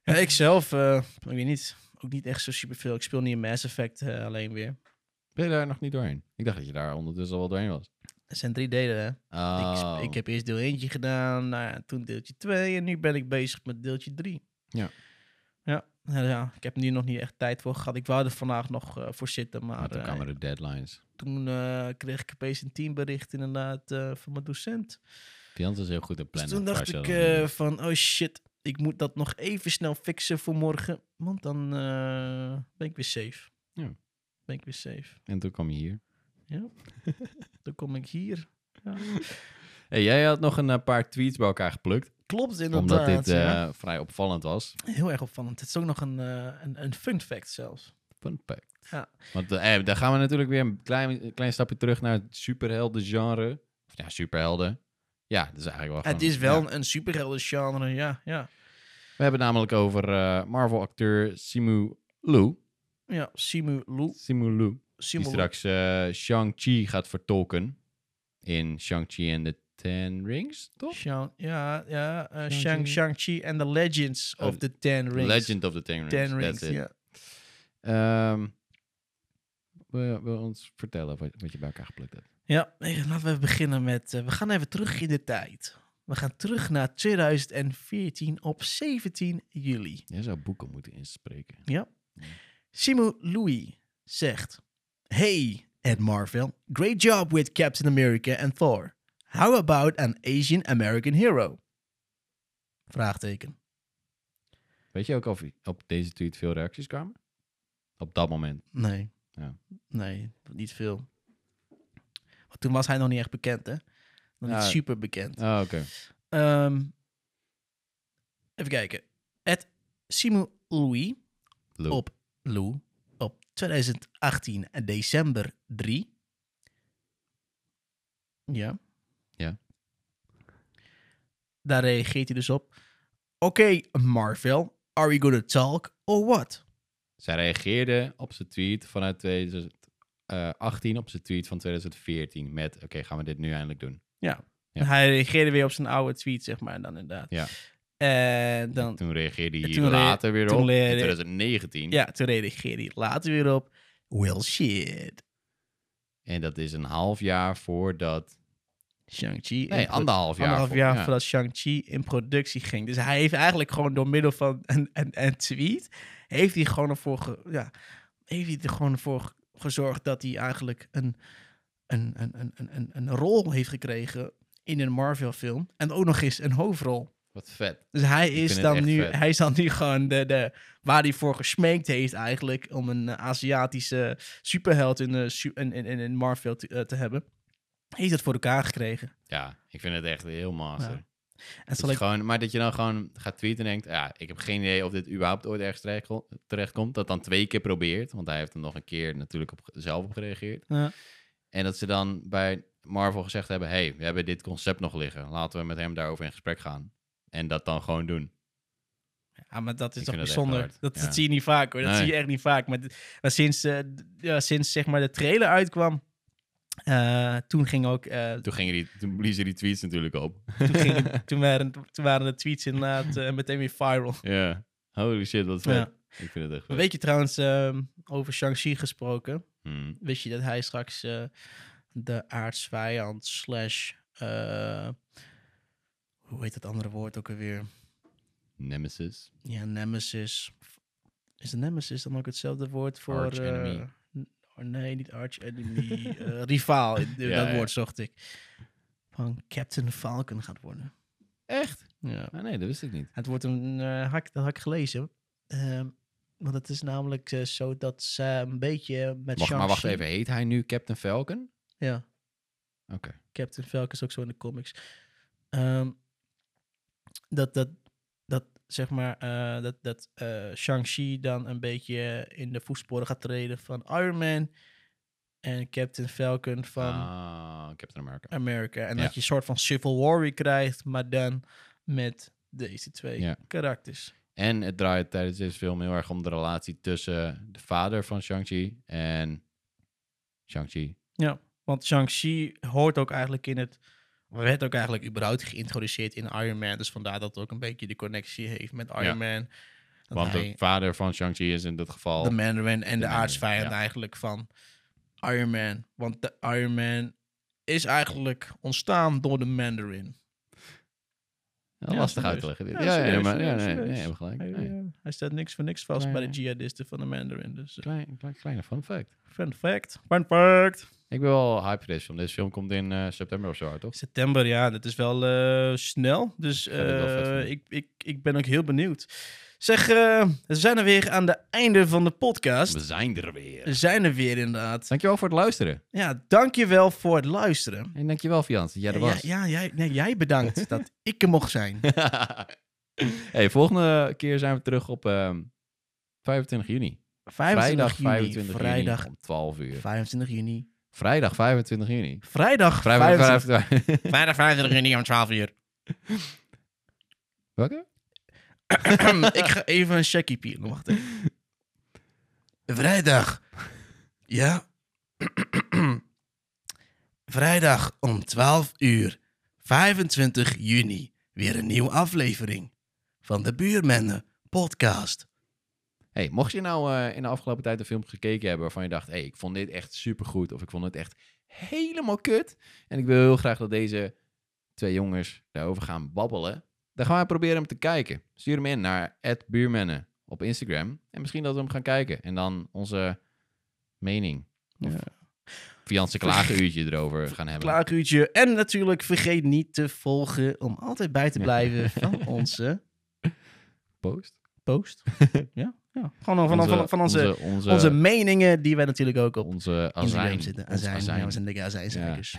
Speaker 1: ja, ik zelf, eh, ik weet niet. Ook niet echt zo superveel. Ik speel niet in Mass Effect eh, alleen weer.
Speaker 2: Ben je daar nog niet doorheen? Ik dacht dat je daar ondertussen al wel doorheen was.
Speaker 1: Er zijn drie delen, hè. Ik,
Speaker 2: Oh.
Speaker 1: sp- ik heb eerst deel eentje gedaan, nou ja, toen deeltje 2 en nu ben ik bezig met deeltje 3.
Speaker 2: Ja.
Speaker 1: Ja, nou ja, ik heb nu nog niet echt tijd voor gehad. Ik wou er vandaag nog eh, voor zitten, maar
Speaker 2: Maar toen
Speaker 1: eh,
Speaker 2: kwamen de deadlines.
Speaker 1: toen eh, kreeg ik opeens een teambericht inderdaad eh, van mijn docent.
Speaker 2: Fiance is heel goed op
Speaker 1: Dus
Speaker 2: plannen.
Speaker 1: toen dacht
Speaker 2: Als je
Speaker 1: ik
Speaker 2: dat dan
Speaker 1: eh,
Speaker 2: doet.
Speaker 1: van, oh shit, ik moet dat nog even snel fixen voor morgen, want dan eh, ben ik weer safe.
Speaker 2: Ja.
Speaker 1: Ben ik weer safe.
Speaker 2: En toen kwam je hier.
Speaker 1: Dan kom ik hier. Ja.
Speaker 2: Hey, jij had nog een eh, paar tweets bij elkaar geplukt.
Speaker 1: Klopt inderdaad.
Speaker 2: Omdat dit eh,
Speaker 1: ja.
Speaker 2: vrij opvallend was.
Speaker 1: Heel erg opvallend. Het is ook nog een, eh, een, een fun fact zelfs.
Speaker 2: Fun fact.
Speaker 1: Ja.
Speaker 2: Want eh, daar gaan we natuurlijk weer een klein, klein stapje terug naar het superhelden genre. Of ja, superhelden. Ja, dat is eigenlijk wel
Speaker 1: het
Speaker 2: gewoon-
Speaker 1: is wel
Speaker 2: ja.
Speaker 1: een superhelden genre, ja, ja.
Speaker 2: We hebben het namelijk over eh, Marvel-acteur Simu Lu.
Speaker 1: Ja, Simu Lu.
Speaker 2: Simu Lu.
Speaker 1: Simu
Speaker 2: die
Speaker 1: Lu.
Speaker 2: straks eh, Shang-Chi gaat vertolken. In Shang-Chi and the Ten Rings, toch?
Speaker 1: Shang, ja, ja. eh,
Speaker 2: Shang-Chi.
Speaker 1: Shang, Shang-Chi and the Legends
Speaker 2: Oh,
Speaker 1: of the Ten Rings.
Speaker 2: Legend of the Ten Rings.
Speaker 1: Ten
Speaker 2: that's
Speaker 1: Rings,
Speaker 2: it.
Speaker 1: ja.
Speaker 2: Ehm, wil, je, wil je ons vertellen wat, wat je bij elkaar geplukt hebt?
Speaker 1: Ja, eh, laten we even beginnen met... eh, we gaan even terug in de tijd. We gaan terug naar 2014 op 17 juli.
Speaker 2: Jij zou boeken moeten inspreken.
Speaker 1: Ja. Simu Louis zegt: Hey, Ed Marvel, great job with Captain America and Thor. How about an Asian American hero? Vraagteken.
Speaker 2: Weet je ook of op deze tweet veel reacties kwamen? Op dat moment.
Speaker 1: Nee.
Speaker 2: Ja.
Speaker 1: Nee, niet veel. Want toen was hij nog niet echt bekend, hè? Nog
Speaker 2: Ja.
Speaker 1: niet super bekend.
Speaker 2: Oh, oké.
Speaker 1: Ehm, even kijken. Ed Simu Louis
Speaker 2: Lou.
Speaker 1: op Lou op 2018 december 3. Ja. Daar reageert hij dus op. Oké, Marvel, are we gonna talk or what?
Speaker 2: Zij reageerde op zijn tweet vanuit 2018 op zijn tweet van 2014 met... Oké, gaan we dit nu eindelijk doen? Ja.
Speaker 1: En Hij reageerde weer op zijn oude tweet, zeg maar, dan inderdaad.
Speaker 2: Ja.
Speaker 1: En dan,
Speaker 2: toen reageerde hij
Speaker 1: toen re-
Speaker 2: later weer
Speaker 1: toen
Speaker 2: op.
Speaker 1: leerde-
Speaker 2: in 2019.
Speaker 1: ja, toen reageerde hij later weer op. Well, shit.
Speaker 2: En dat is een half jaar voordat...
Speaker 1: Shang-Chi.
Speaker 2: Nee,
Speaker 1: in pro-
Speaker 2: anderhalf jaar.
Speaker 1: anderhalf
Speaker 2: voor-
Speaker 1: jaar
Speaker 2: ja.
Speaker 1: voordat Shang-Chi in productie ging. Dus hij heeft eigenlijk gewoon door middel van een, een, een tweet... heeft hij gewoon ervoor, ge- ja, heeft hij er gewoon voor ge- gezorgd dat hij eigenlijk een, een, een, een, een, een, een rol heeft gekregen in een Marvel-film. En ook nog eens een hoofdrol.
Speaker 2: Wat vet.
Speaker 1: Dus hij
Speaker 2: vind
Speaker 1: is,
Speaker 2: het
Speaker 1: dan
Speaker 2: echt
Speaker 1: nu,
Speaker 2: vet.
Speaker 1: hij is dan nu gewoon de, de, waar hij voor gesmeekt heeft eigenlijk... om een eh, Aziatische superheld in, eh, su- in, in, in- in Marvel te, eh, te hebben. Heeft het voor elkaar gekregen.
Speaker 2: Ja, ik vind het echt heel master.
Speaker 1: Ja. En
Speaker 2: Dat
Speaker 1: zal
Speaker 2: je
Speaker 1: ik
Speaker 2: gewoon, maar dat je dan gewoon gaat tweeten en denkt... Ja, ik heb geen idee of dit überhaupt ooit ergens terecht ko- terechtkomt. Dat dan twee keer probeert. Want hij heeft hem nog een keer natuurlijk op, zelf op gereageerd.
Speaker 1: Ja.
Speaker 2: En dat ze dan bij Marvel gezegd hebben... hey, we hebben dit concept nog liggen. Laten we met hem daarover in gesprek gaan. En dat dan gewoon doen.
Speaker 1: Ja, maar dat is
Speaker 2: Ik
Speaker 1: toch
Speaker 2: vind dat echt
Speaker 1: bijzonder.
Speaker 2: hard,
Speaker 1: Dat, dat
Speaker 2: ja.
Speaker 1: zie je niet vaak hoor. Dat
Speaker 2: Nee.
Speaker 1: zie je echt niet vaak. Maar, d- maar sinds, eh, d- ja, sinds zeg maar de trailer uitkwam, eh, toen ging ook. eh,
Speaker 2: Toen, gingen die, toen bliezen die tweets natuurlijk
Speaker 1: <laughs>
Speaker 2: op.
Speaker 1: toen,
Speaker 2: <laughs>
Speaker 1: ging, toen, waren, toen waren de tweets inderdaad eh, meteen weer viral.
Speaker 2: Ja. Holy shit, wat vet.
Speaker 1: Ja.
Speaker 2: Ik vind het echt vet.
Speaker 1: Weet je trouwens, ehm, over Shang-Chi gesproken,
Speaker 2: Hmm.
Speaker 1: wist je dat hij straks eh, de aardsvijand slash. eh, hoe heet dat andere woord ook alweer?
Speaker 2: Nemesis.
Speaker 1: Ja, nemesis. Is de nemesis dan ook hetzelfde woord voor...
Speaker 2: Arch
Speaker 1: eh,
Speaker 2: enemy.
Speaker 1: n- oh, nee, niet arch enemy. eh,
Speaker 2: <laughs>
Speaker 1: rivaal, eh,
Speaker 2: Ja,
Speaker 1: dat
Speaker 2: ja.
Speaker 1: woord zocht ik. Van Captain Falcon gaat worden.
Speaker 2: Echt?
Speaker 1: Ja.
Speaker 2: Ah, nee, dat wist ik niet.
Speaker 1: Het wordt een... eh, had ik- dat had ik gelezen. Ehm, want het is namelijk eh, zo dat ze een beetje
Speaker 2: Wacht,
Speaker 1: met
Speaker 2: maar
Speaker 1: Shang-Chi-
Speaker 2: wacht even. Heet hij nu Captain Falcon?
Speaker 1: Ja,
Speaker 2: Oké.
Speaker 1: Captain Falcon is ook zo in de comics. Ehm, dat, dat, dat, zeg maar, eh, dat, dat eh, Shang-Chi dan een beetje in de voetsporen gaat treden van Iron Man en Captain Falcon van
Speaker 2: Ah, Captain America.
Speaker 1: America. En
Speaker 2: Ja.
Speaker 1: dat je een soort van Civil War weer krijgt, maar dan met deze twee
Speaker 2: Ja.
Speaker 1: karakters.
Speaker 2: En het draait tijdens deze film heel erg om de relatie tussen de vader van Shang-Chi en Shang-Chi.
Speaker 1: Want Shang-Chi hoort ook eigenlijk in het. werd ook eigenlijk überhaupt geïntroduceerd in Iron Man. Dus vandaar dat het ook een beetje de connectie heeft met Iron
Speaker 2: Ja.
Speaker 1: Man. Dat
Speaker 2: Want
Speaker 1: hij-
Speaker 2: de vader van Shang-Chi is in dit geval...
Speaker 1: de Mandarin en de,
Speaker 2: Mandarin,
Speaker 1: aardsvijand
Speaker 2: ja.
Speaker 1: eigenlijk van Iron Man. Want de Iron Man is eigenlijk ontstaan door de Mandarin.
Speaker 2: Ja,
Speaker 1: Ja,
Speaker 2: Oh, lastig
Speaker 1: serieus.
Speaker 2: uit te leggen. dit.
Speaker 1: Ja,
Speaker 2: Ja, ja,
Speaker 1: serieus,
Speaker 2: maar, ja,
Speaker 1: serieus,
Speaker 2: nee, nee,
Speaker 1: serieus.
Speaker 2: je hebt gelijk.
Speaker 1: Hij,
Speaker 2: Nee.
Speaker 1: eh, hij staat niks voor niks vast
Speaker 2: Nee,
Speaker 1: bij de
Speaker 2: nee.
Speaker 1: jihadisten van de Mandarin. Dus eh,
Speaker 2: Klein, klein, kleine fun fact.
Speaker 1: fun fact. Fun fact.
Speaker 2: Ik ben wel hype voor deze film. Deze film komt in eh, september of zo, uit, toch?
Speaker 1: September, ja, dat is wel eh, snel. Dus
Speaker 2: vind het wel vet
Speaker 1: eh,
Speaker 2: vinden.
Speaker 1: ik, ik, ik ben ook heel benieuwd. Zeg, eh, we zijn er weer aan het einde van de podcast.
Speaker 2: We zijn er weer.
Speaker 1: We zijn er weer inderdaad.
Speaker 2: Dankjewel voor het luisteren.
Speaker 1: Ja, dankjewel voor het luisteren.
Speaker 2: En dankjewel, Fians, dat jij er was.
Speaker 1: Ja, ja, jij, nee, jij bedankt <laughs> dat ik er mocht zijn.
Speaker 2: <laughs> hey, volgende keer zijn we terug op ehm, 25 juni.
Speaker 1: 25
Speaker 2: Vrijdag
Speaker 1: juni.
Speaker 2: 25 juni.
Speaker 1: vrijdag
Speaker 2: om 12 uur.
Speaker 1: 25 juni.
Speaker 2: Vrijdag 25 juni.
Speaker 1: Vrijdag
Speaker 2: Vrijdag
Speaker 1: 25
Speaker 2: 25
Speaker 1: Vrijdag 25 juni om 12 uur.
Speaker 2: <laughs> Welke?
Speaker 1: <clears throat> ik ga even een checkie pielen. Wacht even. Vrijdag. Ja. <clears throat> Vrijdag om 12 uur. 25 juni. Weer een nieuwe aflevering van de Buurmennen podcast.
Speaker 2: Hey, mocht je nou eh, in de afgelopen tijd een film gekeken hebben waarvan je dacht, hey, ik vond dit echt supergoed of ik vond het echt helemaal kut en ik wil heel graag dat deze twee jongens daarover gaan babbelen, dan gaan wij proberen hem te kijken. Stuur hem in naar @buurmennen op Instagram en misschien dat we hem gaan kijken en dan onze mening of
Speaker 1: Ja.
Speaker 2: fiance klagenuurtje erover gaan hebben.
Speaker 1: Klaaguurtje. En natuurlijk vergeet niet te volgen om altijd bij te blijven <laughs> van onze
Speaker 2: Post.
Speaker 1: post.
Speaker 2: <laughs>
Speaker 1: ja, ja. Gewoon van, van, van onze, onze,
Speaker 2: onze,
Speaker 1: meningen die wij natuurlijk ook op
Speaker 2: onze
Speaker 1: Instagram
Speaker 2: azijn.
Speaker 1: zitten.
Speaker 2: Ons
Speaker 1: Azijn,
Speaker 2: azijn.
Speaker 1: dames en dikke
Speaker 2: <laughs>
Speaker 1: azijnzakers.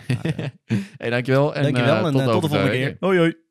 Speaker 2: hey, dankjewel en,
Speaker 1: Dankjewel
Speaker 2: eh,
Speaker 1: en
Speaker 2: tot,
Speaker 1: eh, tot de
Speaker 2: over twee
Speaker 1: volgende
Speaker 2: weken.
Speaker 1: keer. Hoi hoi.